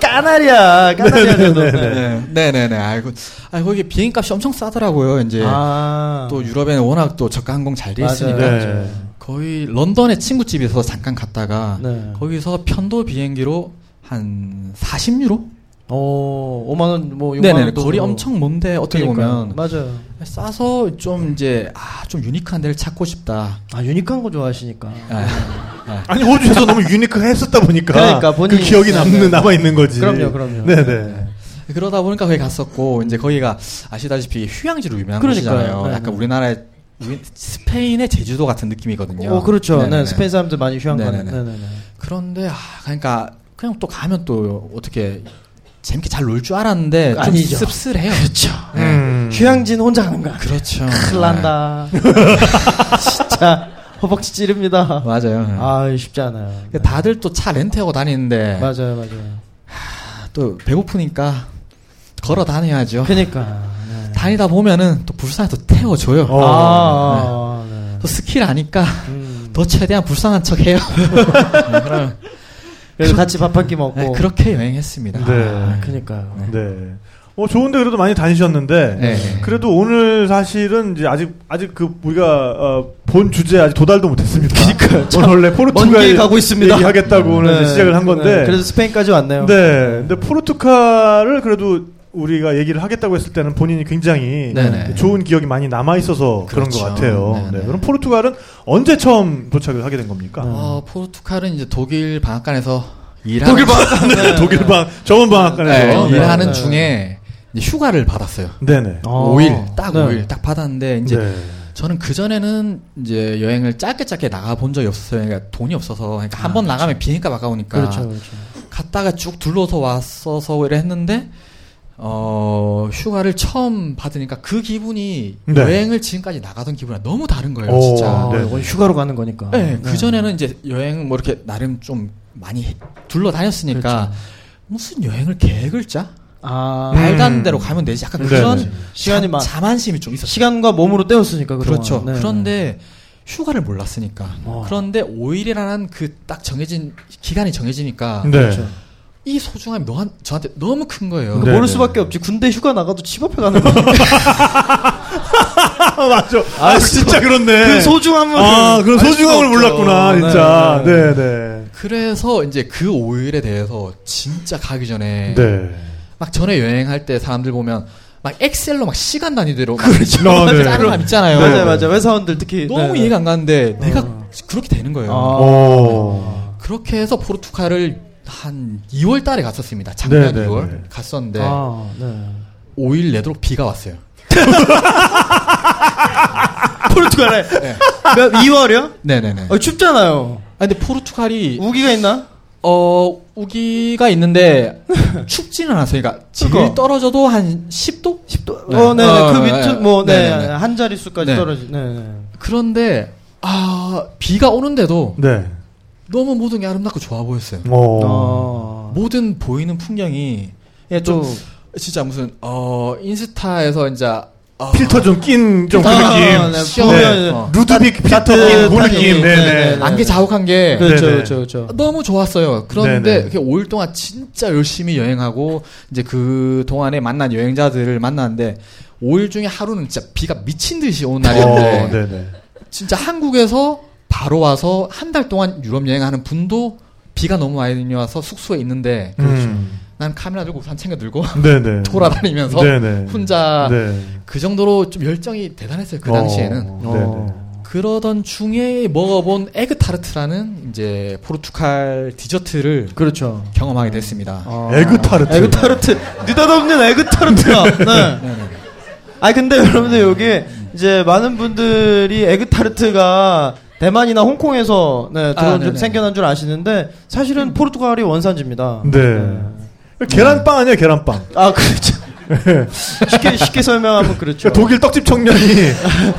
Speaker 3: 까나리야, 까나리야
Speaker 4: 네,
Speaker 3: 제도.
Speaker 4: 네, 네,
Speaker 3: 네.
Speaker 5: 네, 네, 네. 아이고. 아, 거기 비행값이 엄청 싸더라고요. 이제
Speaker 3: 아,
Speaker 5: 예. 또 유럽에는 워낙 또 저가 항공 잘 돼
Speaker 3: 맞아요.
Speaker 5: 있으니까
Speaker 4: 네.
Speaker 5: 거의 런던의 친구 집에서 잠깐 갔다가
Speaker 3: 네.
Speaker 5: 거기서 편도 비행기로 한 40유로?
Speaker 3: 오, 5만 원, 뭐 6만
Speaker 5: 네네
Speaker 3: 원.
Speaker 5: 거리 엄청 먼데 어떻게 보면
Speaker 3: 맞아요.
Speaker 5: 싸서 좀 이제 아 좀 유니크한 데를 찾고 싶다.
Speaker 3: 아 유니크한 거 좋아하시니까.
Speaker 5: 아,
Speaker 4: 아니 호주에서 너무 유니크했었다 보니까
Speaker 3: 그러니까
Speaker 4: 그
Speaker 3: 본인이-
Speaker 4: 기억이 남는 남아 있는 거지.
Speaker 3: 그럼요, 그럼요.
Speaker 4: 네네.
Speaker 5: 아. 그러다 보니까 거기 갔었고 이제 거기가 아시다시피 휴양지로 유명한
Speaker 3: 그러니까요.
Speaker 5: 곳이잖아요.
Speaker 3: 네, 네.
Speaker 5: 약간 우리나라의 우리- 스페인의 제주도 같은 느낌이거든요.
Speaker 3: 오 그렇죠. 네
Speaker 5: 네네네.
Speaker 3: 스페인 사람들 많이 휴양 가는.
Speaker 5: 네네네.
Speaker 3: 네네네.
Speaker 5: 그런데 아 그러니까 그냥 또 가면 또 어떻게 재밌게 잘 놀 줄 알았는데 좀
Speaker 3: 아니죠.
Speaker 5: 씁쓸해요. 그렇죠.
Speaker 4: 음.
Speaker 3: 휴양지는 혼자 가는 거야.
Speaker 5: 그렇죠.
Speaker 3: 큰일 난다. 진짜 허벅지 찌릅니다.
Speaker 5: 네. 맞아요.
Speaker 3: 아 쉽지 않아요.
Speaker 5: 그러니까 다들 또 차 렌트하고 다니는데
Speaker 3: 맞아요, 맞아요.
Speaker 5: 또 배고프니까 걸어 다녀야죠.
Speaker 3: 그니까. 네.
Speaker 5: 다니다 보면은 또 불쌍해서 태워줘요. 네.
Speaker 4: 어.
Speaker 3: 아, 네.
Speaker 5: 또 스킬 아니까
Speaker 3: 음. 네,
Speaker 5: 더 최대한 불쌍한 척 해요.
Speaker 3: 그래서 같이 밥 한 끼 먹고.
Speaker 5: 네, 그렇게 여행했습니다.
Speaker 4: 네.
Speaker 3: 그니까요.
Speaker 4: 네. 어 좋은데 그래도 많이 다니셨는데
Speaker 5: 네.
Speaker 4: 그래도 오늘 사실은 이제 아직 아직 그 우리가 어, 본 주제 아직 도달도 못했습니다. 그러니까 오늘 원래 포르투갈
Speaker 3: 먼길 가고 있습니다.
Speaker 4: 얘기하겠다고 오늘 이제 시작을 한 건데.
Speaker 3: 네, 그래서 스페인까지 왔네요.
Speaker 4: 네. 근데 포르투갈을 그래도 우리가 얘기를 하겠다고 했을 때는 본인이 굉장히
Speaker 5: 네네.
Speaker 4: 좋은 기억이 많이 남아 있어서 그런것
Speaker 5: 그렇죠.
Speaker 4: 같아요.
Speaker 5: 네네.
Speaker 4: 네. 그럼 포르투갈은 언제 처음 도착을 하게 된 겁니까?
Speaker 5: 어, 포르투갈은 이제 독일 방앗간에서 일하는 독일
Speaker 4: 네, 독일 방 저번 방학간에서
Speaker 5: 네, 일하는
Speaker 3: 네.
Speaker 5: 중에 이제 휴가를 받았어요.
Speaker 4: 네네.
Speaker 3: 어.
Speaker 5: 5일 딱
Speaker 3: 네.
Speaker 5: 5일 딱 받았는데 이제
Speaker 4: 네.
Speaker 5: 저는 그 전에는 이제 여행을 짧게 짧게 나가 본 적이 없었어요. 그러니까 돈이 없어서 그러니까 한 번 나가면 비행값 아까우니까
Speaker 3: 그렇죠, 그렇죠.
Speaker 5: 갔다가 쭉 둘러서 왔어서 이래 했는데 어 휴가를 처음 받으니까 그 기분이
Speaker 4: 네.
Speaker 5: 여행을 지금까지 나가던 기분이랑 너무 다른 거예요
Speaker 4: 오.
Speaker 5: 진짜
Speaker 3: 아,
Speaker 4: 네.
Speaker 3: 이건 휴가로 가는 거니까.
Speaker 5: 네, 그 전에는 이제 여행 뭐 이렇게 나름 좀 많이 해- 둘러 다녔으니까 무슨 여행을 계획을 짜
Speaker 3: 아,
Speaker 5: 말도 안 되는 대로 가면 되지 약간
Speaker 4: 네,
Speaker 5: 그런
Speaker 4: 네.
Speaker 3: 시간이
Speaker 5: 자,
Speaker 3: 많-
Speaker 5: 자만심이 좀 있었어요
Speaker 3: 시간과 몸으로 때웠으니까 그동안.
Speaker 5: 그렇죠
Speaker 3: 네.
Speaker 5: 그런데 휴가를 몰랐으니까
Speaker 3: 어.
Speaker 5: 그런데 5일이라는 그 딱 정해진 기간이 정해지니까
Speaker 4: 네.
Speaker 3: 그렇죠.
Speaker 5: 이 소중함이 너한 저한테 너무 큰 거예요.
Speaker 3: 그러니까 모를
Speaker 4: 네.
Speaker 3: 수밖에 없지. 군대 휴가 나가도 집 앞에 가는 거.
Speaker 4: 아, 맞죠. 아,
Speaker 3: 아,
Speaker 4: 진짜 그렇네.
Speaker 3: 그 소중함을.
Speaker 4: 아, 그런
Speaker 3: 알 수가
Speaker 4: 소중함을
Speaker 3: 없죠.
Speaker 4: 몰랐구나,
Speaker 3: 네,
Speaker 4: 진짜.
Speaker 3: 네.
Speaker 4: 네, 네.
Speaker 5: 그래서 이제 그 5일에 대해서 진짜 가기 전에
Speaker 4: 네.
Speaker 5: 막 전에 여행할 때 사람들 보면 막 엑셀로 막 시간 단위대로 그렇죠.
Speaker 4: 아, 네.
Speaker 5: 짜는 사람 있잖아요.
Speaker 3: 맞아요, 맞아요. 회사원들 특히.
Speaker 5: 너무
Speaker 3: 네,
Speaker 5: 이해가 안 가는데 내가 그렇게 되는 거예요.
Speaker 3: 아.
Speaker 5: 어,
Speaker 4: 오.
Speaker 5: 그렇게 해서 포르투갈을 한 2월 달에 갔었습니다. 작년
Speaker 4: 네, 네,
Speaker 5: 2월
Speaker 4: 네.
Speaker 5: 갔었는데
Speaker 3: 네. 아, 네.
Speaker 5: 5일 내도록 비가 왔어요.
Speaker 3: 포르투갈에.
Speaker 5: 네.
Speaker 3: 몇, 2월이요?
Speaker 5: 네네네.
Speaker 3: 어, 춥잖아요.
Speaker 5: 아, 근데 포르투갈이
Speaker 3: 우기가 있나?
Speaker 5: 어 우기가 있는데 춥지는 않았어요. 그러니까 제일
Speaker 3: 그러니까.
Speaker 5: 떨어져도 한 10도?
Speaker 3: 10도.
Speaker 5: 네.
Speaker 3: 어, 네, 네.
Speaker 5: 어,
Speaker 3: 그
Speaker 5: 네,
Speaker 3: 밑에
Speaker 5: 네.
Speaker 3: 뭐, 네.
Speaker 5: 네, 네, 네.
Speaker 3: 한 자릿수까지
Speaker 5: 네.
Speaker 3: 떨어지, 네, 네.
Speaker 5: 그런데 아 비가 오는데도
Speaker 4: 네.
Speaker 5: 너무 모든 게 아름답고 좋아 보였어요.
Speaker 4: 오.
Speaker 3: 어.
Speaker 5: 모든 보이는 풍경이 예, 좀 진짜 무슨 어 인스타에서 이제 어,
Speaker 4: 필터 좀 낀, 좀 그 느낌.
Speaker 3: 네.
Speaker 5: 시원-
Speaker 3: 네.
Speaker 5: 어.
Speaker 4: 루드빅 필터
Speaker 3: 따뜻하게.
Speaker 4: 낀그 느낌.
Speaker 3: 네,
Speaker 4: 네, 네.
Speaker 3: 네.
Speaker 5: 안개 자욱한 게
Speaker 3: 그렇죠,
Speaker 4: 네네.
Speaker 3: 그렇죠, 그렇죠.
Speaker 5: 너무 좋았어요.
Speaker 4: 네네.
Speaker 5: 그런데 이렇게 5일 동안 진짜 열심히 여행하고 이제 그 동안에 만난 여행자들을 만났는데 5일 중에 하루는 진짜 비가 미친 듯이 온 날이었는데
Speaker 4: 어, 네, 네.
Speaker 5: 진짜 한국에서 바로 와서 한 달 동안 유럽 여행하는 분도 비가 너무 많이 와서 숙소에 있는데
Speaker 4: 음.
Speaker 5: 난 카메라 들고 우산 챙겨 들고
Speaker 4: 네, 네.
Speaker 5: 돌아다니면서
Speaker 4: 네, 네.
Speaker 5: 혼자
Speaker 4: 네.
Speaker 5: 그 정도로 좀 열정이 대단했어요 그
Speaker 4: 어,
Speaker 5: 당시에는
Speaker 4: 네,
Speaker 5: 그러던 중에 먹어본 에그타르트라는 이제 포르투갈 디저트를
Speaker 3: 그렇죠.
Speaker 5: 경험하게 됐습니다.
Speaker 3: 어.
Speaker 4: 네. 에그 타르트.
Speaker 3: 에그 타르트. 느닷없는 에그 타르트야. 네. 아 근데 여러분들 여기 이제 많은 분들이 에그 타르트가 대만이나 홍콩에서 네, 들어온
Speaker 5: 아,
Speaker 3: 줄-
Speaker 5: 네네.
Speaker 3: 생겨난 줄 아시는데 사실은 포르투갈이 원산지입니다.
Speaker 4: 음. 네. 계란빵 아니야, 계란빵.
Speaker 3: 아 그렇죠. 쉽게 쉽게 설명하면 그렇죠.
Speaker 4: 그러니까 독일 떡집 청년이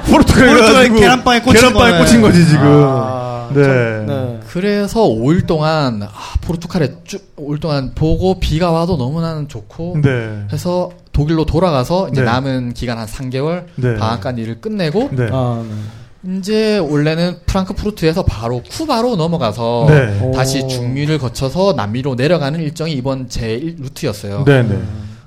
Speaker 4: 포르투갈에
Speaker 3: 포르투갈
Speaker 4: 가가지고
Speaker 3: 계란빵에 꽂힌
Speaker 4: 계란빵에
Speaker 3: 거네.
Speaker 4: 꽂힌 거지 지금.
Speaker 3: 아,
Speaker 4: 네.
Speaker 3: 참, 네.
Speaker 5: 그래서 5일 동안 아, 포르투갈에 쭉 5일 동안 보고 비가 와도 너무나 좋고
Speaker 4: 네.
Speaker 5: 해서 독일로 돌아가서 이제
Speaker 4: 네.
Speaker 5: 남은 기간 한 3개월
Speaker 4: 네.
Speaker 5: 방학간 일을 끝내고
Speaker 4: 네.
Speaker 3: 아, 네.
Speaker 5: 이제 원래는 프랑크푸르트에서 바로 쿠바로 넘어가서
Speaker 4: 네.
Speaker 5: 다시
Speaker 3: 오.
Speaker 5: 중미를 거쳐서 남미로 내려가는 일정이 이번 제 일- 루트였어요.
Speaker 4: 네, 네.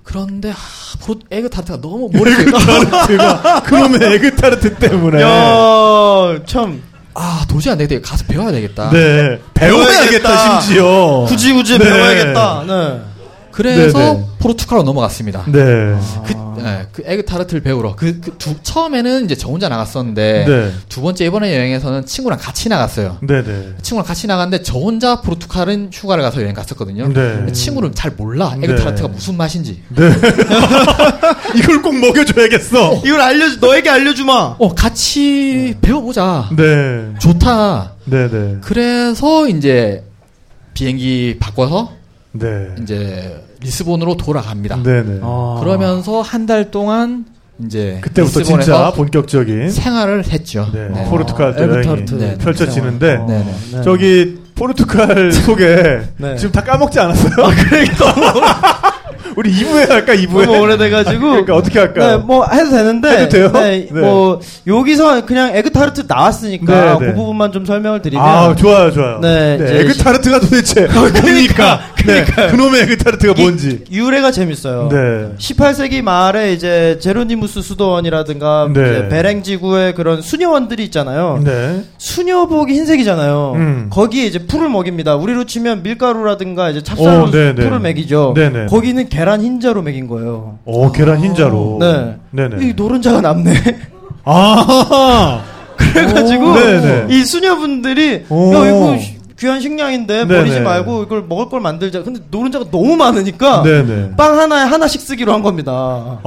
Speaker 5: 그런데 아, 포르- 에그 타르트가 너무 머릿속에
Speaker 4: 제가 그놈의 에그 타르트 때문에
Speaker 3: 야, 참
Speaker 5: 아 도저히 안 되겠다. 가서 배워야 되겠다.
Speaker 4: 네. 배워야겠다
Speaker 3: 배워야겠다.
Speaker 4: 심지어.
Speaker 3: 굳이 굳이
Speaker 4: 네.
Speaker 3: 배워야겠다. 네.
Speaker 5: 그래서
Speaker 4: 네네.
Speaker 5: 포르투갈로 넘어갔습니다.
Speaker 4: 네.
Speaker 5: 그, 네, 그 에그타르트를 배우러 그, 그 두, 처음에는 이제 저 혼자 나갔었는데
Speaker 4: 네.
Speaker 5: 두 번째 이번에 여행에서는 친구랑 같이 나갔어요.
Speaker 4: 네네.
Speaker 5: 친구랑 같이 나갔는데 저 혼자 포르투갈은 휴가를 가서 여행 갔었거든요.
Speaker 4: 네.
Speaker 5: 근데 친구를 잘 몰라
Speaker 4: 네.
Speaker 5: 에그타르트가 무슨 맛인지.
Speaker 4: 이걸 꼭 먹여줘야겠어.
Speaker 3: 이걸 알려 너에게 알려주마.
Speaker 5: 어 같이 배워보자.
Speaker 4: 네.
Speaker 5: 좋다.
Speaker 4: 네네.
Speaker 5: 그래서 이제 비행기 바꿔서
Speaker 4: 네.
Speaker 5: 이제 리스본으로 돌아갑니다.
Speaker 4: 네네.
Speaker 5: 그러면서 한 달 동안 이제
Speaker 4: 그때부터 진짜
Speaker 5: 리스본에서
Speaker 4: 본격적인
Speaker 5: 생활을 했죠.
Speaker 4: 네.
Speaker 5: 네.
Speaker 4: 포르투갈 또 여행이
Speaker 3: 에그타르트
Speaker 5: 네.
Speaker 4: 펼쳐지는데
Speaker 5: 네. 네네.
Speaker 4: 저기 포르투갈 소개
Speaker 3: 네. 아, 그러니까
Speaker 4: 지금 다 까먹지 않았어요? 우리 2부에 할까 2부에?
Speaker 3: 너무 오래돼가지고.
Speaker 4: 그러니까 어떻게 할까요?
Speaker 3: 네, 뭐 해도 되는데.
Speaker 4: 해도 돼요?
Speaker 3: 네,
Speaker 4: 네.
Speaker 3: 뭐 여기서 그냥 에그타르트 나왔으니까
Speaker 4: 네, 네.
Speaker 3: 그 부분만 좀 설명을 드리면.
Speaker 4: 아 좋아요 좋아요.
Speaker 3: 네, 이제- 아, 그러니까,
Speaker 4: 에그타르트가 도대체 뭡니까?
Speaker 3: 그러니까요.
Speaker 4: 네, 그놈의 에그타르트가
Speaker 3: 이-
Speaker 4: 뭔지.
Speaker 3: 유래가 재밌어요.
Speaker 4: 네.
Speaker 3: 18세기 말에 이제 제로니무스 수도원이라든가
Speaker 4: 네.
Speaker 3: 이제 베랭 지구의 그런 수녀원들이 있잖아요.
Speaker 4: 네.
Speaker 3: 수녀복이 흰색이잖아요.
Speaker 4: 음.
Speaker 3: 거기에 이제 풀을 먹입니다. 우리로 치면 밀가루라든가 이제
Speaker 4: 오,
Speaker 3: 찹쌀로
Speaker 4: 네, 네.
Speaker 3: 풀을 먹이죠.
Speaker 4: 네네.
Speaker 3: 거기는 계란 흰자로 먹인 거예요.
Speaker 4: 어 계란 흰자로.
Speaker 3: 네.
Speaker 4: 네네.
Speaker 3: 이 노른자가 남네.
Speaker 4: 아.
Speaker 3: 그래가지고
Speaker 4: 오, 네네.
Speaker 3: 이 수녀분들이
Speaker 4: 오.
Speaker 3: 야 이거 시- 귀한 식량인데
Speaker 4: 네네.
Speaker 3: 버리지 말고 이걸 먹을 걸 만들자. 근데 노른자가 너무 많으니까
Speaker 4: 네네. 아.
Speaker 3: 빵 하나에 하나씩 쓰기로 한 겁니다.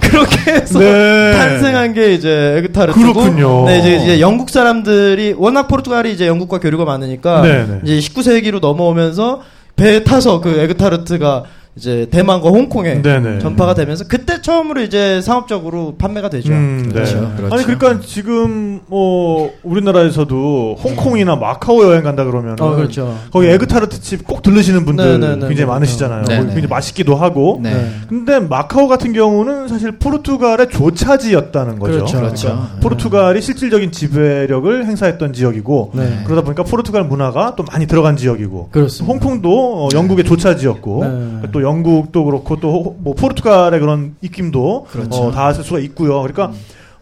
Speaker 3: 그렇게 해서
Speaker 4: 네.
Speaker 3: 탄생한 게 이제 에그타르트고
Speaker 4: 그렇군요.
Speaker 3: 네, 이제, 이제 영국 사람들이 워낙 포르투갈이 이제 영국과 교류가 많으니까
Speaker 4: 네네.
Speaker 3: 이제 19세기로 넘어오면서 배에 타서 그 에그타르트가 이제 대만과 홍콩에
Speaker 4: 네네.
Speaker 3: 전파가 되면서 그때 처음으로 이제 상업적으로 판매가 되죠.
Speaker 4: 음, 네.
Speaker 5: 그렇죠, 그렇죠.
Speaker 4: 아니 그러니까 지금 뭐 우리나라에서도 홍콩이나 마카오 여행 간다 그러면
Speaker 3: 어, 그렇죠.
Speaker 4: 거기 에그타르트 집 꼭 들르시는 분들
Speaker 3: 네, 네, 네,
Speaker 4: 굉장히
Speaker 3: 네,
Speaker 4: 많으시잖아요.
Speaker 5: 네,
Speaker 4: 거기
Speaker 5: 네.
Speaker 4: 굉장히 맛있기도 하고.
Speaker 5: 네.
Speaker 3: 네.
Speaker 4: 근데 마카오 같은 경우는 사실 포르투갈의 조차지였다는 거죠.
Speaker 3: 그렇죠.
Speaker 5: 그렇죠.
Speaker 4: 그러니까 포르투갈이 실질적인 지배력을 행사했던 지역이고
Speaker 3: 네.
Speaker 4: 그러다 보니까 포르투갈 문화가 또 많이 들어간 지역이고
Speaker 3: 그렇습니다.
Speaker 4: 홍콩도 어, 영국의 조차지였고
Speaker 3: 네.
Speaker 4: 또 영국도 그렇고 또 뭐 포르투갈의 그런 입김도
Speaker 5: 그렇죠.
Speaker 4: 어, 닿을 수가 있고요. 그러니까
Speaker 3: 음.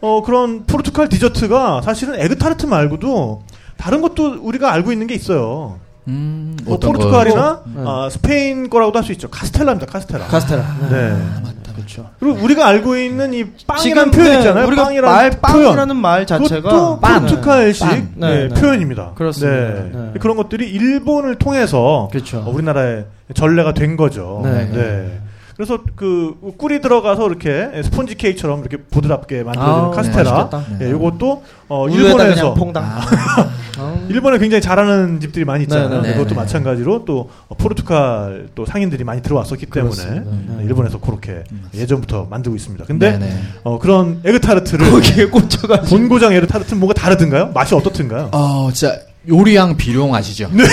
Speaker 4: 어, 그런 포르투갈 디저트가 사실은 에그타르트 말고도 다른 것도 우리가 알고 있는 게 있어요.
Speaker 5: 음,
Speaker 4: 뭐
Speaker 5: 어떤 거?
Speaker 4: 포르투갈이나
Speaker 3: 네.
Speaker 4: 아, 스페인 거라고도 할 수 있죠. 카스텔라입니다. 카스텔라.
Speaker 3: 카스테라.
Speaker 4: 네.
Speaker 5: 맞다.
Speaker 3: 그렇죠.
Speaker 4: 그리고 우리가 알고 있는 이 빵이라는
Speaker 3: 지금
Speaker 4: 표현
Speaker 3: 네,
Speaker 4: 있잖아요.
Speaker 3: 우리가
Speaker 4: 빵이라는
Speaker 3: 말
Speaker 4: 표현.
Speaker 3: 빵이라는 말 자체가 네.
Speaker 4: 그것도 포르투갈식
Speaker 3: 빵. 네,
Speaker 4: 예,
Speaker 3: 네.
Speaker 4: 표현입니다.
Speaker 3: 그렇습니다. 네.
Speaker 4: 그런 것들이 일본을 통해서
Speaker 3: 그렇죠.
Speaker 4: 어, 우리나라에 전례가 된 거죠.
Speaker 3: 네.
Speaker 4: 네. 그래서 그 꿀이 들어가서 이렇게 스폰지 케이크처럼 이렇게 부드럽게 만들어진
Speaker 3: 아우, 네,
Speaker 4: 카스테라.
Speaker 3: 맛있겠다.
Speaker 4: 예, 이것도 어,
Speaker 3: 우유에다
Speaker 4: 일본에서
Speaker 3: 그냥
Speaker 4: 아.
Speaker 3: 퐁당. 음.
Speaker 4: 일본에 굉장히 잘하는 집들이 많이 있잖아요.
Speaker 3: 네, 네,
Speaker 5: 네,
Speaker 4: 그것도
Speaker 5: 네.
Speaker 4: 마찬가지로 또 어, 포르투갈 또 상인들이 많이 들어왔었기 때문에
Speaker 3: 그렇습니다.
Speaker 4: 네, 일본에서 그렇게 예전부터 만들고 있습니다. 근데
Speaker 5: 네, 네.
Speaker 4: 어, 그런 에그타르트를
Speaker 3: 거기에 꽂혀가지고
Speaker 4: 본고장 에그타르트는 뭐가 다르든가요? 맛이 어떻든가요?
Speaker 5: 어, 진짜 요리왕 비룡 아시죠? 네.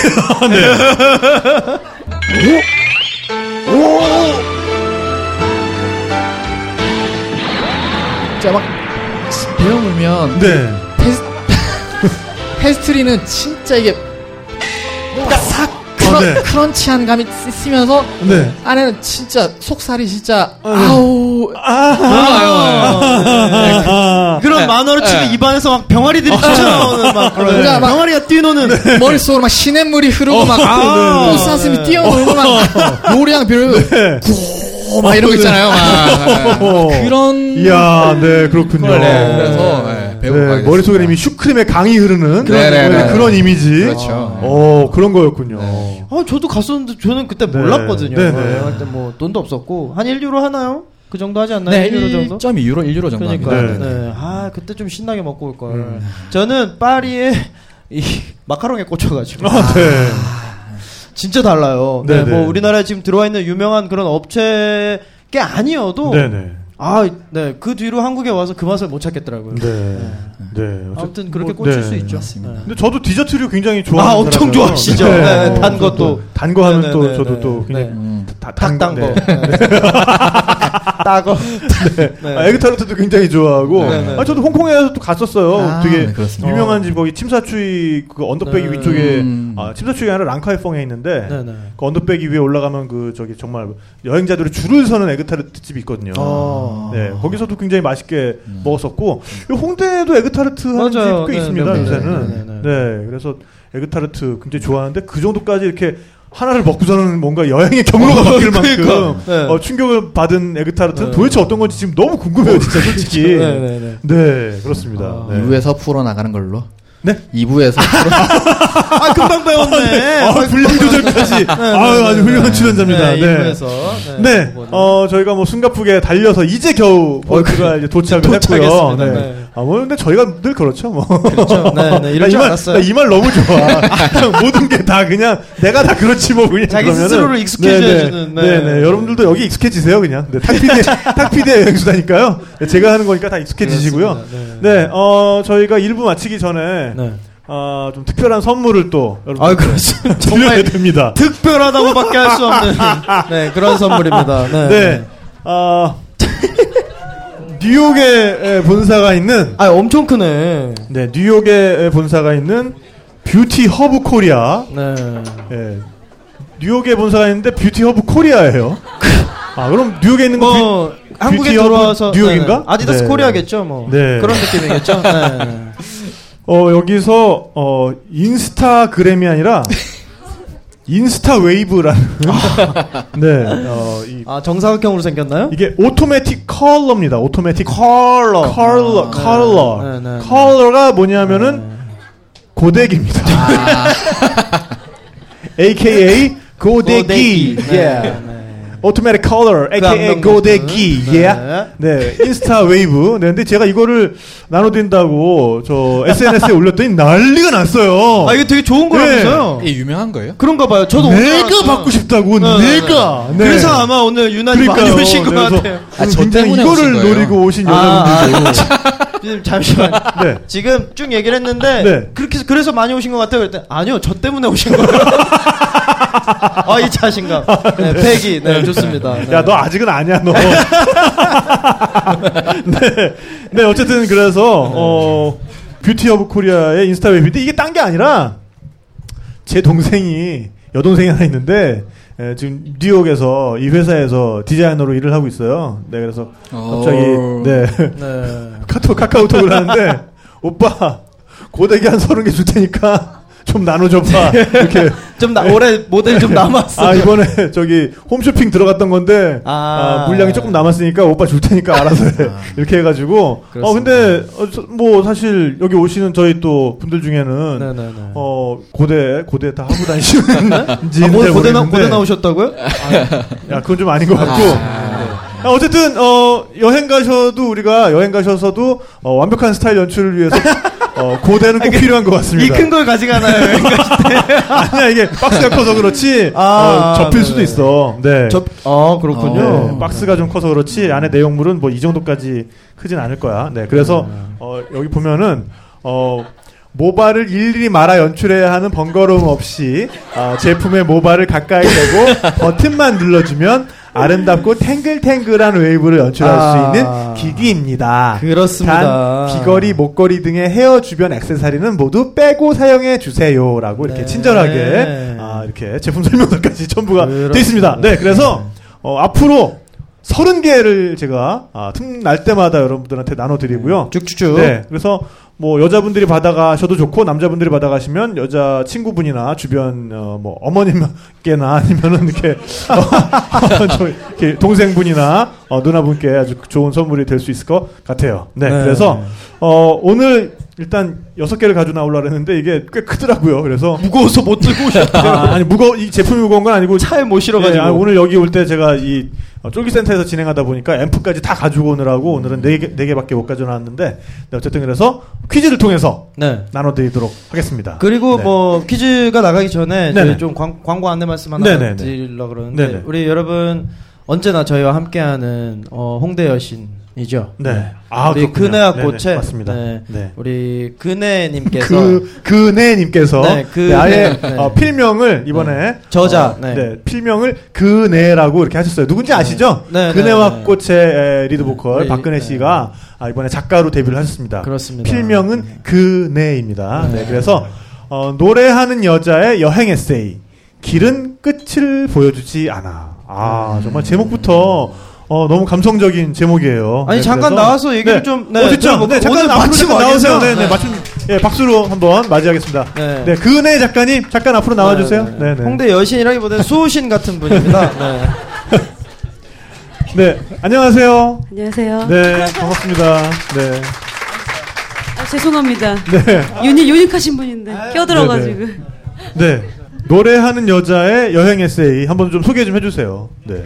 Speaker 5: 진짜 막 배워보면
Speaker 4: 네.
Speaker 5: 페스, 페스트리는 진짜 이게 뭔가 싹 크런,
Speaker 4: 어, 네.
Speaker 5: 크런치한 감이 쓰- 쓰면서
Speaker 4: 네.
Speaker 5: 안에는 진짜 속살이 진짜
Speaker 4: 어,
Speaker 5: 아우
Speaker 4: 아,
Speaker 3: 어, 네. 그런
Speaker 5: 네.
Speaker 3: 만화로 치면
Speaker 5: 네.
Speaker 3: 입안에서 막 병아리들이 튀어나오는 막
Speaker 4: 네.
Speaker 3: 그런 네.
Speaker 5: 그러니까 막-
Speaker 3: 병아리가 뛰노는
Speaker 5: 머릿속으로 막 시냇물이 흐르고 막
Speaker 4: 아,
Speaker 5: 꽃사슴이 뛰어놀고 막 요리랑 비를 구호 막 이런 거 있잖아요 막
Speaker 4: 어.
Speaker 5: 아, 그런
Speaker 4: 이야, 네, 그렇군요.
Speaker 5: 걸 네, 그래서 네, 배우고
Speaker 4: 네,
Speaker 5: 가겠습니다.
Speaker 4: 머릿속에 이미 슈크림의 강이 흐르는
Speaker 5: 네, 네, 네.
Speaker 4: 그런 이미지.
Speaker 5: 그렇죠.
Speaker 4: 어, 그런 거였군요.
Speaker 3: 아 저도 갔었는데 저는 그때
Speaker 4: 네.
Speaker 3: 몰랐거든요 네.
Speaker 4: 네, 네.
Speaker 3: 그때 뭐 돈도 없었고 한 1유로 하나요? 그 정도 하지 않나요?
Speaker 5: 네
Speaker 3: 1유로 정도?
Speaker 5: 1.2유로 1유로 정도
Speaker 3: 그러니까
Speaker 5: 합니다.
Speaker 3: 네. 아 그때 좀 신나게 먹고 올걸
Speaker 4: 음.
Speaker 3: 저는 파리에 이 마카롱에 꽂혀가지고
Speaker 4: 아, 네.
Speaker 3: 진짜 달라요 네,
Speaker 4: 네네.
Speaker 3: 뭐 우리나라에 지금 들어와 있는 유명한 그런 업체 게 아니어도
Speaker 4: 네네.
Speaker 3: 아네그 뒤로 한국에 와서 그 맛을 못 찾겠더라고요
Speaker 4: 네. 네. 어쨌든
Speaker 3: 아무튼 그렇게
Speaker 4: 뭐,
Speaker 3: 꽂힐
Speaker 4: 네.
Speaker 3: 수 있죠
Speaker 5: 맞습니다.
Speaker 4: 근데 저도 디저트류 굉장히 좋아하는
Speaker 3: 아 엄청
Speaker 4: 사람이라서.
Speaker 3: 좋아하시죠
Speaker 4: 네.
Speaker 3: 네,
Speaker 4: 어,
Speaker 3: 단 것도
Speaker 4: 단거 하면
Speaker 3: 네,
Speaker 4: 또
Speaker 3: 네,
Speaker 4: 저도
Speaker 3: 네,
Speaker 4: 또
Speaker 3: 네.
Speaker 4: 그냥
Speaker 5: 음.
Speaker 4: 다, 단-
Speaker 3: 닭단 거
Speaker 4: 네.
Speaker 3: 따거
Speaker 4: 아, 에그타르트도 굉장히 좋아하고
Speaker 3: 네, 네,
Speaker 4: 아, 저도 홍콩에서 또 갔었어요.
Speaker 5: 아,
Speaker 4: 되게
Speaker 5: 네, 그렇습니다.
Speaker 4: 유명한 집 거기 침사추이 그 언덕배기
Speaker 3: 네.
Speaker 4: 위쪽에
Speaker 5: 음.
Speaker 4: 아, 침사추이가 아니라 랑카이펑에 있는데
Speaker 3: 네, 네.
Speaker 4: 그 언덕배기 위에 올라가면 그 저기 정말 여행자들이 줄을 서는 에그타르트 집이 있거든요.
Speaker 3: 아.
Speaker 4: 네 거기서도 굉장히 맛있게
Speaker 5: 음.
Speaker 4: 먹었었고 이 홍대에도 에그타르트 하는 집
Speaker 3: 맞아요.
Speaker 4: 꽤
Speaker 3: 네,
Speaker 4: 있습니다
Speaker 3: 네,
Speaker 5: 네,
Speaker 4: 요새는.
Speaker 3: 네,
Speaker 4: 네, 그래서 에그타르트 굉장히 좋아하는데 그 정도까지 이렇게 하나를 먹고서는 뭔가 여행의 경로가 바뀔 만큼
Speaker 3: 네.
Speaker 4: 어, 충격을 받은 에그타르트는 도대체 어떤 건지 지금 너무 궁금해요, 진짜 솔직히.
Speaker 3: 네, 네, 아. 네.
Speaker 4: 네, 그렇습니다. 네.
Speaker 5: 2부에서 풀어 나가는 걸로.
Speaker 4: 네?
Speaker 5: 2부에서
Speaker 3: 아 금방 배웠네.
Speaker 4: 아, 분량 조절까지. 아, 아주 훌륭한 출연자입니다.
Speaker 3: 네,
Speaker 4: 네.
Speaker 3: 일부에서.
Speaker 4: 네,
Speaker 3: 그거는. 어, 그
Speaker 4: 어, 저희가 뭐 숨가쁘게 달려서 이제 겨우 볼트가 이제 도착을 했고요.
Speaker 3: 도착했습니다.
Speaker 4: 네.
Speaker 3: 네.
Speaker 4: 아, 뭐, 근데 저희가 늘 그렇죠, 뭐.
Speaker 3: 그렇죠. 네, 네, 이럴 줄 알았어요.
Speaker 4: 이 말 너무 좋아. 그냥 모든 게 다 그냥 내가 다 그렇지 뭐 그냥.
Speaker 3: 자기
Speaker 4: 그러면은.
Speaker 3: 스스로를 익숙해져야
Speaker 4: 네,
Speaker 3: 되는,
Speaker 4: 네.
Speaker 3: 네.
Speaker 4: 네, 네. 여러분들도 여기 익숙해지세요, 그냥. 네, 탁피디의, 탁피디의 여행수다니까요. 네, 제가 하는 거니까 다 익숙해지시고요.
Speaker 3: 그렇습니다.
Speaker 4: 네, 어, 저희가 일부 마치기 전에,
Speaker 3: 네.
Speaker 4: 아, 좀 특별한 선물을 또, 여러분.
Speaker 3: 아 그렇죠.
Speaker 4: 드려야
Speaker 3: 정말
Speaker 4: 됩니다.
Speaker 3: 특별하다고밖에 할 수 없는 네 그런 선물입니다. 네.
Speaker 4: 네. 아 뉴욕에 에, 본사가 있는
Speaker 3: 아 엄청 크네.
Speaker 4: 네 뉴욕에 에, 본사가 있는 뷰티 허브 코리아.
Speaker 3: 네.
Speaker 4: 예. 뉴욕에 본사가 있는데 뷰티 허브 코리아예요. 아 그럼 뉴욕에 있는 거
Speaker 3: 뭐 한국에
Speaker 4: 뷰티 허브
Speaker 3: 들어와서
Speaker 4: 뉴욕인가?
Speaker 3: 네, 네. 아디다스
Speaker 4: 네.
Speaker 3: 코리아겠죠. 뭐
Speaker 4: 네.
Speaker 3: 그런 느낌이겠죠. 네.
Speaker 4: 뷰- 어 여기서 어 인스타그램이 아니라 인스타 웨이브라는 네. 어, 이,
Speaker 3: 아 정사각형으로 생겼나요?
Speaker 4: 이게 오토매틱 컬러입니다. 오토매틱
Speaker 3: 컬러.
Speaker 4: 컬러, 컬러.
Speaker 3: 네, 네, 네.
Speaker 4: 컬러가 뭐냐면은 고데기입니다.
Speaker 3: 아.
Speaker 4: AKA 고데기.
Speaker 3: 뭐,
Speaker 4: 예.
Speaker 3: 네. 그 네.
Speaker 4: 오토매틱 컬러, AKA
Speaker 3: 감동
Speaker 4: 고데기.
Speaker 3: 같은.
Speaker 4: 예. 네. 인스타 웨이브. 네, 근데 제가 이거를 나눠드린다고 저 SNS에 올렸더니 난리가 났어요. 네.
Speaker 3: 아 이게 되게 좋은 거라면서요?
Speaker 5: 이게 유명한 거예요?
Speaker 3: 그런가 봐요. 저도 오늘
Speaker 4: 내가
Speaker 3: 알았어요.
Speaker 4: 받고 싶다고.
Speaker 3: 네, 네,
Speaker 4: 내가. 네.
Speaker 3: 그래서 아마 오늘 유난히
Speaker 4: 그러니까요.
Speaker 3: 많이 오신 것
Speaker 4: 그래서
Speaker 3: 같아요.
Speaker 5: 아, 저
Speaker 4: 굉장히
Speaker 5: 때문에
Speaker 4: 음, 이거를
Speaker 5: 오신 거예요?
Speaker 4: 노리고 오신 여자분들도.
Speaker 3: 아, 아, 지금 잠시만.
Speaker 4: 네.
Speaker 3: 지금 쭉 얘기를 했는데
Speaker 4: 네.
Speaker 3: 그렇게 해서- 그래서 많이 오신 것 같아요. 그랬더니 아니요, 저 때문에 오신 거예요. 아, 이 자신감. 네, 패기. 네, 좋습니다. 네.
Speaker 4: 야, 너 아직은 아니야, 너. 네. 네, 어쨌든 그래서, 어, 뷰티 오브 코리아의 인스타 웹인데 이게 딴 게 아니라, 제 동생이, 여동생이 하나 있는데, 예, 지금 뉴욕에서 이 회사에서 디자이너로 일을 하고 있어요. 네, 그래서 갑자기,
Speaker 5: 오.
Speaker 4: 네.
Speaker 3: 네.
Speaker 4: 카톡, 카카오톡을 하는데, 오빠, 고데기 한 서른 개 줄 테니까 좀 나눠줘봐. 이렇게.
Speaker 3: 좀 나, 올해 모델 좀 남았어.
Speaker 4: 아 이번에 저기 홈쇼핑 들어갔던 건데
Speaker 3: 아.
Speaker 4: 아, 물량이 조금 남았으니까 오빠 줄 테니까 알아서 해 이렇게 해가지고 어 근데 어, 저- 뭐 사실 여기 오시는 저희 또 분들 중에는
Speaker 3: 네네네.
Speaker 4: 어 고대 고대 다 하고 다니시는지
Speaker 3: 아, 모, 고대, 나, 고대 네, 나오셨다고요?
Speaker 4: 야 그건 좀 아닌 것 같고 아, 어쨌든 어 여행 가셔도 우리가 여행 가셔서도 어, 완벽한 스타일 연출을 위해서 어, 고대는 꼭 필요한 것
Speaker 3: 아, 이
Speaker 4: 같습니다.
Speaker 3: 큰 걸 가져가나요? 그러니까
Speaker 4: 아니야 이게 박스가 커서 그렇지
Speaker 3: 아,
Speaker 4: 어, 접힐
Speaker 3: 네네.
Speaker 4: 수도 있어. 네.
Speaker 3: 접, 아, 그렇군요.
Speaker 5: 어.
Speaker 4: 네, 박스가 좀 커서 그렇지 안에 내용물은 뭐 이 정도까지 크진 않을 거야. 네, 그래서 어, 여기 보면은 어, 모발을 일일이 말아 연출해야 하는 번거로움 없이 아, 제품의 모발을 가까이 대고 버튼만 눌러주면 아름답고 탱글탱글한 웨이브를 연출할
Speaker 3: 아.
Speaker 4: 수 있는 기기입니다.
Speaker 3: 그렇습니다.
Speaker 4: 단 귀걸이, 목걸이 등의 헤어 주변 액세서리는 모두 빼고 사용해 주세요라고 이렇게
Speaker 3: 네.
Speaker 4: 친절하게 아, 이렇게 제품 설명서까지 첨부가 되어 있습니다.
Speaker 3: 그렇습니다.
Speaker 4: 네, 그래서 어, 앞으로 30개를 제가 아, 틈날 때마다 여러분들한테 나눠드리고요.
Speaker 3: 쭉쭉쭉.
Speaker 4: 네, 그래서 뭐 여자분들이 받아가셔도 좋고 남자분들이 받아가시면 여자 친구분이나 주변 어, 뭐 어머님께나 아니면은 이렇게, 어, 저 이렇게 동생분이나 어, 누나분께 아주 좋은 선물이 될 수 있을 것 같아요. 네,
Speaker 3: 네.
Speaker 4: 그래서 어, 오늘 일단 여섯 개를 가져 나오려 했는데 이게 꽤 크더라고요. 그래서
Speaker 3: 무거워서 못 들고 오셨대요.
Speaker 4: 아, 니 무거 이 제품이 무거운 건 아니고
Speaker 3: 차에 못 실어가지고.
Speaker 4: 예, 아, 오늘 여기 올 때 제가 이 어, 쫄기센터에서 진행하다 보니까 앰프까지 다 가지고 오느라고 오늘은 네 개 네 개밖에 못 가져놨는데 네, 어쨌든 그래서 퀴즈를 통해서
Speaker 3: 네.
Speaker 4: 나눠드리도록 하겠습니다.
Speaker 3: 그리고
Speaker 4: 네.
Speaker 3: 뭐 퀴즈가 나가기 전에 저희
Speaker 4: 네네.
Speaker 3: 좀 광, 광고 안내 말씀 하나
Speaker 4: 네네네.
Speaker 3: 드리려고 그러는데
Speaker 4: 네네.
Speaker 3: 우리 여러분 언제나 저희와 함께하는 어, 홍대 여신이죠.
Speaker 4: 네. 아,
Speaker 3: 우리
Speaker 4: 그렇군요.
Speaker 3: 근혜와
Speaker 4: 네네,
Speaker 3: 꽃에
Speaker 4: 맞습니다.
Speaker 3: 네.
Speaker 4: 네.
Speaker 3: 우리 근혜님께서
Speaker 4: 그 그네님께서
Speaker 3: 네, 그네.
Speaker 4: 아예
Speaker 3: 네.
Speaker 4: 어, 필명을 이번에
Speaker 3: 네. 저자,
Speaker 4: 어, 네.
Speaker 3: 네.
Speaker 4: 필명을 그네라고 이렇게 하셨어요. 누군지 아시죠?
Speaker 3: 네, 네, 네.
Speaker 4: 그네와 꽃의 에, 리드 보컬
Speaker 3: 우리,
Speaker 4: 박근혜
Speaker 3: 네.
Speaker 4: 씨가 아, 이번에 작가로 데뷔를 하셨습니다.
Speaker 3: 그렇습니다.
Speaker 4: 필명은
Speaker 3: 네.
Speaker 4: 그네입니다. 네.
Speaker 3: 네.
Speaker 4: 그래서 어, 노래하는 여자의 여행 에세이 길은 끝을 보여주지 않아.
Speaker 3: 음.
Speaker 4: 아 정말 제목부터. 어, 너무 감성적인 제목이에요.
Speaker 3: 아니, 잠깐 나와서 얘기를
Speaker 4: 네.
Speaker 3: 좀- 네,
Speaker 4: 어, 됐죠?
Speaker 3: 들어볼까요?
Speaker 4: 네, 잠깐
Speaker 3: 오늘
Speaker 4: 앞으로
Speaker 3: 마치고
Speaker 4: 잠깐 나오세요.
Speaker 3: 가겠습니다.
Speaker 4: 네, 네,
Speaker 3: 네.
Speaker 4: 맞춤 예, 박수로 한번 맞이하겠습니다.
Speaker 3: 네.
Speaker 4: 네, 그은혜 작가님 잠깐 앞으로 나와주세요.
Speaker 3: 네,
Speaker 4: 네, 네.
Speaker 3: 홍대 여신이라기보다는 수호신 같은 분입니다. 네.
Speaker 4: 네, 안녕하세요.
Speaker 3: 아,
Speaker 6: 안녕하세요.
Speaker 4: 네, 반갑습니다. 네,
Speaker 6: 아, 죄송합니다.
Speaker 4: 네, 아,
Speaker 6: 유니, 유니크하신 분인데 껴들어가지고.
Speaker 4: 네. 노래하는 여자의 여행 에세이 한번 좀 소개 좀 해주세요. 네,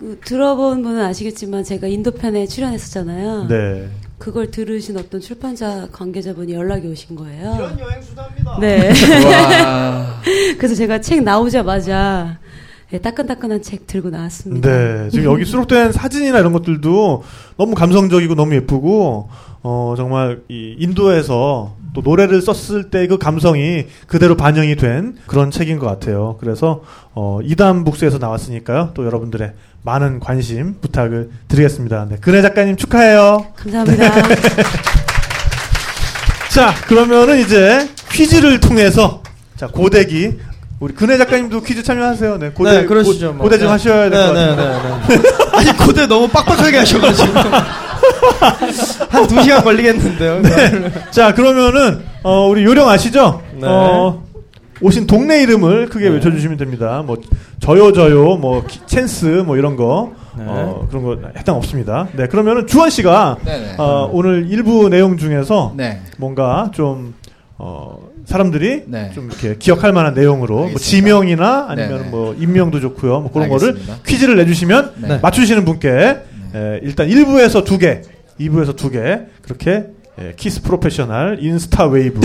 Speaker 6: 그, 들어본 분은 아시겠지만 제가 인도편에 출연했었잖아요.
Speaker 4: 네.
Speaker 6: 그걸 들으신 어떤 출판사 관계자분이 연락이 오신 거예요.
Speaker 3: 여행 수다입니다.
Speaker 6: 네.
Speaker 5: 와.
Speaker 6: 그래서 제가 책 나오자마자 예, 따끈따끈한 책 들고 나왔습니다.
Speaker 4: 네, 지금 여기 수록된 사진이나 이런 것들도 너무 감성적이고 너무 예쁘고 어 정말 이 인도에서 또 노래를 썼을 때 그 감성이 그대로 반영이 된 그런 책인 것 같아요. 그래서 어 이단 북스에서 나왔으니까요. 또 여러분들의 많은 관심 부탁을 드리겠습니다. 네, 근혜 작가님 축하해요.
Speaker 6: 감사합니다.
Speaker 4: 자, 그러면은 이제 퀴즈를 통해서 자 고데기 우리 근혜 작가님도 퀴즈 참여하세요. 네, 고데
Speaker 3: 네, 그러시죠. 뭐.
Speaker 4: 고대 좀
Speaker 3: 네.
Speaker 4: 하셔야 될 것
Speaker 3: 네,
Speaker 4: 같아요.
Speaker 3: 네, 네, 네. 아니, 고대 너무 빡빡하게 하셔가지고. 한 두 시간 걸리겠는데요.
Speaker 4: 네. 자 그러면은 어, 우리 요령 아시죠?
Speaker 3: 네.
Speaker 4: 어, 오신 동네 이름을 크게 외쳐주시면 됩니다. 뭐 저요 저요 뭐 키- 챈스 뭐 이런 거
Speaker 3: 네.
Speaker 4: 어, 그런 거 해당 없습니다. 네 그러면은 주한 씨가
Speaker 5: 네네.
Speaker 4: 어, 오늘 일부 내용 중에서
Speaker 5: 네.
Speaker 4: 뭔가 좀 어, 사람들이
Speaker 5: 네.
Speaker 4: 좀 이렇게 기억할 만한 내용으로 뭐
Speaker 5: 알겠습니다.
Speaker 4: 지명이나 아니면
Speaker 5: 네네.
Speaker 4: 뭐 인명도 좋고요. 뭐 그런 거를
Speaker 5: 알겠습니다.
Speaker 4: 퀴즈를 내주시면
Speaker 5: 네.
Speaker 4: 맞추시는 분께 에, 일단 1부에서 2개, 2부에서 2개 그렇게 에, 키스 프로페셔널 인스타 웨이브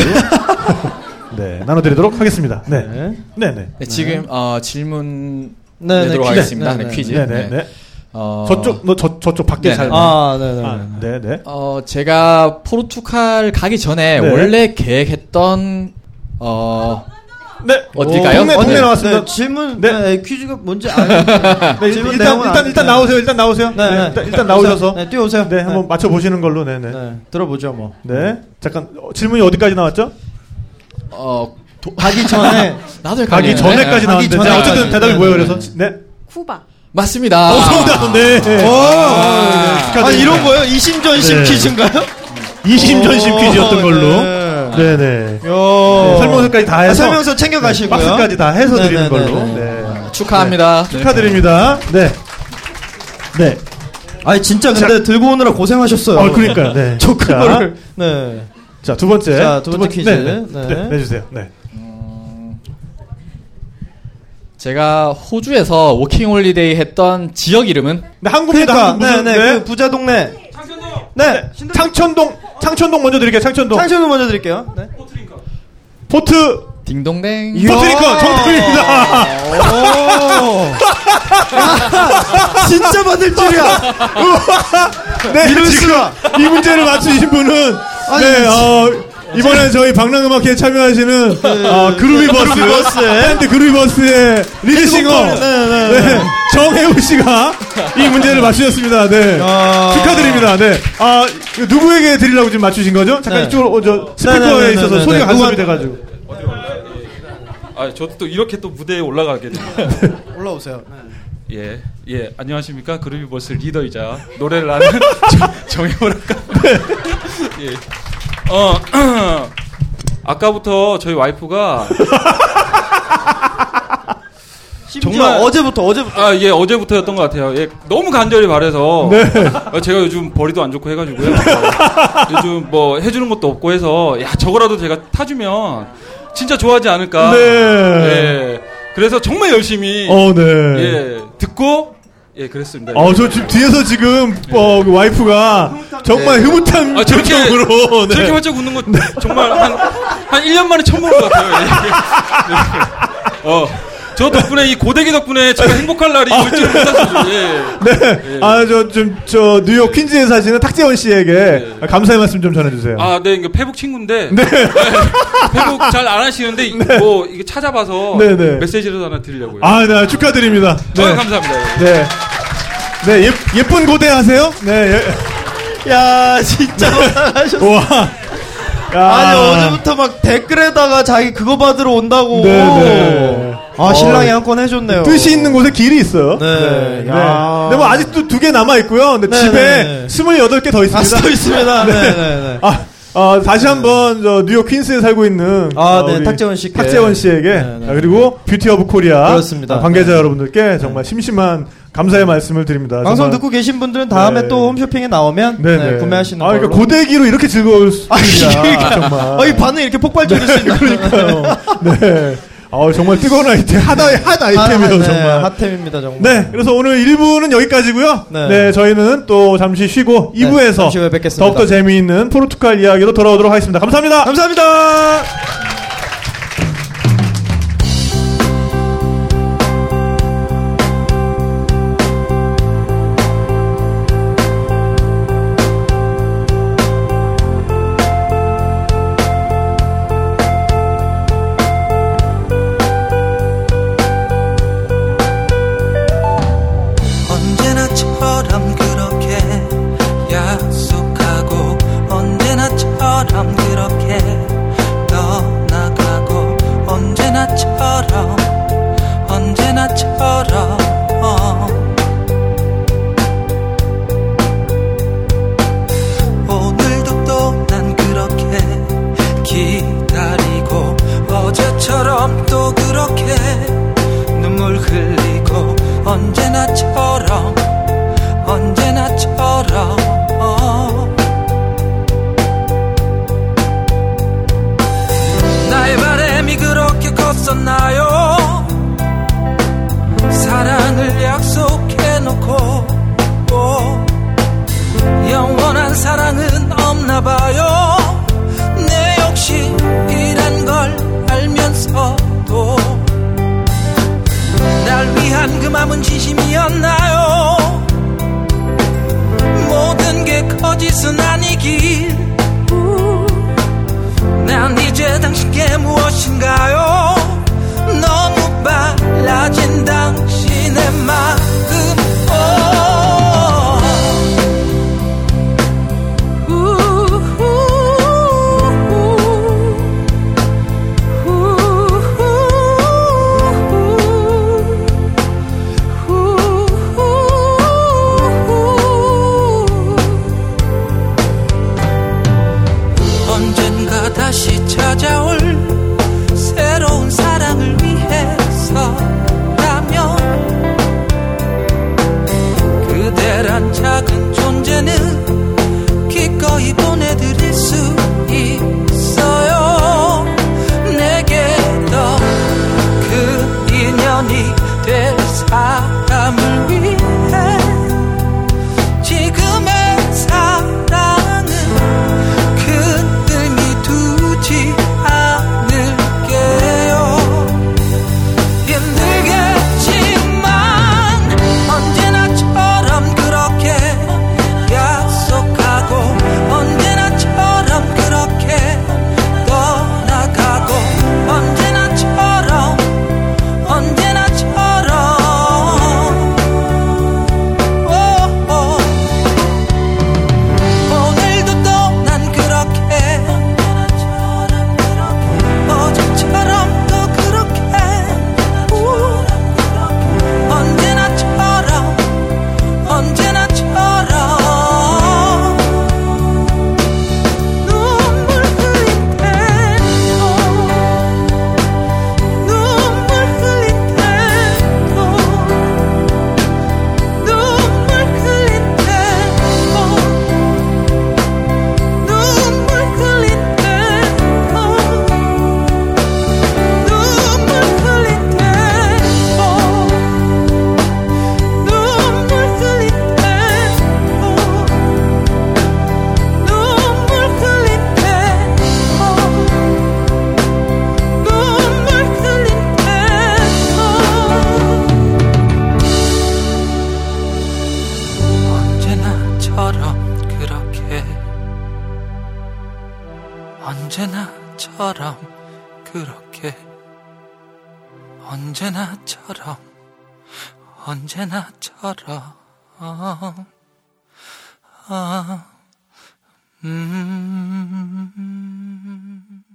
Speaker 4: 네, 나눠드리도록 하겠습니다. 네,
Speaker 3: 네.
Speaker 4: 네, 네,
Speaker 5: 네, 지금 어, 질문
Speaker 3: 네, 네,
Speaker 5: 내도록
Speaker 3: 퀴즈.
Speaker 5: 하겠습니다.
Speaker 3: 네,
Speaker 5: 네,
Speaker 3: 네.
Speaker 5: 퀴즈.
Speaker 4: 네, 네, 네.
Speaker 5: 어,
Speaker 4: 저쪽 너 저 저쪽 밖에
Speaker 5: 네네.
Speaker 4: 잘. 아,
Speaker 3: 아, 네, 네.
Speaker 4: 아, 네, 네.
Speaker 5: 어, 제가 포르투갈 가기 전에
Speaker 4: 네.
Speaker 5: 원래 계획했던 어,
Speaker 4: 네,
Speaker 5: 어딜까요?
Speaker 4: 동네 동네
Speaker 5: 어디?
Speaker 4: 나왔습니다.
Speaker 3: 네, 질문,
Speaker 4: 네.
Speaker 3: 네. 퀴즈가 뭔지 아는데.
Speaker 4: 네, 일단 일단, 일단, 일단 나오세요. 일단 나오세요. 네, 일단, 일단 나오셔서
Speaker 3: 네, 뛰어오세요.
Speaker 4: 네, 한번 맞춰 보시는 걸로. 네,
Speaker 3: 네.
Speaker 4: 네.
Speaker 3: 네, 들어보죠, 뭐.
Speaker 4: 네. 잠깐 어, 질문이 어디까지 나왔죠?
Speaker 5: 어, 도,
Speaker 3: 가기 전에.
Speaker 5: 나도
Speaker 4: 가기
Speaker 5: 헷갈리네.
Speaker 4: 전에까지
Speaker 5: 네, 가기
Speaker 4: 나왔는데 자,
Speaker 5: 전에까지.
Speaker 4: 어쨌든 대답이 뭐예요?
Speaker 5: 네,
Speaker 4: 그래서
Speaker 5: 네, 네.
Speaker 4: 네.
Speaker 6: 쿠바.
Speaker 5: 맞습니다.
Speaker 4: 정답. 네.
Speaker 5: 아,
Speaker 4: 네,
Speaker 3: 어. 아,
Speaker 4: 축하드립니다.
Speaker 3: 이런 거예요? 이심전심
Speaker 4: 네.
Speaker 3: 퀴즈인가요?
Speaker 4: 이심전심
Speaker 3: 오,
Speaker 4: 퀴즈였던 걸로.
Speaker 3: 네.
Speaker 4: 네, 네.
Speaker 3: 요.
Speaker 4: 네, 설명서까지 다 해서
Speaker 3: 아, 설명서 챙겨가시고요.
Speaker 4: 박스까지 다 해서
Speaker 3: 네,
Speaker 4: 드리는
Speaker 3: 네,
Speaker 4: 걸로.
Speaker 3: 네,
Speaker 4: 네.
Speaker 5: 아, 축하합니다.
Speaker 4: 축하드립니다. 네. 네.
Speaker 3: 아니, 진짜 근데 들고 오느라 고생하셨어요.
Speaker 4: 어, 그러니까요. 네.
Speaker 3: 저
Speaker 4: 자,
Speaker 3: 그거를. 네.
Speaker 4: 자, 두 번째.
Speaker 3: 자, 두 번째 퀴즈.
Speaker 4: 네. 네.
Speaker 3: 네.
Speaker 4: 네. 내 주세요. 네.
Speaker 5: 제가 호주에서 워킹 홀리데이 했던 지역 이름은
Speaker 4: 근데 한국
Speaker 3: 그러니까,
Speaker 4: 당
Speaker 3: 네,
Speaker 4: 무슨
Speaker 3: 네,
Speaker 4: 네.
Speaker 3: 그 부자 동네.
Speaker 4: 네. 창천동 창천동 먼저 드릴게요. 창천동.
Speaker 3: 상션을 먼저 드릴게요. 네.
Speaker 4: 포트
Speaker 5: 딩동댕.
Speaker 3: 이야.
Speaker 4: 포트리커 정답입니다. 아,
Speaker 3: 진짜 받을 줄이야.
Speaker 4: 네,
Speaker 3: 이럴
Speaker 4: 지금
Speaker 3: 수가.
Speaker 4: 이 문제를 맞추신 분은
Speaker 3: 아니,
Speaker 4: 네,
Speaker 3: 진짜.
Speaker 4: 어, 이번에 저희 방랑음악회에 참여하시는 어, 그루비버스 밴드 그루비버스의 리드싱어
Speaker 3: 네, 네, 네.
Speaker 4: 정혜우 씨가 이 문제를 맞추셨습니다. 네.
Speaker 3: 야.
Speaker 4: 축하드립니다. 네. 아, 이거 누구에게 드리려고 지금 맞추신 거죠? 잠깐
Speaker 3: 네.
Speaker 4: 이쪽으로 어, 저
Speaker 3: 네, 네,
Speaker 4: 스피커에
Speaker 3: 네,
Speaker 4: 있어서
Speaker 3: 네, 네, 네.
Speaker 4: 소리가
Speaker 3: 누가-
Speaker 4: 간섭이 돼 가지고.
Speaker 7: 아, 저도 또 이렇게 또 무대에 올라가게 됩니다.
Speaker 3: 올라오세요.
Speaker 7: 예, 예, 안녕하십니까. 그루비버스 리더이자 노래를 하는 정혜호랄까. 예. 어, 아까부터 저희 와이프가
Speaker 3: 정말
Speaker 7: 정말-
Speaker 3: 어제부터 어제부터
Speaker 7: 아, 예, 어제부터였던 것 같아요. 예, 너무 간절히 바래서
Speaker 4: 네.
Speaker 7: 어, 제가 요즘 벌이도 안 좋고 해가지고요. 어, 요즘 뭐 해주는 것도 없고 해서 야 저거라도 제가 타주면 진짜 좋아하지 않을까.
Speaker 4: 네.
Speaker 7: 예, 그래서 정말 열심히
Speaker 4: 어, 네.
Speaker 7: 예, 듣고 예, 그랬습니다.
Speaker 4: 어, 저 지금 뒤에서 지금 어, 그 와이프가 정말 흐뭇한
Speaker 7: 아, 저렇게-
Speaker 4: 표정으로
Speaker 7: 저렇게
Speaker 4: 네.
Speaker 7: 활짝 웃는 거 정말 한, 한 1년 만에 처음 보는 것 같아요. 예. 네. 어. 저 덕분에, 이 고데기 덕분에 제가 행복할 날이
Speaker 4: 아,
Speaker 7: 올 줄은 몰랐어요. 예.
Speaker 4: 네. 아, 저, 좀, 저, 뉴욕 퀸즈에 사시는 탁재원 씨에게 감사의 말씀 좀 전해주세요.
Speaker 7: 예, 아, 네, 이게 페북 친구인데. 네. 페북 잘 안 하시는데, 이- 뭐, 이게 찾아봐서
Speaker 4: 네, 네.
Speaker 7: 메시지라도 하나 드리려고요.
Speaker 4: 아, 네, 축하드립니다.
Speaker 7: 아,
Speaker 4: 네.
Speaker 7: 감사합니다. 예.
Speaker 4: 네. 네, 예, 예쁜 고대 하세요? 네,
Speaker 3: 야 아, 진짜
Speaker 4: 예.
Speaker 3: 고생하셨어.
Speaker 4: 우와. 야.
Speaker 3: 아니 어제부터 막 댓글에다가 자기 그거 받으러 온다고.
Speaker 4: 네네.
Speaker 3: 아 신랑이 한 건 네, 해줬네요.
Speaker 4: 뜻이 있는 곳에 길이 있어요.
Speaker 3: 네.
Speaker 4: 네.
Speaker 3: 야.
Speaker 4: 근데 뭐 아직도 두 개 남아 있고요. 근데
Speaker 3: 네, 네,
Speaker 4: 집에
Speaker 3: 네.
Speaker 4: 28개 더
Speaker 3: 아
Speaker 4: 있습니다.
Speaker 3: 써 있습니다. 네네네.
Speaker 4: 아, 어, 다시 한번 저 뉴욕 퀸스에 살고 있는
Speaker 3: 아,
Speaker 4: 어,
Speaker 3: 네,
Speaker 4: 우리
Speaker 3: 탁재원 씨께.
Speaker 4: 탁재원 씨에게
Speaker 3: 네, 네.
Speaker 4: 아, 그리고 뷰티 오브 코리아
Speaker 3: 그렇습니다. 네.
Speaker 4: 아, 관계자 여러분들께 정말 심심한 감사의 말씀을 드립니다.
Speaker 3: 방송
Speaker 4: 정말-
Speaker 3: 듣고 계신 분들은 다음에
Speaker 4: 네.
Speaker 3: 또 홈쇼핑에 나오면
Speaker 4: 네,
Speaker 3: 네,
Speaker 4: 네.
Speaker 3: 구매하시는
Speaker 4: 아,
Speaker 3: 걸로.
Speaker 4: 그러니까 고데기로 이렇게 즐거울 수 있냐 정말.
Speaker 3: 아, 이 반응 이렇게 폭발적일 수 있는
Speaker 4: 그러니까요. 네. 아, 정말 뜨거운 아이템, 핫아이 핫 아이템이에요
Speaker 3: 아, 네,
Speaker 4: 정말.
Speaker 3: 핫템입니다 정말.
Speaker 4: 네, 그래서 오늘 1부는 여기까지고요.
Speaker 3: 네.
Speaker 4: 네. 저희는 또 잠시 쉬고 2부에서
Speaker 3: 잠시 후에 뵙겠습니다.
Speaker 4: 더욱더 재미있는 포르투갈 이야기로 돌아오도록 하겠습니다. 감사합니다.
Speaker 3: 감사합니다.
Speaker 8: 언제나처럼 그렇게 약속하고 언제나처럼 그렇게 떠나가고 언제나처럼 언제나처럼 어. 오늘도 또 난 그렇게 기다리고 어제처럼 또 그렇게 눈물 흘리고 언제나처럼 언제나처럼 나의 바람이 그렇게 컸었나요 사랑을 약속해놓고 또 영원한 사랑은 없나 봐요. 내 욕심이란 걸 알면서도 날 위한 그 마음은 진심이었나요? 모든 게 거짓은 아니길. 난 이제 당신께 무엇인가요? 너무 빨라진 당신의 마음. 어. 오. 언젠가 다시 찾아올 새로운 사랑을 위해서라면 그대란 작은 존재는 기꺼이 보내드릴 수 있어요 내게 더 그 인연이 될 사람을 위해 지금의 사랑은 그들이 두지 않을게요 예, 힘들겠지만 언제나처럼 그렇게 약속하고 언제나처럼 그렇게 떠나가고 언제나처럼 언제나처럼 오오 오늘도 또 난 그렇게 어제처럼 또 그렇게 언제나처럼 언제나처럼 눈물 흘릴 때도 눈물 흘릴 때도 눈물 흘릴 때도 눈물 흘릴 때도 눈물 흘릴 때도 눈물 흘릴 때도 눈물 흘릴 때도 눈물 흘릴 때도 언제나처럼 그렇게 언제나처럼 그렇게 언제나처럼 언제나처럼 아, 음.